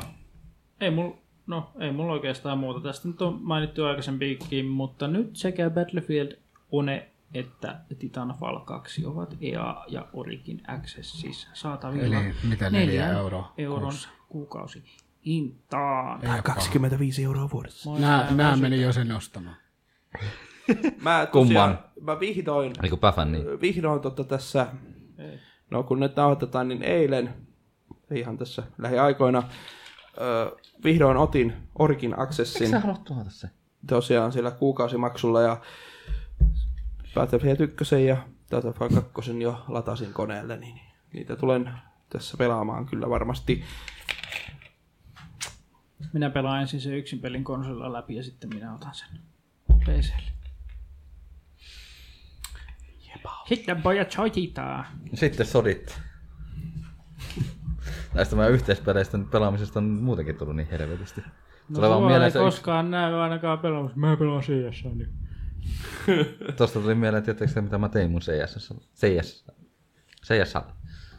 Ei mul, no, ei mulla oikeastaan muuta. Tästä nyt on mainittu aikaisempiinkin, mutta nyt sekä Battlefield One että Titanfall 2 ovat EA ja Origin Accessissa saatavilla. Eli mitä neljä neljän euroa euron kuukausi hintaan. Ei 25 euroa vuodessa. Nää, nää meni jo sen ostamaan. Mä, tosiaan, mä vihdoin, Niin kuin päfän, niin vihdoin totta tässä, no kun nyt nauhoitetaan, niin eilen, ihan tässä lähiaikoina, ö, vihdoin otin Origin Accessin haluat tuota se? tosiaan sillä kuukausimaksulla ja Battlefield 1 ja Battlefield 2 jo latasin koneelle, niin niitä tulen tässä pelaamaan kyllä varmasti. Minä pelaan ensin se yksin pelin konsolilla läpi ja sitten minä otan sen PClle. Sitten pojat soititaan. Sitten sodit. Näistä mä yhteispeleistä nyt pelaamisesta on muutenkin tullut niin helvetisti. No, Tulee vaan Tuo mieleen ei se yksi, koskaan näy ainakaan pelaamassa. Mä pelaan CS nyt. tosta tuli mieleen, tietääkö te, mitä mä tein mun CS. CS. CS.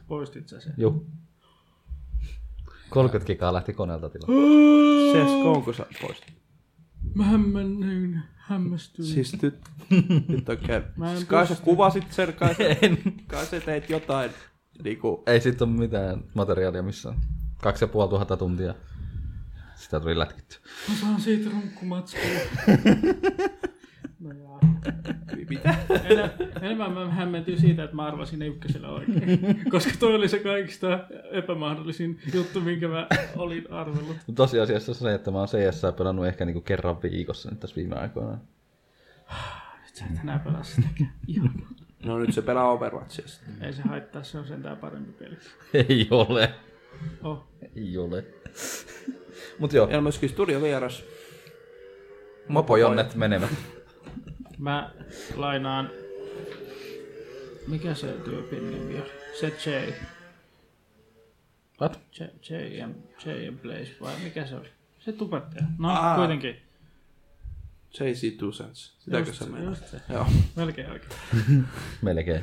Poistit sä sen. Juu. 30 gigaa lähti koneelta tilaa. Se onko sä pois? Mä hämmennyin, hämmästyin. Siis nyt, nyt oikein. en Siis kai sä kuvasit sen, kai sä, kai sä teit jotain. Niinku, Ei sit oo mitään materiaalia missään. 2500 tuntia. Sitä tuli lätkitty. Mä saan siitä runkkumatskua. No jaa. mitä? Enä, enemmän mä hämmentyin siitä, että mä arvasin ne ykkösellä oikein. Koska toi oli se kaikista epämahdollisin juttu, minkä mä olin arvellut. Mut Tosiasiassa se, että mä oon CS pelannut ehkä niinku kerran viikossa nyt tässä viime aikoina. Sä et enää pelaa sitäkään. Ihan. No nyt se pelaa Overwatchia sitten. Ei se haittaa, se on sentään parempi peli. Ei ole. Oh. Ei ole. Mut joo, Meillä on myöskin studiovieras. mopojonnet menevät. Mä lainaan... Mikä se tyypin nimi oli? Se J. What? J, J, M, J M Blaze vai mikä se oli? Se tubettaja. No Aa. kuitenkin. JC Two Cents. Sitäkö Just sä se, meinaat? just se. Joo. Melkein oikein. Melkein.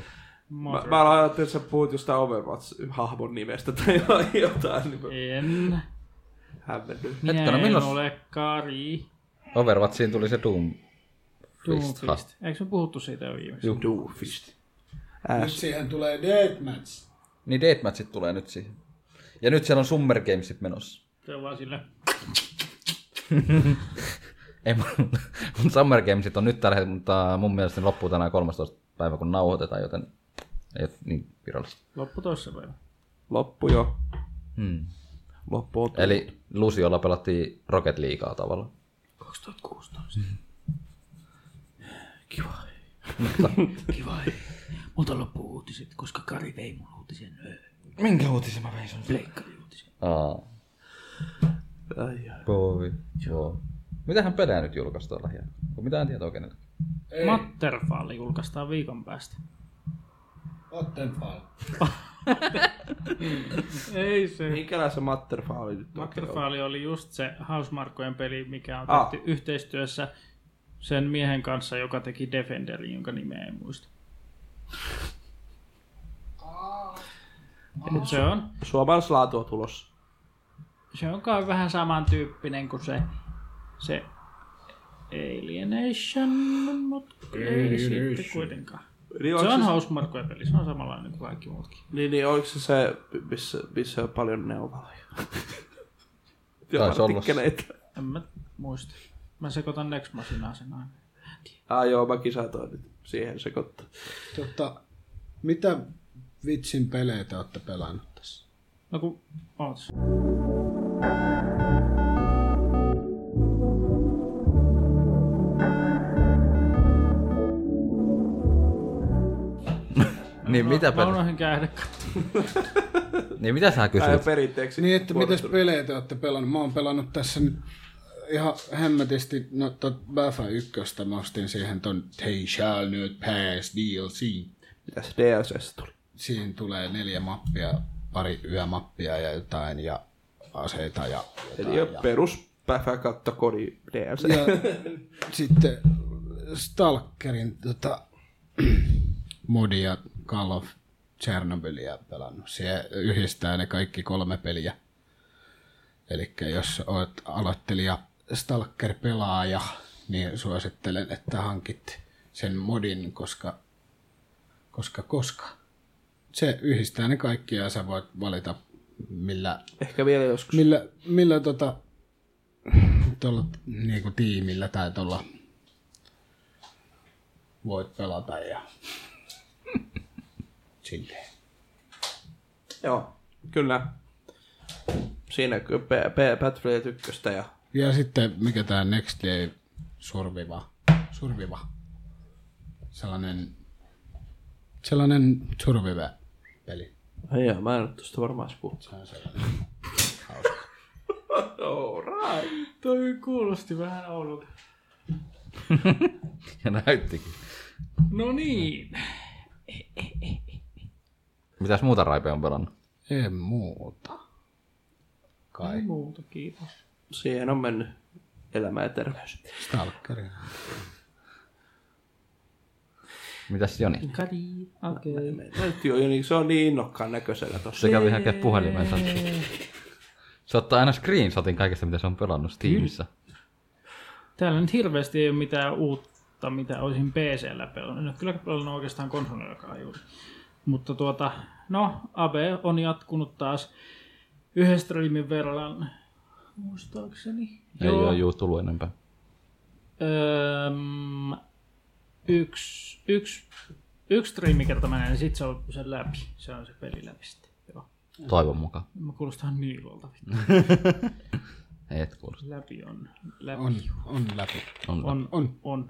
Mä, Mother. mä ajattelin, että sä puhut jostain Overwatch-hahmon nimestä tai jotain, niin mä En. hämmennyin. Minä en Hetkinen, milloin- ole Kari. Overwatchiin tuli se Doom. Fist, ha. Doomfist. Eikö me puhuttu siitä jo viimeksi? Juu. Doofist. Nyt siihen tulee deathmatch. Niin Deathmatchit tulee nyt siihen. Ja nyt siellä on Summer Gamesit menossa. Se on vaan sille. Ei, mun, mun Summer Gamesit on nyt tällä hetkellä, mutta mun mielestä ne loppuu tänään 13. päivä, kun nauhoitetaan, joten ei ole niin virallista. Loppu toissa päivä. Loppu jo. Hmm. Loppu on tullut. Eli Lusiolla pelattiin Rocket Leaguea tavallaan. 2016. Kiva. Kiva. Mutta loppuu uutiset, koska Kari vei mun uutisen. Minkä uutisen mä vein sun? Pleikkari uutisen. Aa, Ai, ai. Boy. Joo. Mitähän pelejä nyt julkaistaan lähinnä? Kun mitään tietoa kenelle. Matterfall julkaistaan viikon päästä. Ottenfall. Ei se. Mikällä se Matterfall nyt oikein on? Matterfall oli just se Hausmarkkojen peli, mikä on Ah. tehty yhteistyössä sen miehen kanssa, joka teki Defenderin, jonka nimeä en muista. Et se on, Suomalaislaatua tulossa. se on kai vähän samantyyppinen kuin se, se Alienation, mutta ei sitten kuitenkaan. Niin, Se oliko on se, Hausmarkkojen peli, se on samanlainen kuin kaikki muutkin. niin, niin oliko se se, missä, missä on paljon neuvaloja? Taisi olla se. Partikkeleita. En mä muista. Mä sekoitan Next Machinaa sen aina. Ah joo, mäkin saatoin nyt siihen sekoittaa. Tota, mitä vitsin pelejä te olette pelannut tässä? No kun, ootas. Niin, mitä Mä peli? unohdin käydä katsomaan. Niin mitä sä Tää on kysyit? perinteeksi. Niin, että mitäs muodostunut. pelejä te olette pelannut? Mä oon pelannut tässä nyt ihan hemmetisti, no tot Bafa 1, mä ostin siihen ton They Shall Not Pass DLC. Mitäs DLCs tuli? Siihen tulee neljä mappia, pari yömappia ja jotain ja aseita ja jotain. Eli jo perus päfä kautta kodi DLC. Ja sitten Stalkerin tota, modia Call of Chernobylia pelannut. Se yhdistää ne kaikki kolme peliä. Eli jos olet aloittelija Stalker-pelaaja, niin suosittelen, että hankit sen modin, koska, koska, koska. Se yhdistää ne kaikki ja sä voit valita, millä Ehkä vielä joskus. Millä, millä tota, tuolla niinku tiimillä tai tuolla voit pelata ja silleen. Joo, kyllä. Siinä kyllä P- P- Battlefield ykköstä ja Ja sitten mikä tää Next Day Surviva, Surviva. Sellainen, sellainen Surviva peli. Ai joo, mä en ole tosta varmaan edes puhunut. Se on sellainen. Alright. Toi kuulosti vähän oudolta. Ja näyttikin. No niin. Mitäs muuta Raipe on pelannut? Ei muuta. Ei Kai muuta, kiitos. Siihen on mennyt elämä ja terveys. Stalkeria. Mitäs Joni? Kadi, okei. Okay. Nyt jo, niin se on niin innokkaan näköisellä tossa. Se kävi hakemaan puhelimensa. Se ottaa aina screenshotin kaikesta, mitä se on pelannut Steamissa. Täällä nyt hirveästi ei ole mitään uutta, mitä olisin PC-llä pelannut. En ole kyllä pelannut oikeastaan konsolillakaan juuri. Mutta tuota, no, Abe on jatkunut taas yhden streamin verran, muistaakseni. Ei ole juu tullut enempää. Öm, yksi, yksi, yksi striimikerta menee, niin sit se on sen läpi. Se on se peli läpi sitten. Joo. Toivon mukaan. Mä kuulostan Niilolta. vittu. Et kuulosta. Läpi on. Läpi On, on läpi. On. on. on. on. on.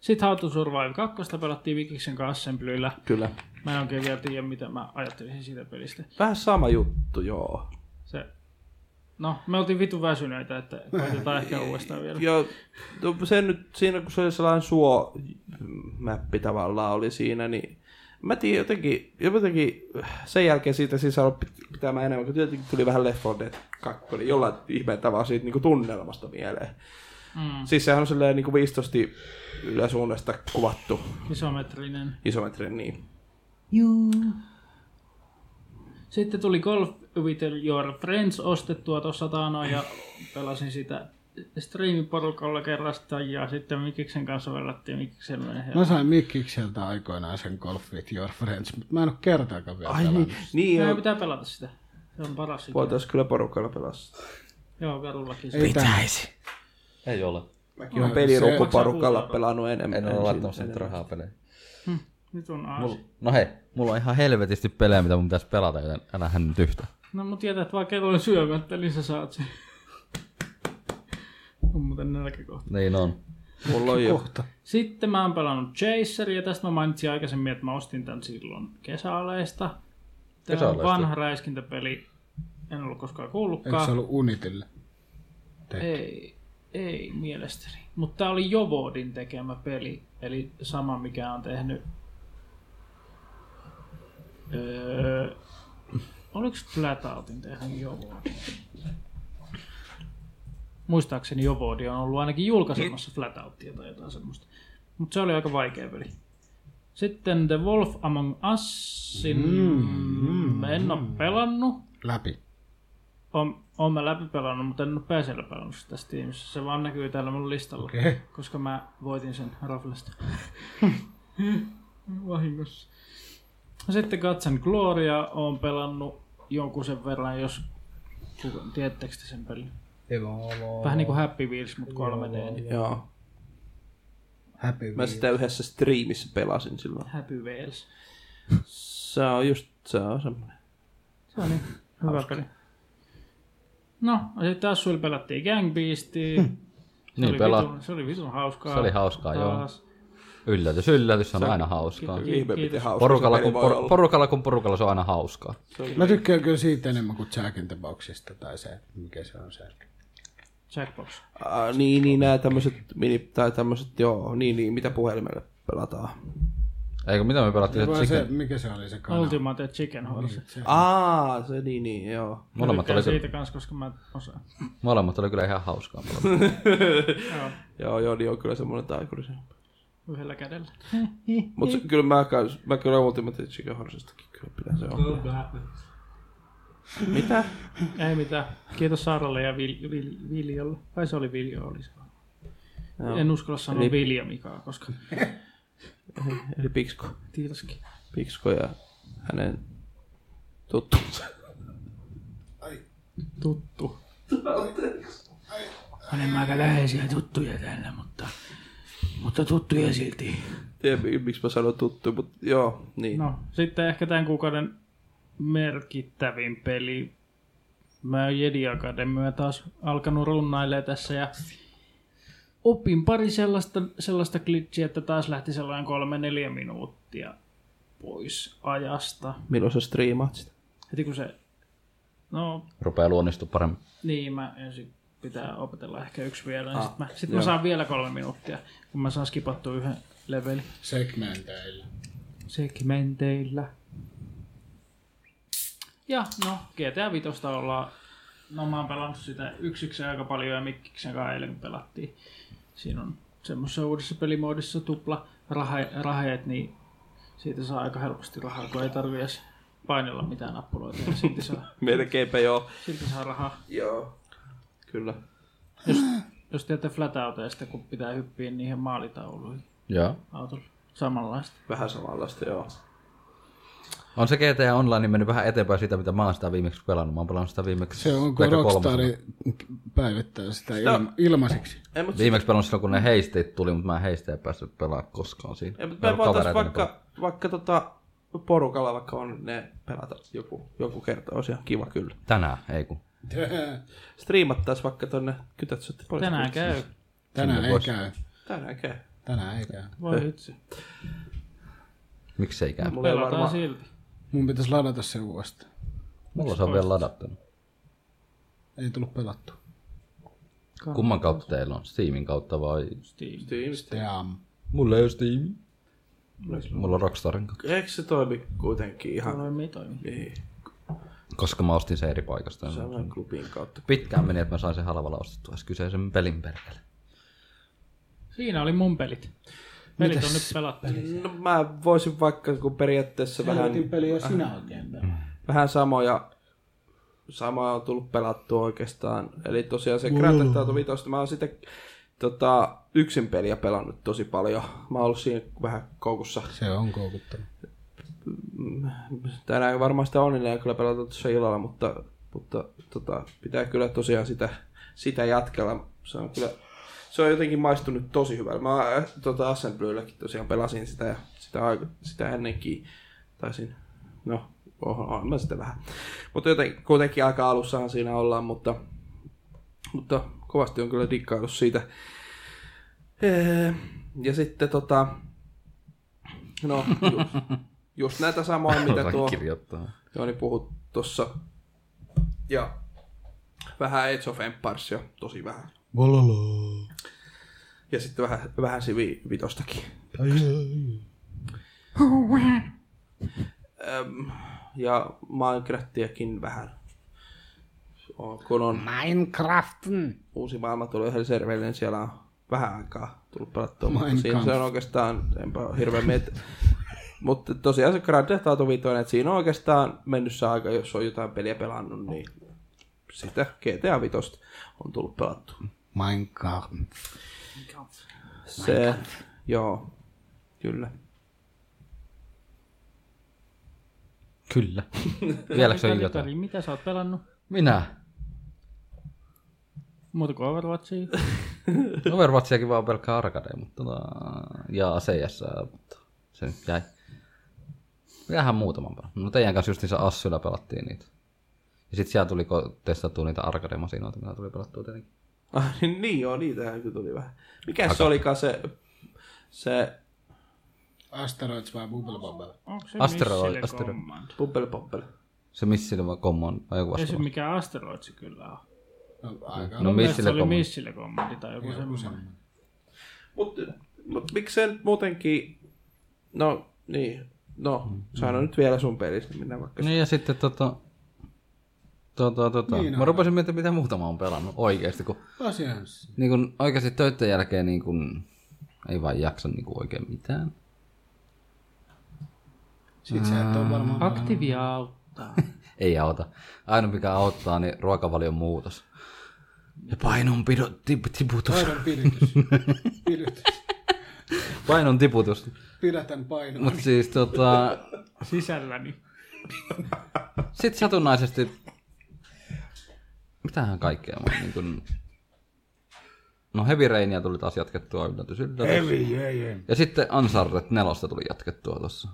Sitten How to Survive 2 pelattiin Vikiksen kanssa Assemblyllä. Kyllä. Mä en oikein vielä tiedä, mitä mä ajattelisin siitä pelistä. Vähän sama juttu, joo. Se... No, me oltiin vitu väsyneitä, että koitetaan ehkä uudestaan vielä. Ja no se nyt, siinä kun se oli sellainen suo mäppi tavallaan oli siinä, niin mä tiedän jotenkin, jotenkin sen jälkeen siitä siis alkoi pit- pitämään enemmän, kun tietenkin tuli vähän Left 4 Dead 2, niin jollain ihmeen tavalla siitä niin tunnelmasta mieleen. Mm. Siis sehän on silleen niin 15 yläsuunnasta kuvattu Isometrinen. isometrin, niin Sitten tuli Golf with Your Friends ostettua tuossa taanoin ja pelasin sitä striimiporukalla kerrasta ja sitten Mikiksen kanssa verrattiin Mikiksen menee Mä sain Mikkikseltä aikoinaan sen Golf with your friends, mutta mä en ole kertaakaan vielä Ai pelannut. niin, niin Meidän joo. pitää pelata sitä. Se on paras ikinä. Voitaisiin kyllä porukalla pelastaa. Joo, kadullakin. Ei tää- Ei ole. Mäkin olen se- pelirukkuporukalla pelannut enemmän. En ole ensin. laittamassa nyt rahaa peleihin. Nyt on aasi. Mulla, no hei, mulla on ihan helvetisti pelejä, mitä mun pitäisi pelata, joten älähän nyt yhtä. No mut jätät vaan kellon syömättä, niin sä saat sen. on muuten nälkäkohta. Niin on. Mulla on jo. Sitten mä oon pelannut Chaseria, ja tästä mä mainitsin aikaisemmin, että mä ostin tän silloin kesäaleista. Tää on Kesäaleista? vanha räiskintäpeli. En ollut koskaan Eikö se kuullutkaan. ollut Unitille? Ei, ei mielestäni. Mutta tää oli Jovodin tekemä peli, eli sama mikä on tehnyt... Öö, oliko Flatoutin tehnyt Jovodi? Muistaakseni Jovodi on ollut ainakin julkaisemassa Flatoutia tai jotain semmoista. Mutta se oli aika vaikea peli. Sitten The Wolf Among Usin mm, en ole pelannut, Läpi. on, on mä läpi pelannut, mutta en ole pääsellä pelannut sitä Steamissa. Se vaan näkyy täällä mun listalla, Okei. koska mä voitin sen Raflesta. Vahingossa. No Sitten Katsan Gloria on pelannut jonkun sen verran, jos kuka- tiedättekö te sen pelin? Vähän niinku Happy Wheels, mutta 3D. niin Joo. Happy Mä sitä yhdessä striimissä pelasin silloin. Happy Wheels. Se on just, se on semmoinen. Se on niin. Hyvä peli. No, ja sitten taas sulla pelattiin Gang Beastia. Se Niin oli pela- vitun- Se oli vitun hauskaa. Se oli hauskaa, joo. taas. Yllätys, yllätys, se on aina hauskaa. Ihme, miten hauska Porukalla se peli kun, voi por, olla. porukalla kun porukalla se on aina hauskaa. Mä tykkään kyllä siitä enemmän kuin Jack in the Boxista tai se, mikä se on se. Jackbox. Ah, niin, niin nämä tämmöiset mini, tai tämmöiset, joo, niin, niin, mitä puhelimelle pelataan. Eikö mitä me pelattiin? Vai Se, se, chicken- mikä se oli se kana? Ultimate Chicken Horse. Niin, Aa, se niin, niin, joo. Mä molemmat, tykkään oli, kyllä- siitä kanssa, koska mä osaan. molemmat oli kyllä ihan hauskaa. molemmat. Joo, joo, niin on kyllä semmoinen taikurisen. Yhdellä kädellä. Mutta kyllä mä, kans- mä kyllä Ultimate Chicken Horsestakin kyllä pidän se on. Mitä? Ei mitään. Kiitos Saaralle ja Vil- Vil- Viljolle. Vai se oli Viljo, oli se. Joo. En uskalla sanoa Eli- Vilja Mikaa, koska Eli Pixko. tiitoskin. Pixko ja hänen tuttunsa. Tuttu. Olemme aika läheisiä tuttuja täällä, mutta, mutta tuttuja silti. Tiedä, mi- miksi mä sanon tuttu, mutta joo, niin. No, sitten ehkä tämän kuukauden merkittävin peli. Mä oon Jedi Academyä taas alkanut runnailee tässä ja opin pari sellaista, sellaista glitchiä, että taas lähti sellainen kolme neljä minuuttia pois ajasta. Milloin sä striimaat sitä? Heti kun se, no Rupeaa luonnistua paremmin. niin, mä ensin pitää opetella ehkä yksi vielä, niin Ah, sitten mä, sit mä saan vielä kolme minuuttia, kun mä saan skipattua yhden levelin Segmenteillä. segmenteillä. Ja no, GTA 5 ollaan, no mä oon pelannut sitä yksikseen aika paljon ja mikkiksen kanssa eilen kun pelattiin. Siinä on semmoisessa uudessa pelimoodissa tupla rahe, raheet, niin siitä saa aika helposti rahaa, kun ei tarvi edes painella mitään nappuloita ja silti saa, Melkeinpä joo. silti saa rahaa. Joo. Kyllä. Jos teette flatouteista, kun pitää hyppiä niihin maalitauluihin Joo. autolla. Samanlaista. Vähän samanlaista, joo. On se GTA Online mennyt vähän eteenpäin siitä, mitä mä oon sitä viimeksi pelannut. Mä oon pelannut sitä viimeksi. Se on, kun Pleikka kolmosella. Rockstar päivittää sitä ilma- ilmaiseksi. Ei, mutta Viimeksi pelannut silloin, kun ne heistit tuli, mutta mä en heistejä päässyt pelaamaan koskaan siinä. Ei, mutta Mä en me ollut voitais kavereita, niin vaikka, vaikka tota porukalla vaikka on niin ne pelata joku, joku kerta, olisi ihan kiva kyllä. paljon. Tänään, ei kun. Striimattais vaikka tonne kytätsytti poliisit. Tänään käy. Tänään ei voisi. käy. Tänään käy. Tänään ei käy. Voi vitsi. Miksei käy? Mulla ei Pelataan varmaan... silti. Mun pitäisi ladata se uudestaan. Mulla se on vielä ladattanut. Ei tullut pelattu. Kumman kautta teillä on? Steamin kautta vai? Steam. Steamista. Damn. Mulla ei ole Steam. Mulla on Rockstarin kautta. Eikö se toimi kuitenkin ihan? Toimii, toimii. Niin, Koska mä ostin sen eri paikasta. se on klubin kautta. Pitkään meni, että mä sain sen halvalla ostettua edes kyseisen pelin perkele. Siinä oli mun pelit. Pelit on nyt pelattu. No mä voisin vaikka kun periaatteessa vähän, peliä sinä oikein vähän samoja samaa on tullut pelattua oikeastaan. Eli tosiaan se Grand Theft Auto 5, mä oon sitä tota, yksin peliä pelannut tosi paljon. Mä oon ollut siinä vähän koukussa. Se on koukuttava. Tänään varmaan sitä onninen kyllä pelata tuossa illalla, mutta, mutta tota, pitää kyllä tosiaan sitä, sitä jatkella. Se on kyllä se on jotenkin maistunut tosi hyvältä. Mä äh, tota Assemblyilläkin tosiaan pelasin sitä, ja sitä, aik- sitä ennenkin. Taisin, no, oon, oon mä sitä vähän. Mutta joten, kuitenkin aika alussahan siinä ollaan, mutta, mutta kovasti on kyllä dikkaillut siitä. Ee, Ja sitten tota, no, just, just näitä samoja, mitä Osaan tuo kirjoittaa. Jooni puhut tossa. Ja vähän Age of Empires ja tosi vähän. Valolo. Ja sitten vähän, vähän sivi vitostakin. Öm, ja Minecraftiakin vähän. O- Kun on Minecraftin. uusi maailma tuli yhden serverille, niin siellä on vähän aikaa tullut pelattua. mutta Minecraft. Siinä se on oikeastaan, enpä ole hirveän miet... Mutta tosiaan se Grand Theft Auto 5, että siinä on oikeastaan mennyt se aika, jos on jotain peliä pelannut, niin sitä GTA 5 on tullut pelattua. Minecraft. Se, joo, kyllä. Kyllä. Vieläkö se on Mitä, jotain? Kari, Mitä sä oot pelannut? Minä. Muuta kuin Overwatchia. Overwatchiakin vaan pelkkää arcade, mutta tota, ja ACS, mutta se nyt jäi. Vähän muutaman verran. No teidän kanssa just niissä Assyillä pelattiin niitä. Ja sit siellä tuli ko- testattua niitä arcade-masinoita, mitä tuli pelattua tietenkin. Ah, niin, niin joo, niitähän kyllä tuli vähän. Mikä se olikaan se, se Asteroids vai Bubble Bubble? Onko se Asteroid, Missile asteroid. Command? Bubble Bobble? Se missile vai kommon vai joku Ei se vastaava. mikään asteroid se kyllä on. No, aika. No Se missile oli kommon. Missile Command tai joku semmoinen. Mutta mut miksei nyt muutenkin, no niin, no sano nyt vielä sun pelistä, minä vaikka. No ja sitten tota... Tota, tota. Niin, mä rupesin miettimään, mitä muutama on pelannut oikeesti, kun Asiansa. niin kun oikeasti töiden jälkeen niin kun, ei vaan jaksa niin kun oikein mitään. Sit sä et oo varmaan... Aktivia auttaa. Ei auta. Ainoa mikä auttaa, niin ruokavalion muutos. Ja painon pido, tip, tiputus. Painon piritys. Piritys. Painon tiputus. Pidätän painon. Mut siis tota... Sisälläni. Sit satunnaisesti... Mitähän kaikkea mä oon niin kun... No Heavy Rainia tuli taas jatkettua yllätys, yllätys. Ei, ei, ei. Ja sitten Ansarret nelosta tuli jatkettua tossa.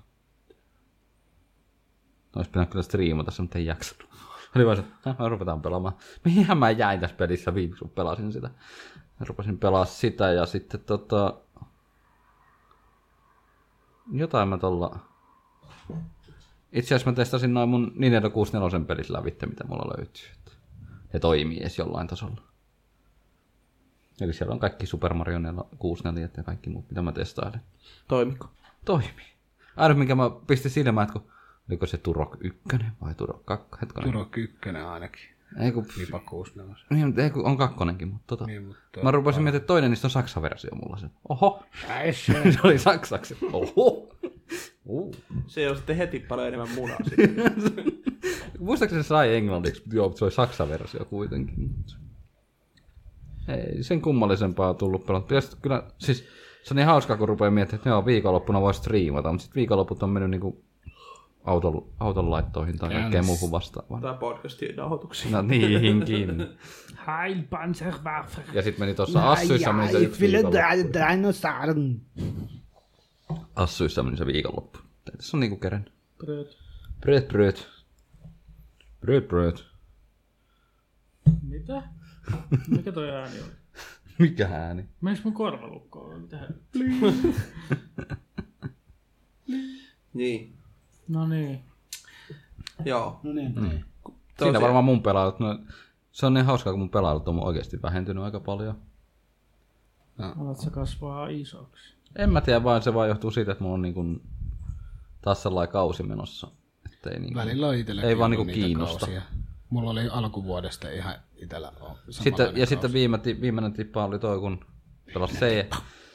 Olisi pitänyt kyllä striimata se, mutta ei jaksanut. Oli vaan se, että "Häh, me ruvetaan pelaamaan. Mihinhän mä jäin tässä pelissä viimeksi, kun pelasin sitä. Rupesin pelaa sitä ja sitten tota... Jotain mä tolla... Itse asiassa mä testasin noin mun Nintendo 64 pelissä lävitte, mitä mulla löytyy. että Ne toimii edes jollain tasolla. Eli siellä on kaikki Super Mario 64 ja kaikki muut, mitä mä testailen Toimiko? toimii. Ainoa, minkä mä pistin silmään, että kun, oliko se Turok 1 vai Turok 2, hetkonen. Turo Kykkönen ainakin. ei kun, Lipa 64. niin, mutta ei kun on kakkonenkin, mutta tota. Niin, Niin, mutta- mä rupesin miettimään, että toinen niistä on saksan versio mulla se. Oho, se oli saksaksi. Oho. Uh. Se on sitten heti paljon enemmän munaa. sitten. Muistaakseni se sai englanniksi, mutta joo, se oli saksan versio kuitenkin. Ei sen kummallisempaa ole tullut pelata. Pitäis kyllä, siis se on niin hauskaa, kun rupeaa miettimään, että joo, viikonloppuna voi striimata, mutta sitten viikonloput on mennyt niinku auton, auton laittoihin tai kaikkeen muuhun vastaavaan. Tämä podcastin nauhoituksiin. No niihinkin. Heil Panzerwaffe. Ja sitten meni tuossa Assyissa, meni se yksi viikonloppu. dinosaurun. Assyissa meni se viikonloppu. Tää Tässä on niinku kerran. Bröt. Bröt, bröt. Bröt, bröt. Mitä? Mikä toi ääni oli? Mikä ääni? Menis mun korvalukkoon. Mitä? Niin, No niin. joo. Siinä varmaan mun pelailut. No, se on niin hauskaa, kun mun pelailut on oikeasti vähentynyt aika paljon. Alat sä kasvaa isoksi. En mä tiedä, vaan se vaan johtuu siitä, että mulla on niinku taas sellainen kausi menossa. Että ei niinku... Välillä on itselläkin Ei vaan ollut niinku niitä kiinnosta. kausia. Mulla oli alkuvuodesta ihan itellä Sitten, ja sitten viime, ti- viimeinen tippa oli toi, kun pelasi C-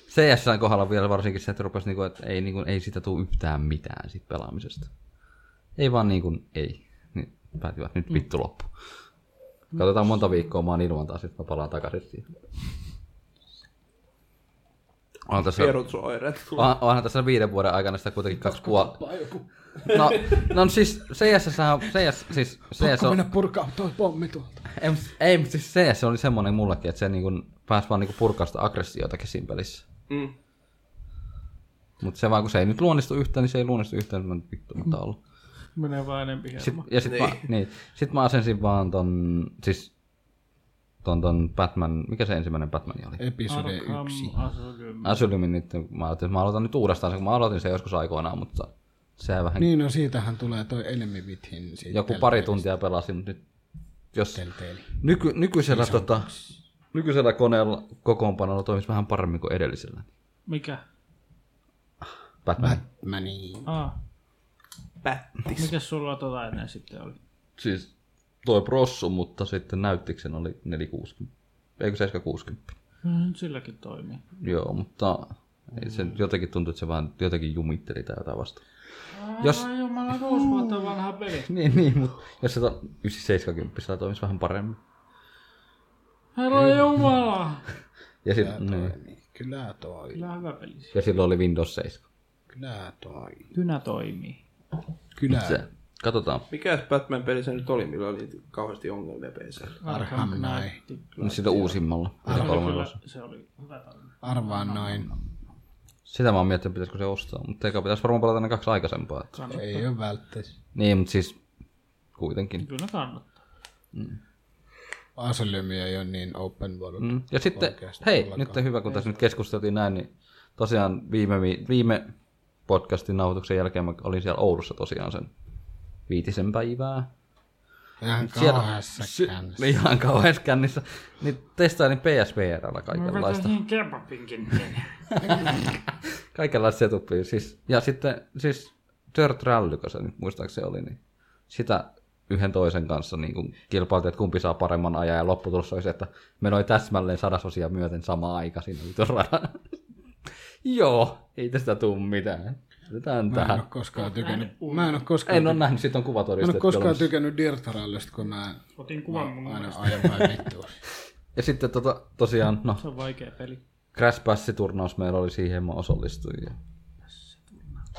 CS:n kohdalla vielä varsinkin se, että rupesi, niinku, että ei, niinku, ei sitä tule yhtään mitään siitä pelaamisesta. Ei vaan niin kuin, ei. Niin, päätivät, nyt vittu loppu. Katsotaan monta viikkoa mä oon ilman taas, sitten mä palaan takaisin siihen. On tässä, Pierut sun oireet tulee. onhan, onhan tässä viiden vuoden aikana sitä kuitenkin kaksi puoli. No, no siis CS, CS, siis CS Pakko on, mennä purkaa toi pommi tuolta. Ei, mut- ei, mutta siis CS oli semmoinen mullekin, että se niinku pääsi vaan niinku purkaa sitä aggressiota siinä pelissä. Mm. Mutta se vaan, kun se ei nyt luonnistu yhtään, niin se ei luonnistu yhtään, niin mä nyt vittu mutta ollut. Menee vaan enempi hermo. Sit, ja sit, niin. mä, niin, sit mä asensin vaan ton, siis ton, ton Batman, mikä se ensimmäinen Batman oli? Episode Arkham yksi. Asylum. Asylumin, nyt mä ajattelin, että mä aloitan nyt uudestaan, sen, kun mä aloitin sen joskus aikoinaan, mutta se vähän, niin, Niin, no siitähän tulee toi Enemy Within. siitä joku pari tuntia pelasin, mutta nyt jos Telltale. nyky, nykyisellä, tota, nykyisellä koneella kokoonpanolla toimisi vähän paremmin kuin edellisellä. Mikä? Batman. Batmani. Aa, Pättis. mikä Ah, sulla tota ennen sitten oli? siis toi prossu, mutta sitten näyttiksen oli 460. Eikö 760? No, nyt silläkin toimii. Joo, mutta ei se jotenkin tuntuu, että se vähän jotenkin jumitteli tai jotain vasta. Jos, Ai jumala, kuusi vuotta vanha peli. niin, niin, mutta jos se to- 970 toimisi vähän paremmin. Herra jumala! Ja, sit, Toi, niin. niin. Kyllä toi. Kyllä hyvä peli. siis. ja silloin oli Windows 7. Kyllä toi. Kynä toimii. Kyllä. Se, katsotaan. Mikä Batman-peli se nyt oli, millä oli kauheasti ongelmia PCllä? Arkham Knight. Knight. Nyt sitä uusimmalla. Se Sitä, oli, kolmella. kyllä, se oli hyvä tarina. Arvaa noin. sitä mä oon miettinyt, pitäisikö se ostaa, mutta eikä pitäisi varmaan palata ne kaksi aikaisempaa. Että. Ei ole välttämättä. Niin, mutta siis kuitenkin. Kyllä kannattaa. Asylum ei ole niin open world. Mm. Ja sitten, Oikeasti hei, ollenkaan. nyt on hyvä, kun tässä nyt keskusteltiin näin, niin tosiaan viime, vi- viime podcastin nauhoituksen jälkeen mä olin siellä Oulussa tosiaan sen viitisen päivää. Ihan Siellä- kauheassa Sy- käännössä. Ihan kauheassa kännissä. Niin testailin PSVRllä Mä kaikenlaista. vetäisin kebabinkin. Kaikenlaista setupia. Siis, ja sitten siis Dirt Rally, kun se nyt muistaakseni oli, niin sitä yhden toisen kanssa niin kun kilpailtiin, että kumpi saa paremman ajan ja lopputulos oli se, että menoi täsmälleen sadasosia myöten sama aika siinä vitun radan. Joo, ei tästä tuu mitään. Otetaan Mä en tähän. ole koskaan tykännyt. Mä en ole koskaan, En ole nähnyt, siitä on mä en kuvatodistettu. ole koskaan tykännyt Dirtarallista, kun mä Otin kuvan mun aina ajan päin vittuun. Ja sitten tota, tosiaan, no, Se on vaikea peli. Crash Bass-turnaus meillä oli siihen, mä osallistuin. Ja...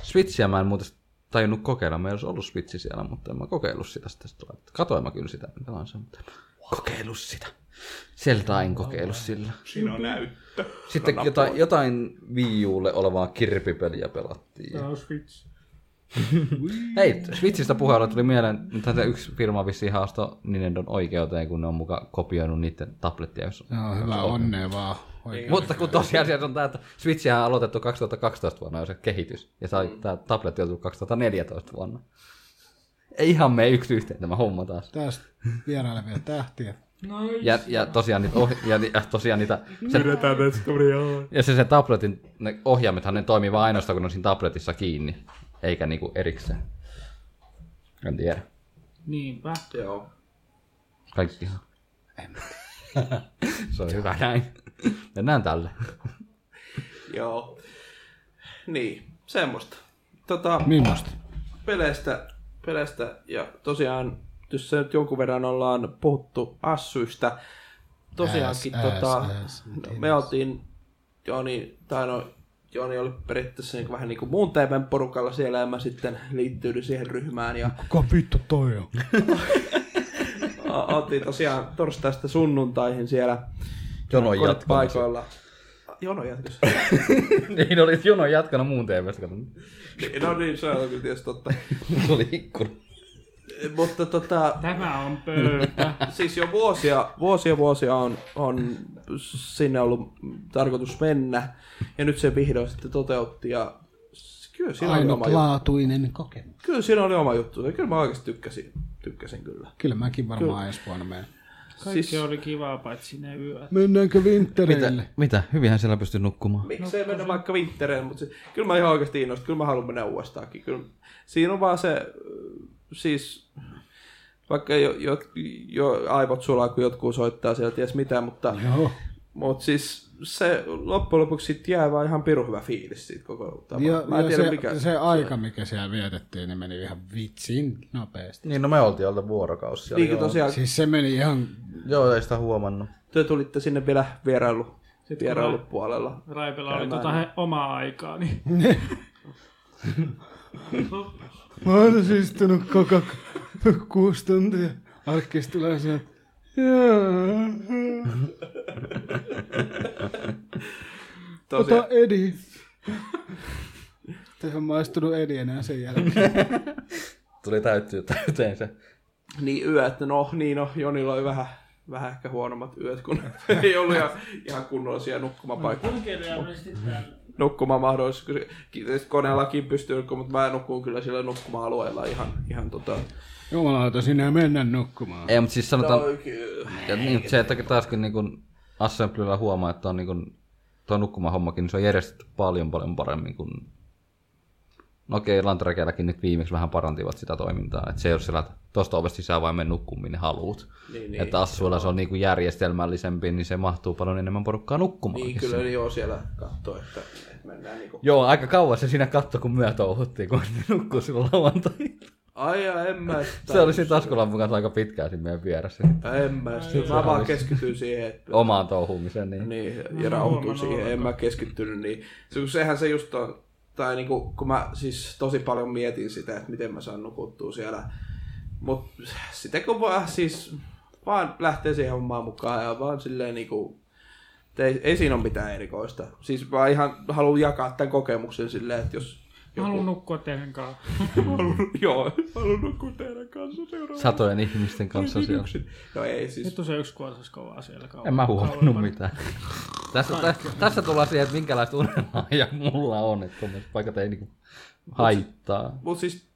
Switchiä mä en muuten tajunnut kokeilla. Meillä olisi ollut Switchi siellä, mutta en mä kokeillut sitä. Sitten katoin mä kyllä sitä. Pelaan sen, mutta en mä kokeillut sitä. Sieltä en kokeillut sillä. Siinä on näyttö. Sitten jotain, jotain Wii Ulle olevaa kirpipeliä pelattiin. Tämä on Switch. Hei, Switchistä puheella tuli mieleen, että yksi firma vissiin haastoi Nintendon oikeuteen, kun ne on muka kopioinut niiden tablettia. Jos... No hyvä, onnea vaan. Oikein. Mutta kun tosiasiassa on tämä, että Switchihän on aloitettu 2012 vuonna jo se kehitys, ja tämä tabletti on tullut 2014 vuonna. Ei ihan mene yksi yhteen tämä homma taas. Tästä vierailevia tähtiä. No ei. Ja, ja tosiaan niitä, oh, ja, ni- ja tosiaan niitä se, Pidetään ne studioon. ja se, se tabletin ne ohjaimethan ne toimii vain ainoastaan, kun ne on siinä tabletissa kiinni, eikä niinku erikseen. En tiedä. Niinpä. Joo. Kaikki ihan. se on hyvä näin. Mennään tälle. Joo. Niin, semmoista. Tota, Mimmosta? peleistä, peleistä ja tosiaan, jos se nyt jonkun verran ollaan puhuttu assyistä, tosiaankin Äs, äs, tota, äs, no, me oltiin, Jooni, tai no, Jooni oli periaatteessa niin vähän niin kuin muun teemän porukalla siellä ja mä sitten liittyin siihen ryhmään ja Kuka vittu toi on? o- oltiin tosiaan torstaista sunnuntaihin siellä Jonon jatkamassa. paikoilla. Jono jatkossa. niin olit jonon jatkana muun teemästä. No niin, se on kyllä tietysti totta. Se oli ikkuna. Mutta tota, Tämä on pöytä. siis jo vuosia, vuosia, vuosia on, on sinne ollut tarkoitus mennä. Ja nyt se vihdoin sitten toteutti. Ja s- kyllä siinä, oli oma, juttu. Ainutlaatuinen kokemus. kyllä siinä oli oma juttu. Ja kyllä mä oikeasti tykkäsin. Tykkäsin kyllä. Kyllä mäkin varmaan ensi vuonna menen. Kaikki siis... oli kivaa, paitsi ne yöt. Mennäänkö Winterille? Mitä? Hyvinhän siellä pystyy nukkumaan. Miksei mennä vaikka Wintereen, mutta se, kyllä mä ihan oikeasti innostun, kyllä mä haluan mennä uudestaankin. Kyllä, siinä on vaan se, äh, siis vaikka jo, jo, jo aivot sulaa, kun jotkut soittaa siellä ties mitä, mutta Joo. Mutta siis se loppujen lopuksi sit jää vaan ihan pirun hyvä fiilis siitä koko tavalla. Ja, Mä en ja tiedä se, mikä. mikä, se, aika, mikä siellä vietettiin, niin meni ihan vitsin nopeasti. Niin, no me oltiin alta vuorokausi siellä. Niin joo. tosiaan Siis se meni ihan... Joo, ei sitä huomannut. te tulitte sinne vielä vierailu, Sitten vierailupuolella. Raipella oli Käymään. tota he, omaa aikaa, niin Mä oon tässä istunut koko k- kuusi tuntia. Arkkis tulee se, "Jaa, Tosiaan, ota Edi. Tässä on maistunut Edi enää sen jälkeen. Tuli täyttyä täyteen se. niin yöt, no niin no, Jonilla oli vähän, vähän ehkä huonommat yöt, kun ei ollut ihan, ihan kunnollisia nukkumapaikkoja. kirjaimellisesti tämän nukkumaan mahdollisuus. Kiitos, koneellakin pystyy nukkumaan, mutta mä nukkuun kyllä sillä nukkuma-alueella ihan, ihan tota... Jumalauta, sinä mennä nukkumaan. Ei, mutta siis No, sanotaan, Oikein. ja niin, se, että taaskin niin kuin Assemblyllä huomaa, että on niin kuin, tuo nukkumahommakin, niin se on järjestetty paljon paljon paremmin kuin... No okei, Lantrakeellakin nyt viimeksi vähän parantivat sitä toimintaa, että se ei ole sillä, että tosta ovesta sisään vai mene nukkumaan, minne haluut. Niin, Niin, niin. että Assuilla se on niin kuin järjestelmällisempi, niin se mahtuu paljon enemmän porukkaa nukkumaan. Niin, kyllä niin joo siellä kattoo, että että mennään niinku... Joo, aika kauan se siinä katto, kun myö touhuttiin, kun ne nukkuu silloin lauantai. Ai ja en mä sitä... Se oli siinä taskulampun kanssa aika pitkään siinä meidän vieressä. En mä sitä. Mä vaan keskityin siihen, että... Omaan touhumiseen, niin. Niin, ja rauhoitun siihen. En mä keskittynyt niin. Se, kun sehän se just on... Tai niinku, kun mä siis tosi paljon mietin sitä, että miten mä saan nukuttua siellä. Mut sitten kun vaan siis... Vaan lähtee siihen hommaan mukaan ja vaan silleen niinku... Ei, ei siinä ole mitään erikoista. Siis mä ihan haluan jakaa tämän kokemuksen silleen, että jos... Mä haluan nukkua teidän kanssa. Haluan, joo, haluan nukkua teidän kanssa seuraavaksi. Satojen ihmisten kanssa siellä. No ei siis. Nyt on se yksi kuorsas kovaa siellä kauan. En mä huomannut mitään. Tässä, tä, tässä tullaan siihen, että minkälaista unelmaa ja mulla on, että tuommoiset paikat ei niinku haittaa. Mut siis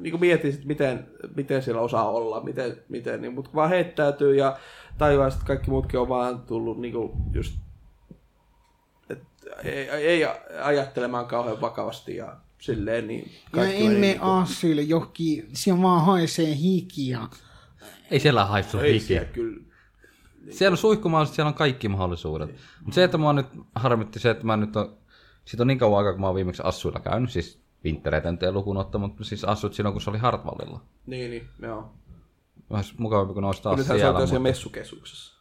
niin mietin, sit, miten, miten siellä osaa olla, miten, miten niin, mutta vaan heittäytyy ja tajuaa, että kaikki muutkin on vaan tullut niin kuin just et, ei, ei, ajattelemaan kauhean vakavasti ja silleen, niin Ja kaikki meni emme niinku- asille johonkin, siellä vaan haisee hikiä. Ei siellä haissu ei hikiä. siellä kyllä. Siellä on suihkumaalit, siellä on kaikki mahdollisuudet. Niin. Mutta se, että mua nyt harmitti se, että mä nyt on, siitä on niin kauan aikaa, kun mä oon viimeksi Assuilla käynyt, siis Vintereitä nyt ei lukuun ottamatta, mutta siis Assut silloin, kun se oli Hartwallilla. Niin, niin, joo. Vähän mukavampi, kun ne olisi taas Nythän se siellä. on tosiaan mutta- messukeskuksessa.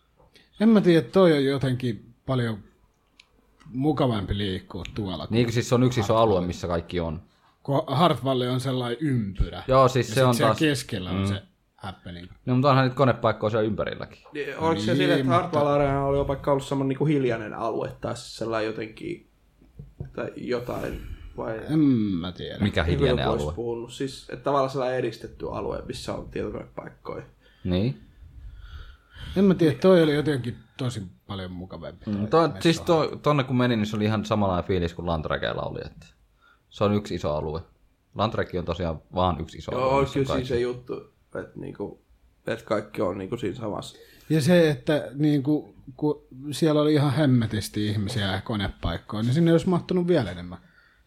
En mä tiedä, toi on jotenkin paljon mukavampi liikkua tuolla. Niin, kun siis se on yksi iso alue, missä kaikki on. Kun Hartwall on sellainen ympyrä. Joo, siis ja se sit on siellä taas... Mm. keskellä on se happening. No, mutta onhan niitä konepaikkoja siellä ympärilläkin. Niin, Oliko se Niin, sille, että mutta- Hartwall Arena oli vaikka ollut semmoinen niin hiljainen alue tai siis sellainen jotenkin tai jotain? Vai... En mä tiedä. Mikä Niin kuin hiljainen joku olisi alue. Puhunut. Siis, että tavallaan sellainen eristetty alue, missä on tietokonepaikkoja. Niin. En mä tiedä, toi oli jotenkin tosi paljon mukavampi. Mm, To, siis to, tonne kun menin, niin se oli ihan samanlainen fiilis kuin Lantrakeella oli. Että se on yksi iso alue. Lantraki on tosiaan vaan yksi iso Joo, alue. on missä kyllä on siinä kaikki. se juttu, että, niinku, että kaikki on niinku siinä samassa. Ja se, että niin kuin, kun siellä oli ihan hemmetisti ihmisiä ja konepaikkoja, niin sinne olisi mahtunut vielä enemmän.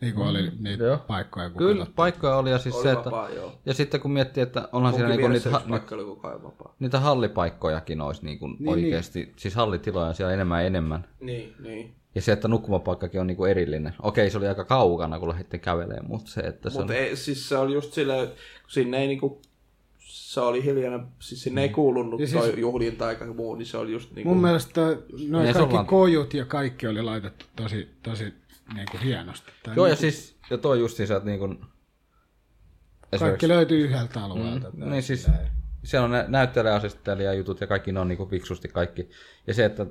Niin kuin oli niitä Mm. Joo. paikkoja. Kun Kyllä, katsottiin. paikkoja oli ja siis Oli se, että... vapaa, joo. Ja sitten kun miettii, että onhan Onkin siellä niinku vieressä niitä, yksi ha, paikka oli koko ajan vapaa. niitä hallipaikkojakin olisi niinku niin, oikeasti. Niin. Siis hallitiloja on siellä enemmän ja enemmän. Niin, niin. Ja se, että nukkumapaikkakin on niinku erillinen. Okei, se oli aika kaukana, kun lähdettiin kävelemään, mutta se, että se Mutta on... ei, siis se oli just sillä, kun sinne ei niinku, se oli hiljainen, siis sinne ei kuulunut Ja siis, siis- toi juhlin tai muu, niin se oli just niinku... Mun mielestä noin Ei se kaikki ollaan- kojut ja kaikki oli laitettu tosi, tosi niin kuin hienosti. Tai Joo, ja niin siis, ja toi justiinsa, että niinku... kuin kaikki löytyy yhdeltä alueelta. No niin siis, siellä on nä- näyttelijäasettelijajutut ja kaikki ne on niinku fiksusti kaikki. Ja se, että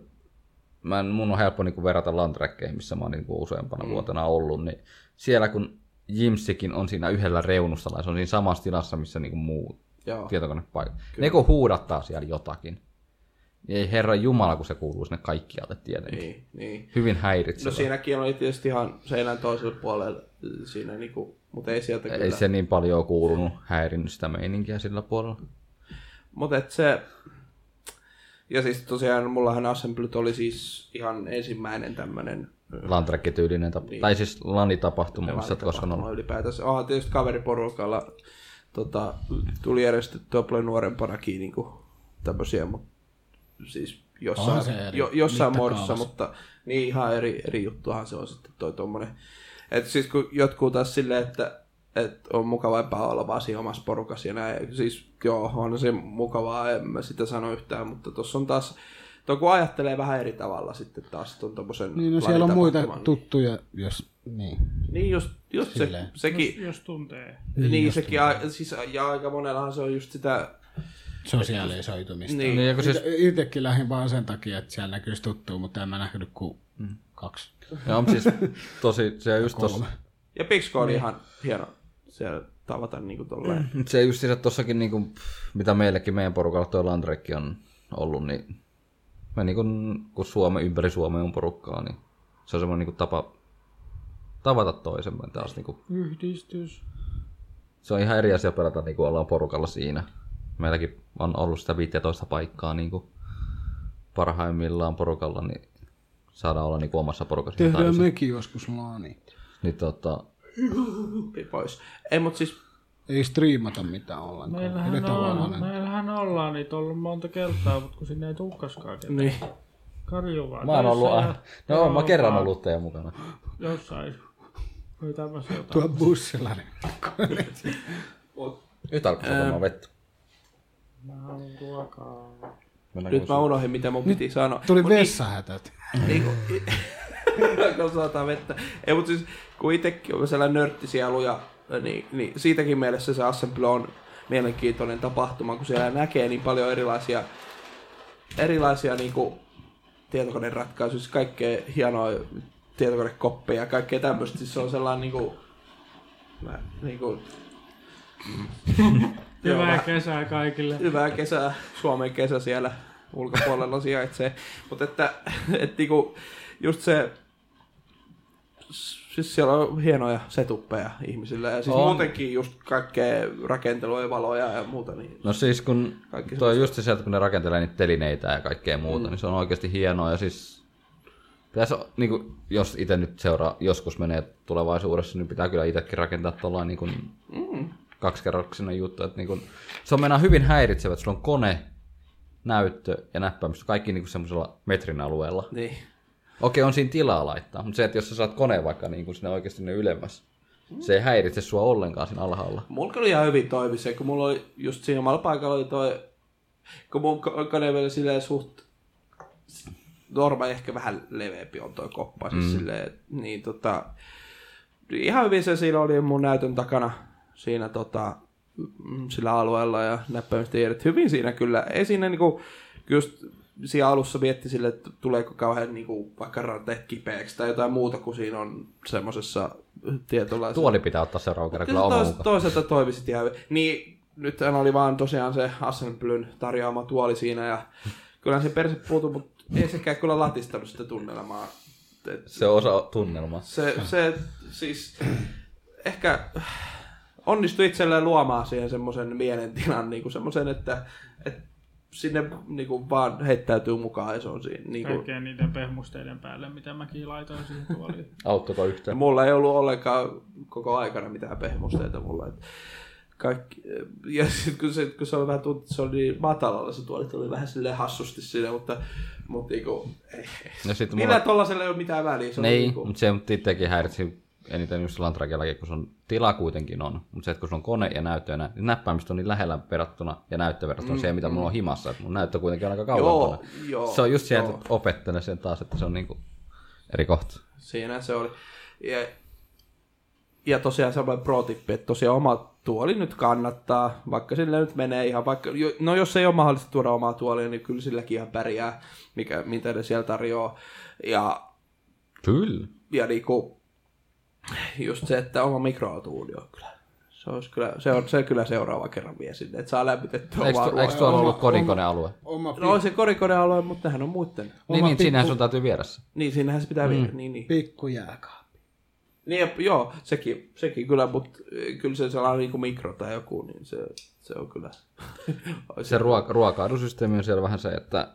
mä, en- mun on helppo niinku verrata Landrekkeihin, missä mä oon niinku useampana mm. vuotena ollut, niin siellä kun Jimsikin on siinä yhdellä reunustalla ja se on siinä samassa tilassa, missä niinku muu Joo. tietokonepaikat. Ne kun huudattaa siellä jotakin, niin ei herra jumala, kun se kuuluu sinne kaikkialle tietenkin. Niin. Niin, niin. Hyvin häiritsevä. No siinäkin oli tietysti ihan seinän toisella puolella siinä niinku, mutta ei sieltä ei kyllä. se niin paljon ole kuulunut häirinnyt sitä meininkiä sillä puolella. Mutta et se... Ja siis tosiaan mullahan Assemblyt oli siis ihan ensimmäinen tämmönen Landrekki-tyylinen tapa, niin. tai siis lanitapahtuma, Niin, missä et koskaan ollut. tapahtuma ylipäätänsä. Onhan tietysti kaveriporukalla tota, tuli järjestettyä paljon nuorempana kiinni kuin tämmöisiä, mutta siis Onhan jossain, se eri jo, jossain muodossa, mittakaavassa. mutta niin ihan eri, eri juttuhan se on sitten toi tommonen. Et siis kun jotkut taas silleen, että et on mukavampaa olla vaan siinä omassa porukassa ja näin. Siis joo, on se mukavaa, en mä sitä sano yhtään, mutta tuossa on taas, to kun ajattelee vähän eri tavalla sitten taas ton tommosen Niin, no siellä on muita lajitapahtuman, niin- tuttuja, jos... Niin. Niin, just, just se, Silleen. No sekin, Jos tuntee. niin, sekin, a, siis, ja aika monellahan se on just sitä, Sosiaalisoitumista. Niin. Niin, ja kun siis, Itsekin lähdin vaan sen takia, että siellä näkyisi tuttuu, mutta en mä nähnyt kuin Mm. kaksi. ja on siis tosi, se just tossa, ja Pixco oli ihan hieno siellä tavata niinku tolleen. se just siis, että tossakin niinku, mitä meilläkin meidän porukalla toi Landrekki on ollut, niin me niinku, kun Suome, ympäri Suomea on porukkaa, niin se on semmoinen niinku tapa tavata toisemme taas niinku Yhdistys. se on ihan eri asia pelata, niin kuin ollaan porukalla siinä. Meilläkin on ollut sitä 15 paikkaa niin kuin parhaimmillaan porukalla, niin saadaan olla niin kuin omassa porukassa. Tehdään täysin. mekin joskus laani. Niin, tota, Oppi pois. Ei, mut siis, Ei striimata mitään ollenkaan. Meillähän Nyt on vaan on, lainen. meillähän ollaan niitä ollut monta kertaa, mutta kun sinne ei tuukaskaan ketään. niin. Karju vaan. mä oon töissä ollut ja aina. No, mä oon kerran ollut teidän mukana. Jossain. Oli tämmöisiä jotain. Tuo bussilla. niin. Nyt alkoi satamaan vettä. Mä haluan ruokaa. Mennäänkö Nyt mä unohdin, mitä mun piti sanoa. Tuli Mut vessahätät. Niin, niin Niinku, kun- kun sataa vettä. Ei, mutta siis kun itsekin on siellä nörttisielu ja niin, niin siitäkin mielessä se Assemble on mielenkiintoinen tapahtuma, kun siellä näkee niin paljon erilaisia, erilaisia niin kuin, tietokoneratkaisuja, siis kaikkea hienoa tietokonekoppeja ja kaikkea tämmöistä. Siis se on sellainen niin kuin, mä, niin kuin, Joo, Hyvää vähän- kesää kaikille. hyvää kesää, Suomen kesä siellä ulkopuolella sijaitsee. Mutta että, että niinku, just se, siis siellä on hienoja setuppeja ihmisillä ja siis On. on. muutenkin just kaikkea rakentelua ja valoja ja muuta. Niin No siis kun Kaikki toi just se sieltä, kun ne rakentelee niitä telineitä ja kaikkea muuta, mm. niin se on oikeasti hienoa ja siis pitäisi, niin kuin, jos itse nyt seuraa, joskus menee tulevaisuudessa, niin pitää kyllä itsekin rakentaa tuollainen niin kuin, Mm. kaksikerroksinen juttu, että niin kuin, se on meinaa hyvin häiritsevä, että sulla on kone, näyttö ja näppäimistö, kaikki niin kuin semmoisella metrin alueella. niin. Okei, on siinä tilaa laittaa, mutta se, että jos sä saat koneen vaikka niin kuin sinne oikeasti ne ylemmäs, se ei häiritse sua ollenkaan siinä alhaalla. Mulla oli ihan hyvin toimi se, kun mulla oli just siinä omalla paikalla oli toi, kun mun ko- kone vielä silleen suht normaali ehkä vähän leveämpi on toi koppa, siis silleen, niin tota, ihan hyvin se siinä oli mun näytön takana siinä tota, mm, sillä alueella ja näppäimistä tiedät hyvin siinä kyllä. Ei siinä niinku, just siinä alussa mietti sille, että tuleeko kauhean niinku, vaikka ranteet kipeäksi tai jotain muuta kuin siinä on semmoisessa tietynlaisessa Tuoli pitää ottaa seuraavan kerran kyllä Kyllä oman se tois, mukaan. toisaalta toimisit ihan hyvin. Niin, nythän oli vaan tosiaan se Assemblyn tarjoama tuoli siinä ja kyllähän se perse puutu, mutta ei sekään kyllä latistanut sitä tunnelmaa. Et Se on osa tunnelmaa. Se, se siis ehkä onnistui itselleen luomaan siihen semmoisen mielentilan, niin kuin semmoisen, että, että sinne niin kuin vaan heittäytyy mukaan ja se on siinä. Niin kuin, Kaikkeen niiden pehmusteiden päälle, mitä mäkin laitoin siihen tuoliin. Auttoiko Ja yhtään? mulla ei ollut ollenkaan koko aikana mitään pehmusteita mulla. Et kaikki, ja sitten kun se, kun se oli vähän tunti, se oli niin matalalla se tuoli, se oli vähän silleen hassusti siinä, mutta, mutta niinku, ei. No sit Millä mulla... tollasella ei ole mitään väliä. Se on Niin, niinku, mutta se mut itsekin häiritsi eniten just Lantrakellakin, kun sun tila kuitenkin on. Mutta se, että kun sun kone ja näyttö ja nä- näppäimistö on niin lähellä verrattuna ja näyttö verrattuna mm, siihen, mitä mulla on himassa. Et mun näyttö kuitenkin on aika kauan. Joo, joo, se on just sieltä joo. opettelen sen taas, että se on niinku eri kohta. siinä se oli. Ja, ja tosiaan semmoinen pro-tippi, että tosiaan oma tuoli nyt kannattaa, vaikka sillä nyt menee ihan vaikka, jo- no jos ei ole mahdollista tuoda omaa tuolia, niin kyllä silläkin ihan pärjää, mikä, mitä ne siellä tarjoaa. Ja Kyllä. ja niinku, just se, että oma mikroaaltuuni on kyllä. Se, olisi kyllä, se on se kyllä seuraava kerran vie sinne, että saa lämmitettyä Eikö, omaa tu- eikö ruokaa. tuolla ollut kodinkonealue? Oma No on se korikonealue, mutta nehän on muiden. Niin, niin, siinähän sun täytyy vieressä. Niin, siinähän se Mm. pitää viedä. Niin, niin. pikku jääkaappi. niin ja- joo, sekin, sekin kyllä, mutta kyllä se sellainen niinku mikro tai joku, niin se, se on kyllä. se ruoka- ruokailusysteemi on siellä vähän se, että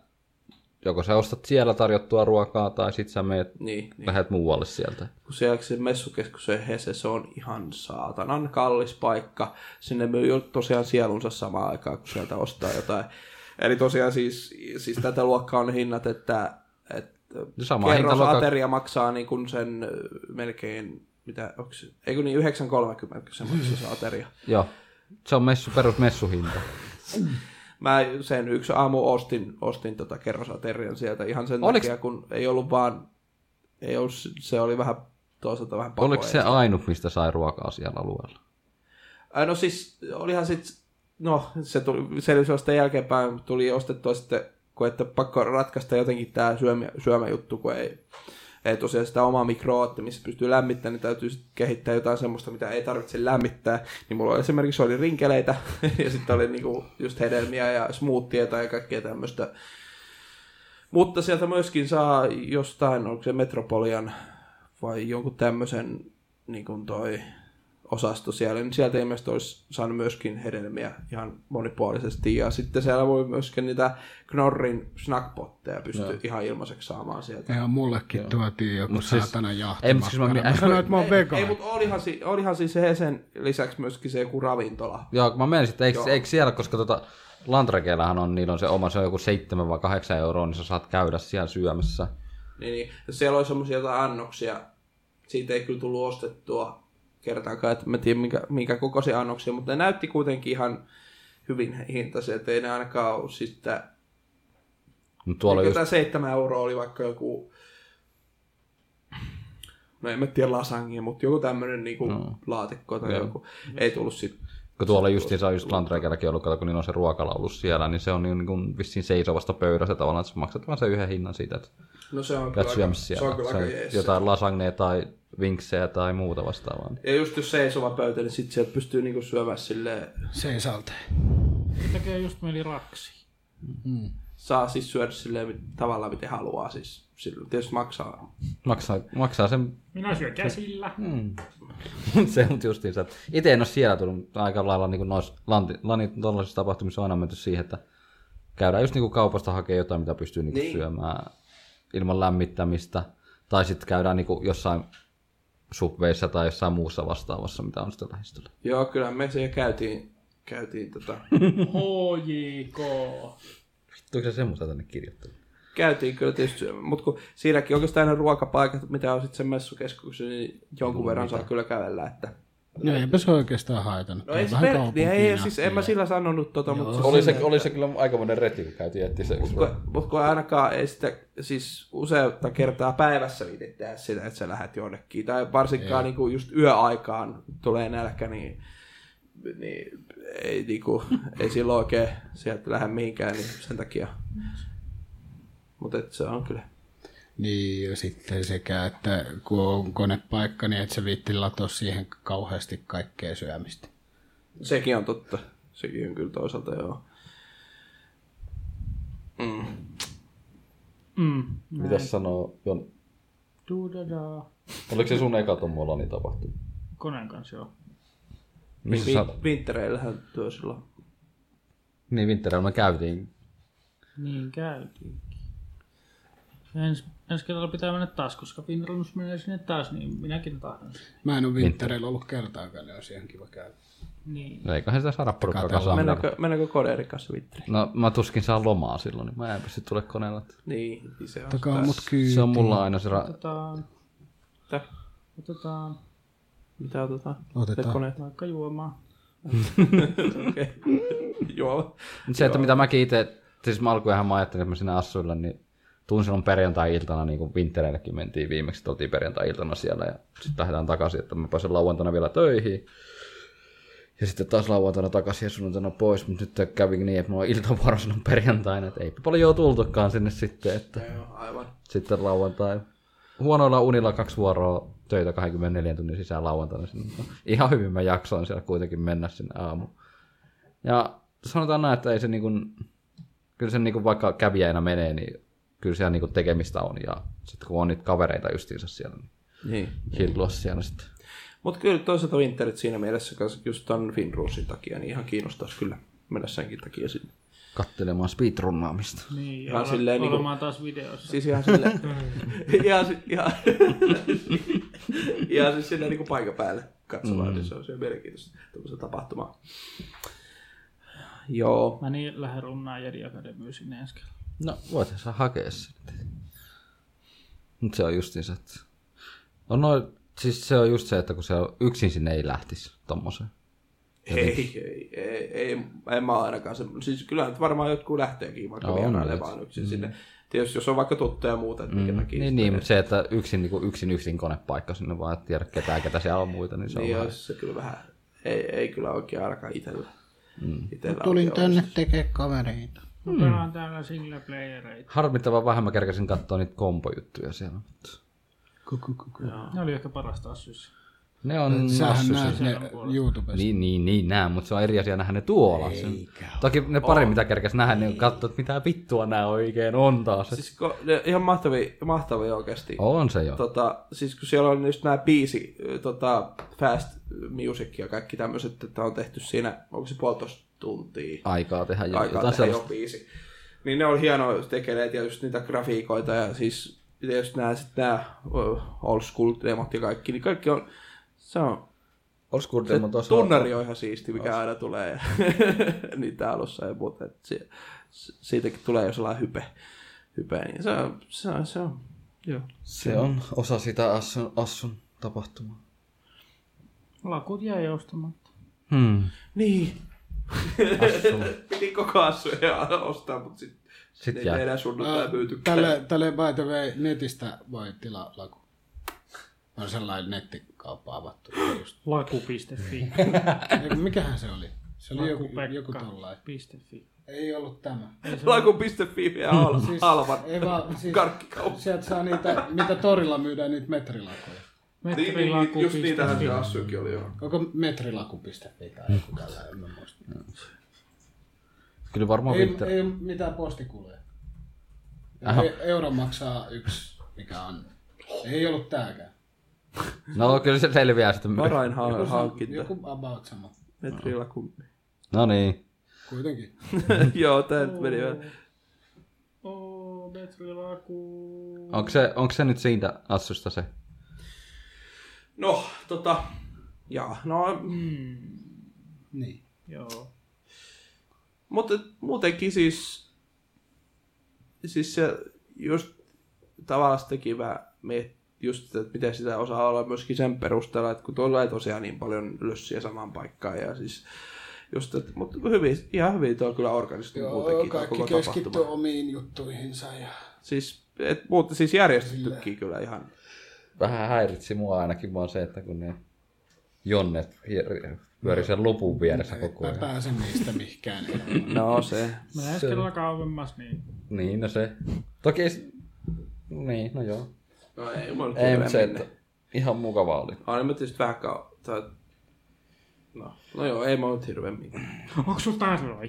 joko sä ostat siellä tarjottua ruokaa tai sit sä meet, niin, niin. lähet muualle sieltä. kun siellä se messukeskus se Hese, se on ihan saatanan kallis paikka. Sinne myy jo tosiaan sielunsa samaan aikaan, kun sieltä ostaa jotain. Eli tosiaan siis, siis tätä luokkaa on hinnat, että, että No sama kerros hintaluokka- ateria maksaa niin kuin sen ö, melkein, mitä, onks, eikö niin 9,30 kun se maksaa se ateria. Joo. Se on messu, perus messuhinta. Mä sen yksi aamu ostin, ostin tota kerrosaterian sieltä ihan sen Oliks- takia, kun ei ollut vaan, ei ollut, se oli vähän toisaalta vähän pakoja. Oliko se ainut, mistä sai ruokaa siellä alueella? Ai no siis, olihan sit, no se tuli, selvisi vasta jälkeenpäin, tuli ostettua sitten, kun että pakko ratkaista jotenkin tämä syömä, syömäjuttu, kun ei, ei tosiaan sitä omaa mikroootti, missä pystyy lämmittämään, niin täytyy sit kehittää jotain semmoista, mitä ei tarvitse lämmittää. Niin mulla oli esimerkiksi oli rinkeleitä ja sitten oli niinku just hedelmiä ja smoothieita ja kaikkea tämmöistä. Mutta sieltä myöskin saa jostain, onko se Metropolian vai jonkun tämmöisen niin kuin toi osasto siellä, niin sieltä ilmeisesti olisi saanut myöskin hedelmiä ihan monipuolisesti. Ja sitten siellä voi myöskin niitä Knorrin snackpotteja pystyy ihan ilmaiseksi saamaan sieltä. Ihan mullekin tuotiin joku siis- saatana jahti. Ei, mut siis mä mi- mä sanoin, että mä oon Ei, vegaani. mutta olihan, si- olihan siis se sen lisäksi myöskin se joku ravintola. Joo, kun mä menisin, että eikö, Joo. eikö siellä, koska tota, Lantrakeellahan on, niillä on se oma, se on joku 7 vai 8 euroa, niin sä saat käydä siellä syömässä. Niin, niin. Ja Siellä oli semmoisia jotain annoksia. Siitä ei kyllä tullut ostettua kertaakaan, että mä tiedän minkä, minkä kokoisia annoksia, mutta ne näytti kuitenkin ihan hyvin hintaisia, että ei ne ainakaan siis ole sitten... Mut tuolla Eikä just, tämä 7 euroa oli vaikka joku... No en mä tiedä lasangia, mutta joku tämmöinen niinku no. laatikko tai joku. Ei tullut sitten kun tuolla justiin saa just Lantrakeellakin ollut, kato, kun niillä on se ruokala ollut siellä, niin se on niin, niin kuin vissiin seisovasta pöydästä tavallaan, että sä maksat vaan sen yhden hinnan siitä, että No se on käyt kyllä aika, syömässä siellä. se on kyllä aika jees. Se, jotain lasagnea tai vinksejä tai muuta vastaavaa. Ja just jos seisova pöytä, niin sit sieltä pystyy niinku syömään silleen Seisalta. Tekee just mieli raksi. saa siis syödä silleen mit- tavallaan miten haluaa. Siis, silloin tietysti maksaa. Maksaa, maksaa sen Minä syön käsillä. Mut se on justiinsa. että Itse en ole siellä tullut, mutta aika lailla niin noissa lanti, lanit, tuollaisissa tapahtumissa on aina menty siihen, että käydään just niin kuin kaupasta hakemaan jotain, mitä pystyy niin niin. syömään ilman lämmittämistä. Tai sitten käydään niin kuin jossain subveissa tai jossain muussa vastaavassa, mitä on sitten lähistöllä. Joo, kyllä me siellä käytiin, käytiin, tota, HJK. Vittu, se semmoista tänne kirjoittaa? käytiin kyllä tietysti syömään. Mutta kun siinäkin oikeastaan ne ruokapaikat, mitä on sitten sen messukeskuksessa, niin jonkun verran saa kyllä kävellä. Että... No eipä se oikeastaan haitannut. No Tää on ei, siis, vähän ver- niin, ei, kaupunkiin siis en nähty. mä sillä sanonut tota, mutta se, oli se kyllä aikamoinen reti, kun käytiin etsiä se yksi Mutta kun, mut kun ainakaan ei sitä, siis useutta kertaa päivässä viitit tehdä sitä, että sä lähdet jonnekin. Tai varsinkaan niin kuin just yöaikaan tulee nälkä, niin, niin, ei, niin kuin, ei silloin oikein sieltä lähde mihinkään, niin sen takia. Mutta se on kyllä. Niin, ja sitten sekä, että kun on konepaikka, niin et se viitti latoa siihen kauheasti kaikkea syömistä. Sekin on totta. Sekin on kyllä toisaalta joo. Mm. Mitäs sanoo, Jon, Duudadaa. oliko se sun eka tuommoilla niin tapahtuma? Koneen kanssa joo. Missä Niin sä, Vin- Vintereillähän työ silloin. niin Winterillä me käytiin. Niin käytiinkin. Ens, ensi kerralla pitää mennä taas, koska Finrums menee sinne taas, niin minäkin tahdon. sen. Mä en ole vintereillä ollut kertaakaan, niin olisi ihan kiva käydä. Niin. Eiköhän sitä saada porukkaa Katsellaan. kasaan. Mennäänkö, mennäänkö kodeerin kanssa vitteriin? No mä tuskin saan lomaa silloin, niin mä en pysty tule koneella. Niin, niin se on. Takaa mut Se kyyti. on mulla aina se ra- Otetaan, Mitä? otetaan Mitä otetaan? Otetaan. Koneet. vaikka juomaa. Okei. Joo. Mut se, että mitä mäkin itse, siis mä alkuinhan mä ajattelin, että mä sinä assuilla, niin tuun silloin perjantai-iltana, niin kuin Wintereillekin mentiin viimeksi, että oltiin perjantai-iltana siellä ja sitten lähdetään takaisin, että mä pääsen lauantaina vielä töihin. Ja sitten taas lauantaina takaisin ja sunnuntaina pois, mutta nyt kävi niin, että mulla on iltavuoro silloin perjantaina, että eipä paljon tultukaan sinne sitten, että Joo, aivan. sitten lauantai. Huonoilla unilla kaksi vuoroa töitä 24 tunnin sisään lauantaina. sinne. Ihan hyvin mä jaksoin siellä kuitenkin mennä sinne aamu. Ja sanotaan näin, että ei se niin kuin, kyllä se niin kuin vaikka kävijänä menee, niin kyllä siellä niin kuin tekemistä on. Ja sitten kun on niitä kavereita justiinsa siellä, niin Niin. hillua siellä sitten. Mutta kyllä toisaalta Winterit siinä mielessä kanssa just tämän Finruusin takia, niin ihan kiinnostaisi kyllä mennä senkin takia sinne. Kattelemaan speedrunnaamista. Niin, ja Vaan ole, silleen niinku- olemaan taas videossa. Siis ihan sille, ihan, si- ihan, ihan siis silleen niin paikan päälle katsomaan, mm. niin se on se mielenkiintoista tuommoista tapahtumaa. Joo. Mä niin lähden runnaan Jedi Academy sinne ensi kerralla. No, voithan sä hakea sitten. Mut se on justiinsa, että... On noin, siis se on just se, että kun se on yksin sinne ei lähtisi tommoseen. Ei, ei, ei, ei, en mä oo ainakaan semmoinen. Siis kyllä nyt varmaan jotkut lähteekin vaikka No, no, on vierailemaan yksin mm. sinne. Tietysti jos on vaikka tuttuja ja muuta, että minkä takia. Niin, sitä- niin, mutta se, että yksin, niin kuin yksin, yksin konepaikka sinne vaan, et tiedä ketään, ketä siellä on muita, niin se on Niin niin vähän... jos se kyllä vähän, ei, ei kyllä oikein ainakaan itellä. Mm. itellä Tulin oikein tänne tekemään kavereita. Mä pelaan täällä single playereita. Harmittava vähän, mä kerkäsin katsoa niitä kompojuttuja siellä. mutta Ne oli ehkä parasta assyssä. Ne on... Sähän hassuja. näet ne YouTubesta. Niin, niin, niin, nää, mutta se on eri asia nähdä ne tuolla. Sen. Toki ne pari, mitä kerkäs nähdä, niin katsoo, että mitä vittua nää oikein on taas. Siis ko, ne, ihan mahtavia, mahtavia oikeasti. On se jo. Tota, siis kun siellä on just nämä biisi, ö, tota, fast music ja kaikki tämmöiset, että on tehty siinä, onko se puolitoista tuntia Aikaa tehdä jo, aikaa jotain tehdä jo sellaista. biisi. Niin ne on hienoa tekeleet ja just niitä grafiikoita ja siis tietysti nämä, sit nämä ö, old school demot ja kaikki, niin kaikki on, se on, se Oskurdelman tuossa... tunnari on ihan siisti, mikä aina tulee niin niitä alussa ja muuta. Et si- si- siitäkin tulee jo sellainen hype. hype niin se on, se on, se on. Joo. Se on osa sitä Assun, Assun tapahtumaa. Lakut jäi joustamatta. Hmm. Niin, Assu. piti koko assuja ostaa, mutta sitten sit Sitten ei jää. enää sunnuntai myytykään. Tälle, tälle by the way, netistä voi tilaa laku. On sellainen nettikauppa avattu. Just. Laku.fi. Eikö, Mikähän se oli? Se oli joku, Lakupekka. joku tollainen. .fi. Ei ollut tämä. Laku.fi ja hal- Siis- halvan Ei vaan, siis karkkikauppa. sieltä saa niitä, mitä torilla myydään niitä metrilakuja. Niin, Metri niin, just niitähän laku.fi. se assuikin oli joo. Onko metrilaku.fi tai joku tällä, en mä muista. Kyllä varmaan Ei, Winter. ei mitään postikuluja. Aha. E- euro maksaa yksi, mikä on. Ei ollut tääkään. No kyllä se selviää sitten. Varain Joku, ha- sam- hankinta. joku about sama. Metrillä kumpi. No niin. Kuitenkin. joo, tää nyt meni vähän. Oo, metri laku. Onko se, onko se nyt siitä Assusta se? No, tota... Jaa, no Niin. Joo. Mutta muutenkin siis, siis se just tavallaan se teki vähän miet- just, sitä, että miten sitä osaa olla myöskin sen perusteella, että kun tuolla ei tosiaan niin paljon lössiä samaan paikkaan ja siis just, että, mutta hyvin, ihan hyvin tuo kyllä organisoi Joo, muutenkin kaikki koko keskittyy tapahtuma. omiin juttuihinsa ja Siis, et, mutta siis järjestettykin kyllä ihan. Vähän häiritsi mua ainakin vaan se, että kun ne jonnet hier- pyöri sen lopun vieressä koko mä ajan. pääsen niistä mihinkään. No se. Mä ensi kerralla kauemmas, niin Niin, no se. Toki... s- Niin, no joo. No ei, mä nyt Ei, mutta se, minne. että ihan mukavaa oli. Aina mä tietysti vähän kau... tai- No, no joo, ei mä nyt hirveämmin. onko sul taas roi?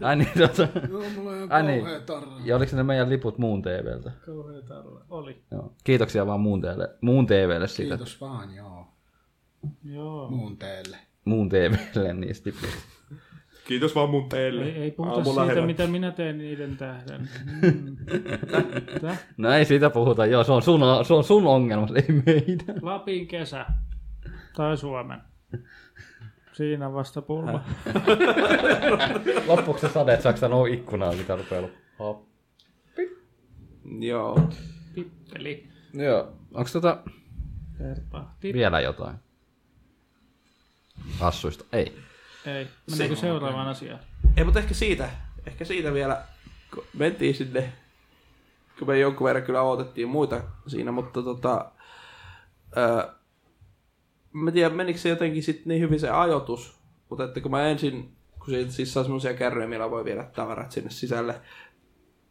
Ai niin, tota. Joo, mulla on Ai niin. kauhea tarra. Ja oliko ne meidän liput muun TVltä? Kauhea tarla. Oli. Joo. Kiitoksia vaan muun, teille, muun TVlle siitä. Kiitos vaan, joo. Joo. Muun teille. Muun TVlle niistä lipuista. Kiitos vaan mun teille. Ei, ei puhuta Aamulla siitä, herät. mitä minä teen niiden tähden. Mm. Tä- No ei siitä puhuta, joo, se on sun, se on sun ongelma, se ei meidän. Lapin kesä. Tai Suomen. Siinä vasta pulma. Loppuksi se sade, että saako sanoa ikkunaa, mitä rupeaa loppua. Joo. Pippeli. Joo. Onks tota Kertaa. Tip. vielä jotain? Assuista? Ei. Ei. Meneekö seuraavaan asiaan? Ei, mutta ehkä siitä, ehkä siitä vielä, kun mentiin sinne, kun me jonkun verran kyllä odotettiin muita siinä, mutta tota, öö, mä tiedän, menikö se jotenkin sitten niin hyvin se ajoitus, mutta että kun mä ensin, kun siitä siis saa semmoisia kärryjä, millä voi viedä tavarat sinne sisälle,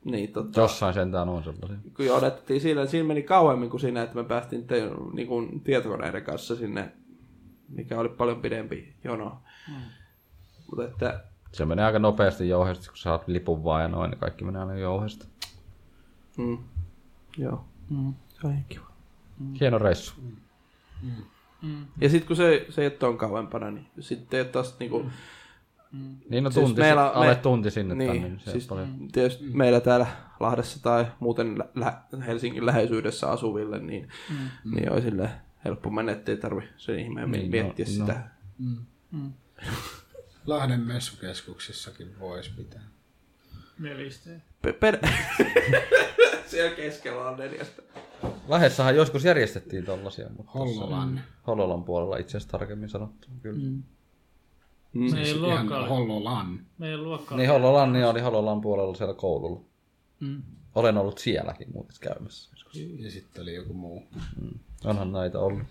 niin tota, Jossain sentään on sellaisia. kun jo odotettiin siinä, niin siinä meni kauemmin kuin siinä, että me päästiin te, niin kuin tietokoneiden kanssa sinne, mikä oli paljon pidempi jono. Mm. Mutta että Se menee aika nopeasti jouhesta, kun saat lipun vaan ja noin, niin kaikki menee aina jouhesta. Mm. Joo. Mm. Se on ihan kiva. Hieno reissu. Ja sitten kun se, se että on kauempana, niin sitten ei ole taas niinku... Niin no Siis tunti, meillä- alle me- tunti Mm. sinne Niin, tänne, niin se siis siis... paljon. tietysti meillä täällä Lahdessa tai muuten lä- lä- Helsingin läheisyydessä asuville, niin, mm. niin on sille helppo mennä, ettei tarvi sen ihmeen Niin, niin, no, miettiä no. sitä. Lahden messukeskuksissakin voisi pitää. Nelisteen. Pe- per... Siellä keskellä on neljästä. Lahdessahan joskus järjestettiin tollasia, mutta Hollolan. Hollolan puolella itse asiassa tarkemmin sanottuna kyllä. Mm. Meidän Siis Ihan luokka Hollolan. Meidän luokka Niin Hollolan, niin oli Hollolan puolella siellä koululla. Mm. Olen ollut sielläkin muuten käymässä. joskus. Ja sitten oli joku muu. Onhan näitä ollut.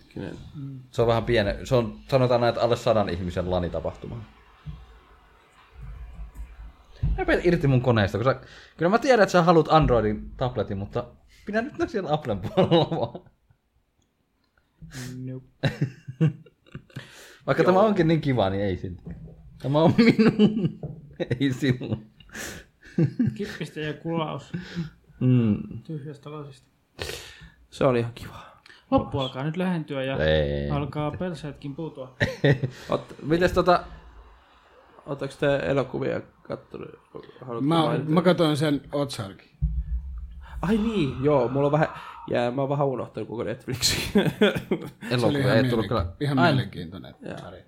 Se on vähän pieni, se on sanotaan näitä alle sadan ihmisen lanitapahtuma. Mä pidät irti mun koneesta, kun sä, kyllä mä tiedän, että sä haluat Androidin tabletin, mutta pidä nyt ne siellä Applen puolella vaan. Nope. Vaikka Joo. tämä onkin niin kiva, niin ei silti. Tämä on minun, ei sinun. Kippistä ja kulaus Mm. tyhjästä lasista. Se oli ihan kiva. Loppu alkaa nyt lähentyä ja Ei. alkaa pelseetkin puutua. Oot, mites tota... Oletteko te elokuvia kattonut? Haluatte Mä, mainita? mä katsoin sen Otsarkin. Ai niin, joo, mulla on vähän... Jää, mä oon vähän unohtanut koko Netflixin. Se oli Elokuvia ihan, ei tullut kyllä. mielenki- ihan Ai, niin. mielenkiintoinen sarja.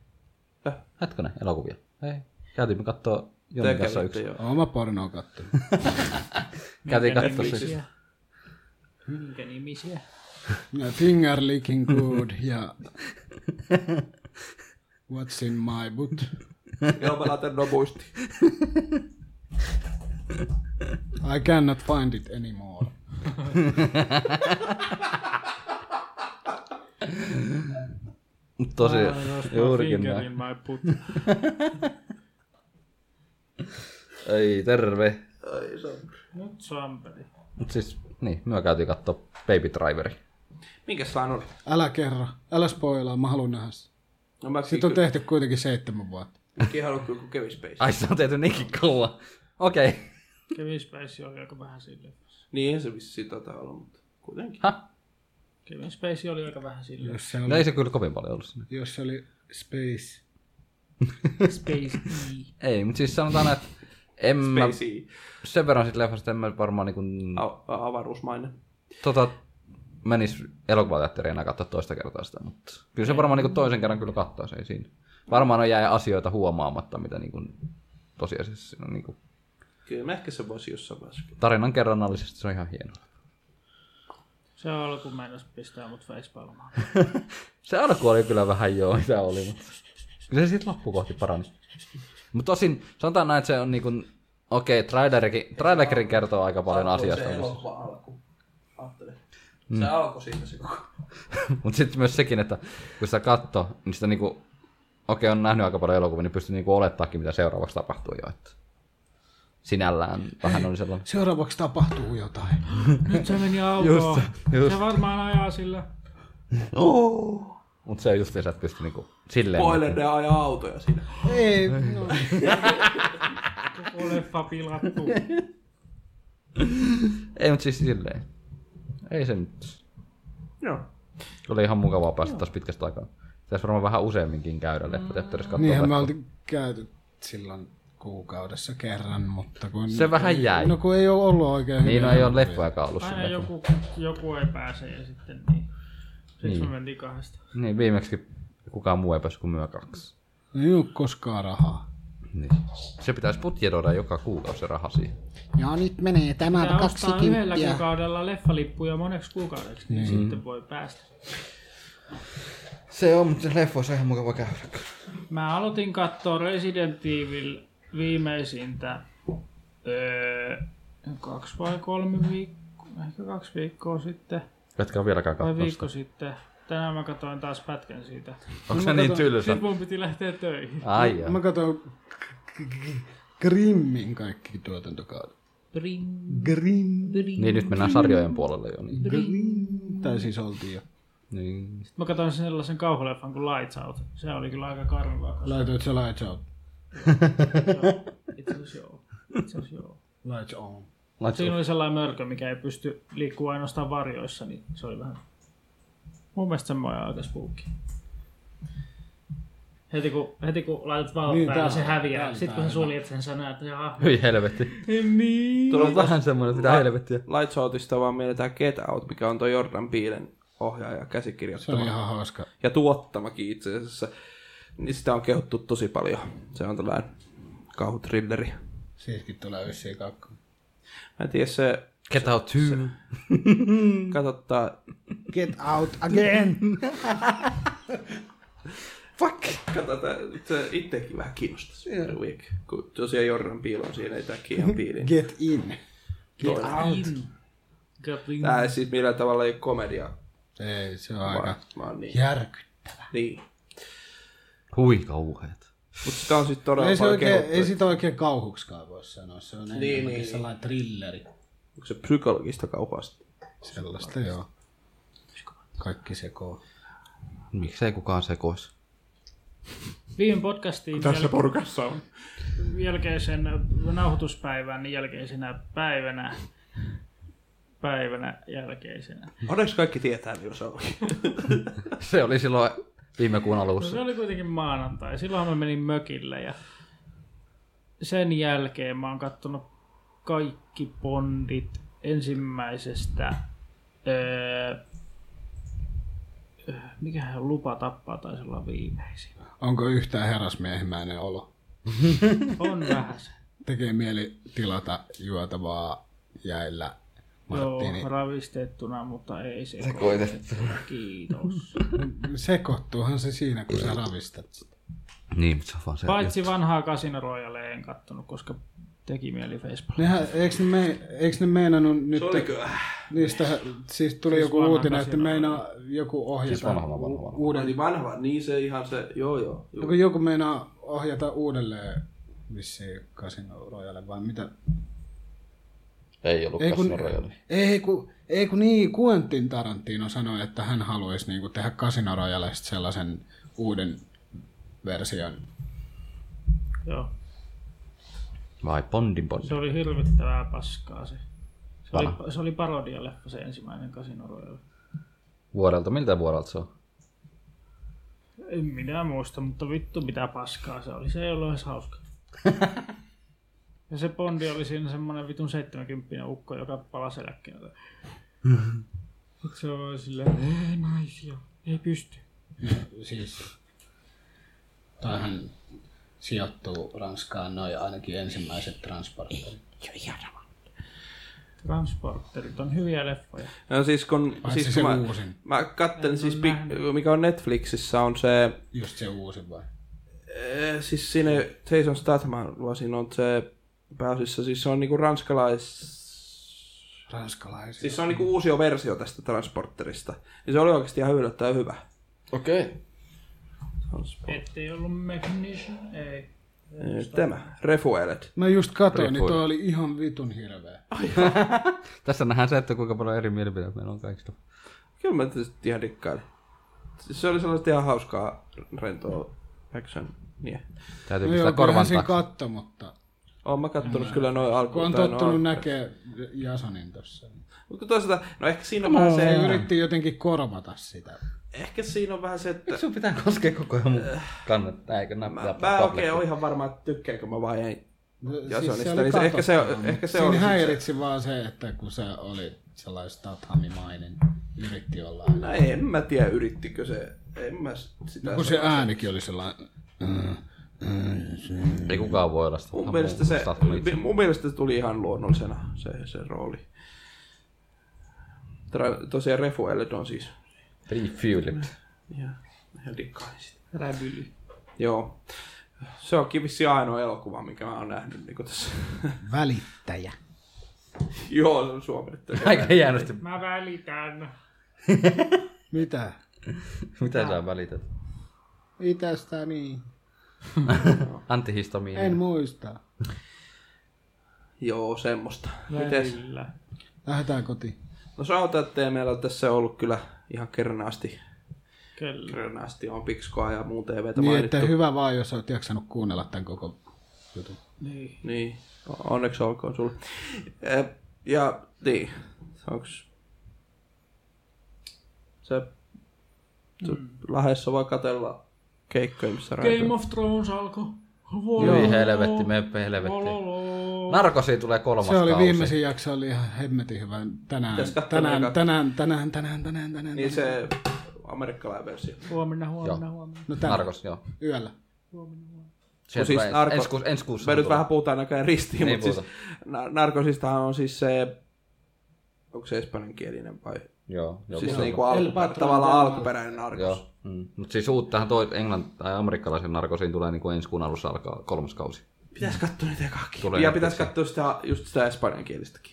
Hetkonen, elokuvia. Ei. Käytiin me kattoo Jonin Tekemättä, kanssa niin yksi. joo. Oon mä pornoa kattonut. Käytiin Minkä kattoo se. nimisiä? siis- Minkä nimisiä? Ja Finger licking good ja What's in my boot? Joo, mä laitan no nobuisti. I cannot find it anymore. Tosi, Ai, jos mä juurikin fingerin näin. mä put- Ei, terve. Nyt sampeli. Mut siis, niin, me käytiin kattoo Baby Driveri. Minkäs vaan oli? Älä kerro, älä spoilaa, mä haluan nähdä sen. No mä Sitten on tehty kuitenkin seitsemän vuotta. Mäkin haluan kyllä kun Kevin Space. Ai, sä oot tehty niinkin kauan. Okei. Okay. Kevin Spacey oli aika vähän silleen. Niin, se vissiin taitaa olla, mutta kuitenkin. Kevin Spacey oli aika vähän silleen. Jos se No oli, ei se kyllä kovin paljon ollut sinne. jos se oli space. Space E. Ei, mut siis sanotaan, että en mä, Spacey, sen verran sit leffasta en mä varmaan niinku, a- a- avaruusmainen. tota, menis elokuvateatteriin enää katsoa toista kertaa sitä, mutta kyllä se varmaan niinku toisen kerran kyllä katsoo, se ei siinä. Varmaan on jäi asioita huomaamatta, mitä niinku, tosiasiassa siinä on niinku, Kyllä mä ehkä se voisi jossain vaiheessa. tarinan kerronnallisesti se on ihan hieno. Se alku mennessä pistää mut facepalmaan. Se alku oli kyllä vähän joo, mitä oli, mutta kyllä se sitten loppukohti parani. Mutta tosin sanotaan näin, että se on niinku, okei, okay, trailerikin, trailerikin kertoo aika paljon asiasta. Mm. mutta- alku. Ajattelin. Se alkoi siitä se koko. Mutta sitten myös sekin, että kun sitä katsoo, niin sitä niinku, okei on nähnyt aika paljon elokuvia, niin pystyy niinku olettaakin, mitä seuraavaksi tapahtuu jo. Että sinällään vähän oli sellainen. Seuraavaksi tapahtuu jotain. Nyt se meni autoon. Se varmaan ajaa sillä. No. Mutta se on just se, että pystyy niinku silleen. Spoiler, ne ajaa autoja siinä. Ei, no. Koko leffa pilattu. Ei, mutta siis silleen. Ei se nyt. Joo. Oli ihan mukavaa päästä taas pitkästä aikaa. Pitäisi varmaan vähän useamminkin käydä leffateatterissa katsoa. Niinhän me vaikka- oltiin käyty silloin kuukaudessa kerran, mutta kun... Se vähän jäi. No kun ei ole ollut oikein Niin, no hyviä ei ole elokuvia. leffojakaan ollut Aina silleen. joku, joku ei pääse ja sitten niin. Siksi niin. me mentiin kahdesta. Niin, viimeksi kukaan muu ei päässyt kuin myö kaksi. Ei ole koskaan rahaa. Niin. Se pitäisi budjetoida joka kuukausi se raha siihen. Ja nyt menee tämä Pitää ostaa yhdellä kaksikymppiä. kuukaudella leffalippuja moneksi kuukaudeksi, niin mm-hmm. sitten voi päästä. Se on, mutta leffoissa on ihan mukava käydä. Mä aloitin katsoa Resident Evil viimeisintä öö, kaksi vai kolme viikkoa, ehkä kaksi viikkoa sitten, Etkä ole vieläkään vai katsonut sitä. viikko sitten. Tänään mä katsoin taas pätkän siitä. Onko se niin tylsä? Sitten mun piti lähteä töihin. Ai jaa. Mä katson k- k- Grimmin kaikki tuotantokaudet. Bring, Grimm. bring. Niin nyt mennään sarjojen puolelle jo. Niin. Grimm. Tai siis oltiin jo. niin. Mä katsoin sellaisen kauhuleffan kuin Lights Out. Se oli kyllä aika karmivaa, koska Laitoit sä lights out? itse asiassa joo. Itse asiassa joo. Lights on. Siinä oli sellainen mörkö, mikä ei pysty liikkua ainoastaan varjoissa, niin se oli vähän... Mun mielestä semmoinen aika spooky. Heti kun, heti kun laitat valot niin, Niin, päälle, tää- se häviää. tää- Sitten kun sä suljet sen, sä näet, että jaha, Hyi helvetti. niin. Tuo on vähän semmoinen, että mitä helvettiä. Lights Outista vaan mielletään Get Out, mikä on tuo Jordan Peelen ohjaaja Se oli käsikirjoittama ihan hauska. ja tuottamakin itse asiassa. niin sitä on kehuttu tosi paljon. Se on tällainen kauhutrilleri. Siitäkin tulee yssiä kakkonen. Mä en tiedä, se Get out two. katsottaa... Get out again! Fuck! Katsotaan, se itsekin vähän kiinnostaisi. Yeah. Week. Kun tosiaan Jorran piilo on siinä, ei tääkin ihan piiliin. Get in! Get out! Gatling. Tää ei siis millään tavalla ei ole komedia, Ei, se on vaan, aika vaan niin. järkyttävä. niin. Hui kauheat. Mutta sitä on sitten todella Ei, se paljon oikein, kehuttu. ei sitä oikein kauhuksikaan voi sanoa. Se on Niin, niin, niin, niin, sellainen trilleri. Onko se psykologista kauhuasta? Sellaista, joo. Kaikki sekoo. Miksei kukaan sekois? Viime podcastiin Tässä porukassa on. jälkeisen nauhoituspäivän jälkeisenä päivänä päivänä jälkeisenä. Onneksi kaikki tietää, milloin se on. Se oli silloin viime kuun alussa. Se oli kuitenkin maanantai. Silloin mä menin mökille ja sen jälkeen mä oon kattonut kaikki bondit ensimmäisestä öö, mikähän lupa tappaa taisi olla viimeisin. Onko yhtään herrasmiehimäinen olo? On vähän se. Tekee mieli tilata juotavaa jäillä Joo, Martini. ravistettuna, mutta ei se. Sekoitettu. Kiitos. Sekoittuuhan se siinä, kun sä ravistat sitä. Niin, mutta se on vaan se. Paitsi vanhaa Casino Royale en kattonut, koska teki mieli Facebook. Nehän, eikö ne, me, eikö ne meinannut nyt... Niistä siis tuli siis joku vanhan uutinen, että kasinalla. meinaa joku ohjata siis vanhalla, vanhalla. uuden... Niin vanha, niin se ihan se, joo joo. joo. Joku, joku meinaa ohjata uudelleen vissiin Casino Royale vai mitä? Ei ollut Ei kun, ei, kun, ei kun niin, Quentin Tarantino sanoi, että hän haluaisi niinku tehdä Casino Royalesta sellaisen uuden version. Joo. Vai Bondin Bond. Se oli hirvittävää paskaa se. Se oli, se oli parodialeffa se ensimmäinen Casino Royale. Vuodelta, miltä vuodelta se on? En minä muista, mutta vittu mitä paskaa se oli. Se ei ollut edes hauska. ja se Bondi oli siinä semmonen vitun 70 ukko, joka palasi eläkkeelle. Sitten se oli silleen, ei naisia, ei pysty. Siis, tai hän sijoittuu Ranskaan noin ainakin ensimmäiset transportit. Transporterit on hyviä leffoja. No siis kun, Paitsi siis se kun mä, uusin. mä kattelin siis, pik, mikä on Netflixissä, on se, Just se uusi vai? eh, siis siinä Jason Statham, vaan siinä on se pääosissa, siis se on niinku ranskalais, Ranskalaisia. siis se on niinku uusi versio tästä Transporterista. Ja se oli oikeasti ihan yllättäen hyvä. Okei. Okay. Ettei ollut Mechnician, ei. Eh, Tämä, Refuelet. Mä just katsoin, niin toi oli ihan vitun hirveä. Tässä nähdään se, että kuinka paljon eri mielipiteitä meillä on kaikista. Kyllä mä tästä ihan dikkailin. Siis se oli sellaista ihan hauskaa rentoa action. Niin. Täytyy No pistää joo, korvan kyllähän taakse. siinä katto, mutta Oon mä kattonut kyllä noin alkuun. kun on tai tottunut noin näkee Jasonin tossa. niin Mutta toisaalta, no ehkä siinä on vähän se, Se yritti jotenkin korvata sitä. ehkä siinä on vähän se, että Sun pitää koskea koko ajan mun kannattaa, eikö nää mä, mä en oikein ole ihan varma, että tykkääkö mä vai ei. No, Jasonista, oli niin se- ehkä se- katsottavaa, ehkä se mutta oli siinä sit häiritsi vaan se, että kun se oli sellainen stathamimainen, yritti olla No aina. en mä tiedä, yrittikö se. En mä s- sitä No Kun se sano. äänikin oli sellainen... Mm, mm, se- Ei kukaan voi olla sitä. Mun mielestä, se, No Statham itse. mun mielestä se tuli ihan luonnollisena, se, se rooli. Tra, tosiaan Refueled on siis Refueled. ihan, ihan dikkailin sitä. Räbyli. Joo. Se on vissiin ainoa elokuva, minkä mä oon nähnyt niin tässä. Välittäjä. Joo, se on suomennettu. Aika jäännösti. Mä välitän. Mitä? Mitä sä välität? Itästäni. Antihistamiini. niin. En muista. Joo, semmoista. Mites? Välillä. Lähdetään kotiin. No sanotaan, että ei meillä on tässä ollut kyllä ihan kernaasti. Kyllä. Kernaasti on pikskoa ja muun TVtä Niin, mainittu. että hyvä vaan, jos oot jaksanut kuunnella tämän koko jutun. Niin. Niin, o- onneksi olkoon sulle. Eh, Ja niin, onks... Se... se Mm. Lähdessä voi katella keikkoja, missä Game räätälöidään. of Thrones alkoi. Hyi helvetti, meppä helvetti. Narkosi tulee kolmas Se oli kausi. viimeisin jakso, oli ihan hemmetin hyvä tänään. Pitäis katsoa Tänään, eka- tänään, tänään, tänään, tänään, tänään. Niin se amerikkalainen versio. Huomenna, huomenna, huomenna. No tänään, Narkos, joo. yöllä. siis Sieltä tulee ens- narko- ensi, kuussa- ensi kuussa. Me nyt tulee. vähän puhutaan näköjään ristiin, Niin mutta siis na- narkosistahan on siis se, onko se espanjankielinen vai? Joo, joo. siis se- niinku El alkuperä, Patron tavallaan del alkuperäinen narkos. Joo. Mm. Mutta siis uuttahan toi englant, tai amerikkalaisen narkosiin tulee niinku ensi kuun alussa alkaa kolmas kausi. Pitäis katsoa niitä ekaakin. Tulee ja pitäis Netflixiin. katsoa sitä, just sitä espanjankielistäkin.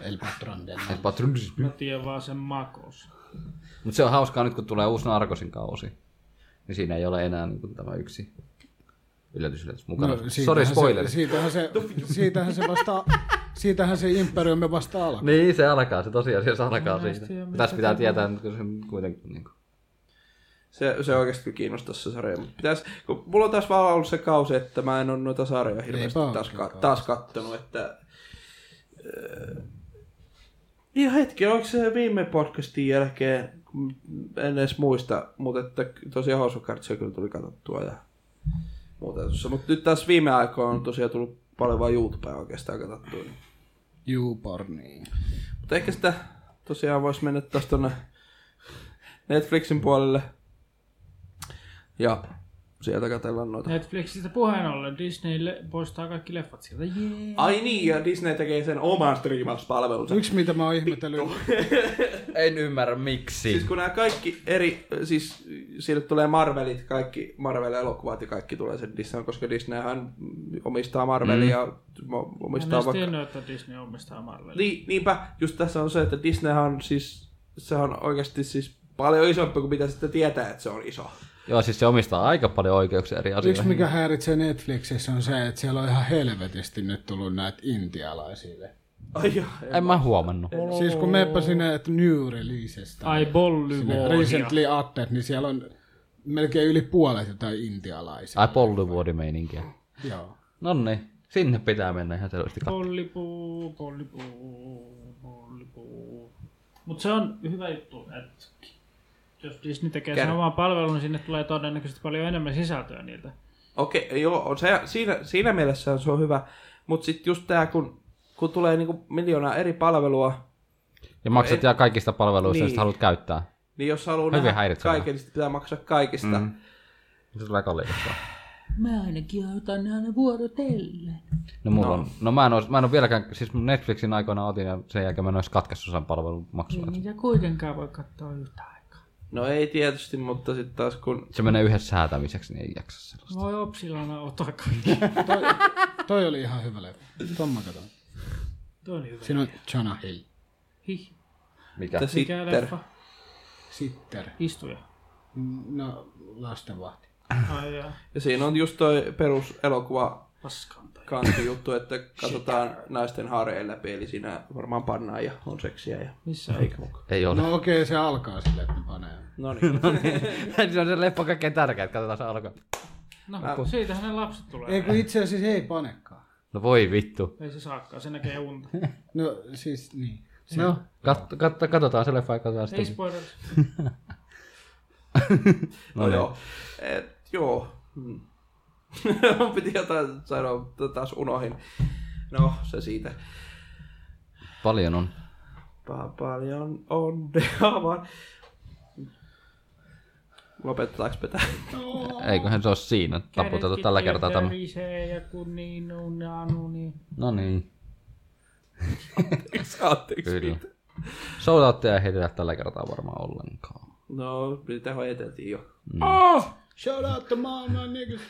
El Patron del Norte. Et patrullis- Mä tiedän vaan sen makos. Mut se on hauskaa nyt kun tulee uusi narkosin kausi. Niin siinä ei ole enää niinku tämä yksi yllätys, yllätys mukana. No, Sori, siitähän spoiler. Se, siitähän, se, siitähän, se vasta, siitähän se imperiumi vasta alkaa. Niin, se alkaa, se tosiasiassa alkaa näistä siitä. ei oo mitään Tässä pitää tietää, mutta se kuitenkin niinku. Se, se oikeasti kiinnostaisi se sarja. Mut Pitäis, kun mulla on taas vaan ollut se kausi, että mä en ole noita sarjoja hirveästi Eipä taas, ka- olekaan. taas kattonut, että... öö, Ihan niin hetki, onko se viime podcastin jälkeen, kun en edes muista, mutta että tosiaan Hosukartsia kyllä tuli katsottua ja muuta. Mutta nyt taas viime aikoina on tosiaan tullut paljon vaan YouTubea oikeastaan katsottua. Niin. Juuporniin. Mutta ehkä sitä tosiaan voisi mennä taas tuonne Netflixin puolelle. Ja sieltä katsellaan noita. Netflixistä puheen ollen Disney le- poistaa kaikki leffat sieltä. Jee. Ai niin, ja Disney tekee sen oman striimauspalvelunsa. Yksi, mitä mä oon ihmetellyt, En ymmärrä miksi. Siis kun nämä kaikki eri, siis sille tulee Marvelit, kaikki Marvel-elokuvat ja kaikki tulee sen Disney, koska Disneyhän omistaa Marvelia, mm. Mä omistaa en vaikka... tiennyt, että Disney omistaa Marvelin. Niin, niinpä, just tässä on se, että Disneyhän on siis, se on oikeasti siis paljon isompi kuin mitä sitten tietää, että se on iso. Joo, siis se omistaa aika paljon oikeuksia eri asioihin. yksi mikä häiritsee Netflixissä on se, että siellä on ihan helvetisti nyt tullut näitä intialaisille. Ai joo, En mä huomannut. Siis kun meppä sinne, että new releasestä, Ai Bollywood. recently updated, niin siellä on melkein yli puolet jotain intialaisia. Ai pollyvuodimeininkiä. Joo. Nonni, sinne pitää mennä ihan selvästi katsomaan. Pollipuu, pollipuu, pollipuu. Mut se on hyvä juttu, että jos Disney tekee sen Kerro. oman palvelun, niin sinne tulee todennäköisesti paljon enemmän sisältöä niiltä. Okei, joo, on se, siinä, siinä mielessä se on hyvä, mutta sitten just tämä, kun, kun tulee niinku miljoonaa eri palvelua, Ja maksat ja kaikista palveluista, Niin. niin. haluat käyttää. niin jos haluaa Hyvin nähdä häiritsevää. kaiken, niin sit pitää maksaa kaikista. Mm. Se Niin tulee kalliiksi. Mä ainakin otan aina vuorotellen. No, mulla no. On, no mä, en ois, mä en ole vieläkään, siis mun Netflixin aikoina otin ja sen jälkeen mä en olisi katkaissut sen palvelun maksua. Ei niitä kuitenkaan voi katsoa yhtä aikaa. No ei tietysti, mutta sitten taas kun... Se menee yhdessä säätämiseksi, niin ei jaksa sellaista. Voi opsilana ottaa kaikki. Toi, toi oli ihan hyvä leffa. Tomma katon. Tuo on hyvä. Siinä on Jonah Hill. Hih, Että Mikä? mikä sitten, leffa? Sitter. Istuja. No, lastenvahti. Ai jaa, ja siinä on just toi peruselokuva paskanta. kansi juttu, että katsotaan naisten haareen läpi, eli siinä varmaan pannaan ja on seksiä ja Missä on? eikä mukaan. Ei ole. No okei, okay, se alkaa sille, että ne panee. No niin. se on se leffa kaikkein tärkeä, että katsotaan se alkaa. No, siitähän ne lapset tulee. Ei kun itse asiassa ei panekaan. No voi vittu. Ei se saakkaan, se näkee unta. No siis niin. No, kat, kat, katsotaan se leffa ja katsotaan Ei sitten. spoilers. No, joo. Et, joo. Hmm. Mun Piti jotain sanoa, mutta taas unohin. No, se siitä. Paljon on. Pa- paljon onnea vaan. Lopetetaanko pitää? Eiköhän se ole siinä. Taputeltu tuota, tällä kertaa tämä. Kädet ja kun niin, nun, anu, niin. No niin, Anteeksi. kyllä. Shoutoutteja ei heitetä tällä kertaa varmaan ollenkaan. No, mitä hoiteltiin jo. Mm. Ah! Shout out to mama niggas.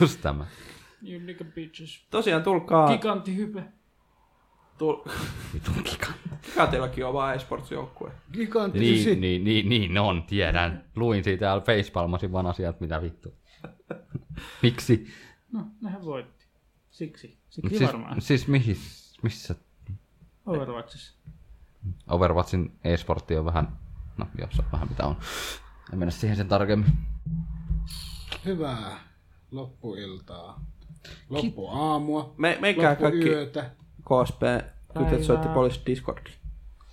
Just tämä. You nigga bitches. Tosiaan tulkaa. Gigantti hype. Tul... Katillakin on vaan esports-joukkue. Gigantti Niin, niin, niin, niin on, tiedän. Luin siitä facepalmasin vaan asiat, mitä vittu. Miksi? No, nehän voitti. Siksi. Mut Siksi Siis, varmaan. siis mihin, missä Overwatchissa. Overwatchin e-sportti on vähän, no joo, se on vähän mitä on. En mennä siihen sen tarkemmin. niin. Hyvää loppuiltaa. Loppuaamua. Me, menkää kaikki Loppuyötä. KSP. Tytöt soitti poliisi Discordiin.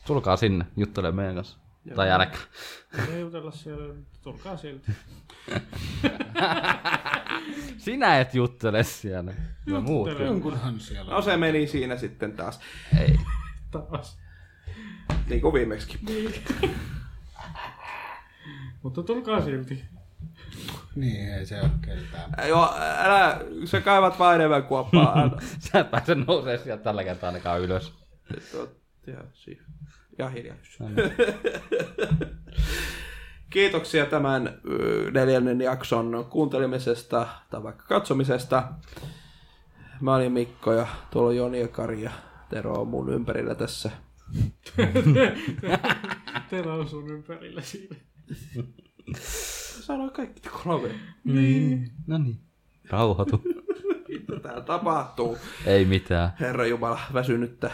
Tulkaa sinne, juttele meidän kanssa. Tai älkää. Ei jutella siellä, mutta tulkaa silti. Sinä et juttele siellä. No muut. Juttele. kyllä. Jonkunhan siellä No se meni siinä sitten taas. Ei. Taas. Niin kuin viimeksi. Mutta tulkaa silti. Niin, ei se ole keltään. Ei, Joo, älä, sä kaivat vaan enemmän kuoppaa. Anna. Sä et pääse nousee sieltä tällä kertaa ainakaan ylös. Ja, siihen. ja hiljaisuus. Kiitoksia tämän ö, neljännen jakson kuuntelemisesta tai vaikka katsomisesta. Mä olin Mikko ja tuolla on Joni ja Kari ja Tero on mun ympärillä tässä. Teillä on sun ympärillä siinä. Sano kaikki kolme, No niin. Rauhoitu. mitä täällä tapahtuu. Ei mitään. Herra Jumala, väsynyttä.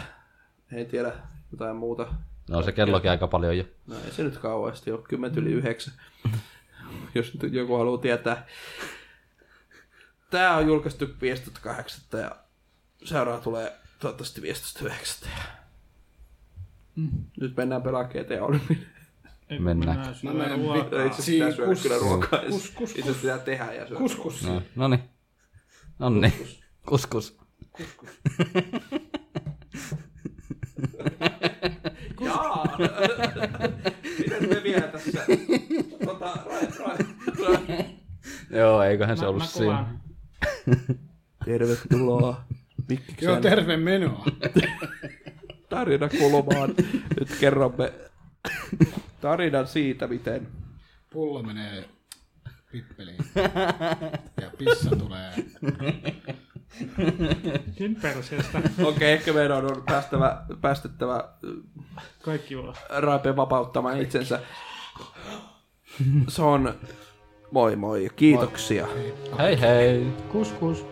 En tiedä jotain muuta. No se kellokin aika paljon jo. No ei se nyt kauheasti ole, 10 yli 9, jos nyt joku haluaa tietää. Tää on julkaistu 15.8. ja seuraava tulee toivottavasti 15.9. Mm. Nyt mennään pelaa GTA Online. Ei, kun Mennään. Mennään Mä syömään menen ruokaa. Itse asiassa pitää syödä kyllä ruokaa. Kus, kus, Itse asiassa pitää tehdä ja syödä. Kus, Kuskus. No, no niin. No niin. Kuskus. Jaa! Miten me vielä tässä? Tota, Rai, Rai, Rai. Joo, eiköhän se Mä, ollut mä siinä. kuvaan. Tervetuloa. Mikki Joo, terve minua. tarinakulumaan. Nyt kerromme tarinan siitä, miten... Pullo menee pippeliin. Ja pissa tulee. Sen perseestä Okei, okay, ehkä meidän on päästävä, päästettävä kaikki ulos. Raipe vapauttamaan itsensä. Se on... Moi moi, kiitoksia. Hei hei. Kuskus.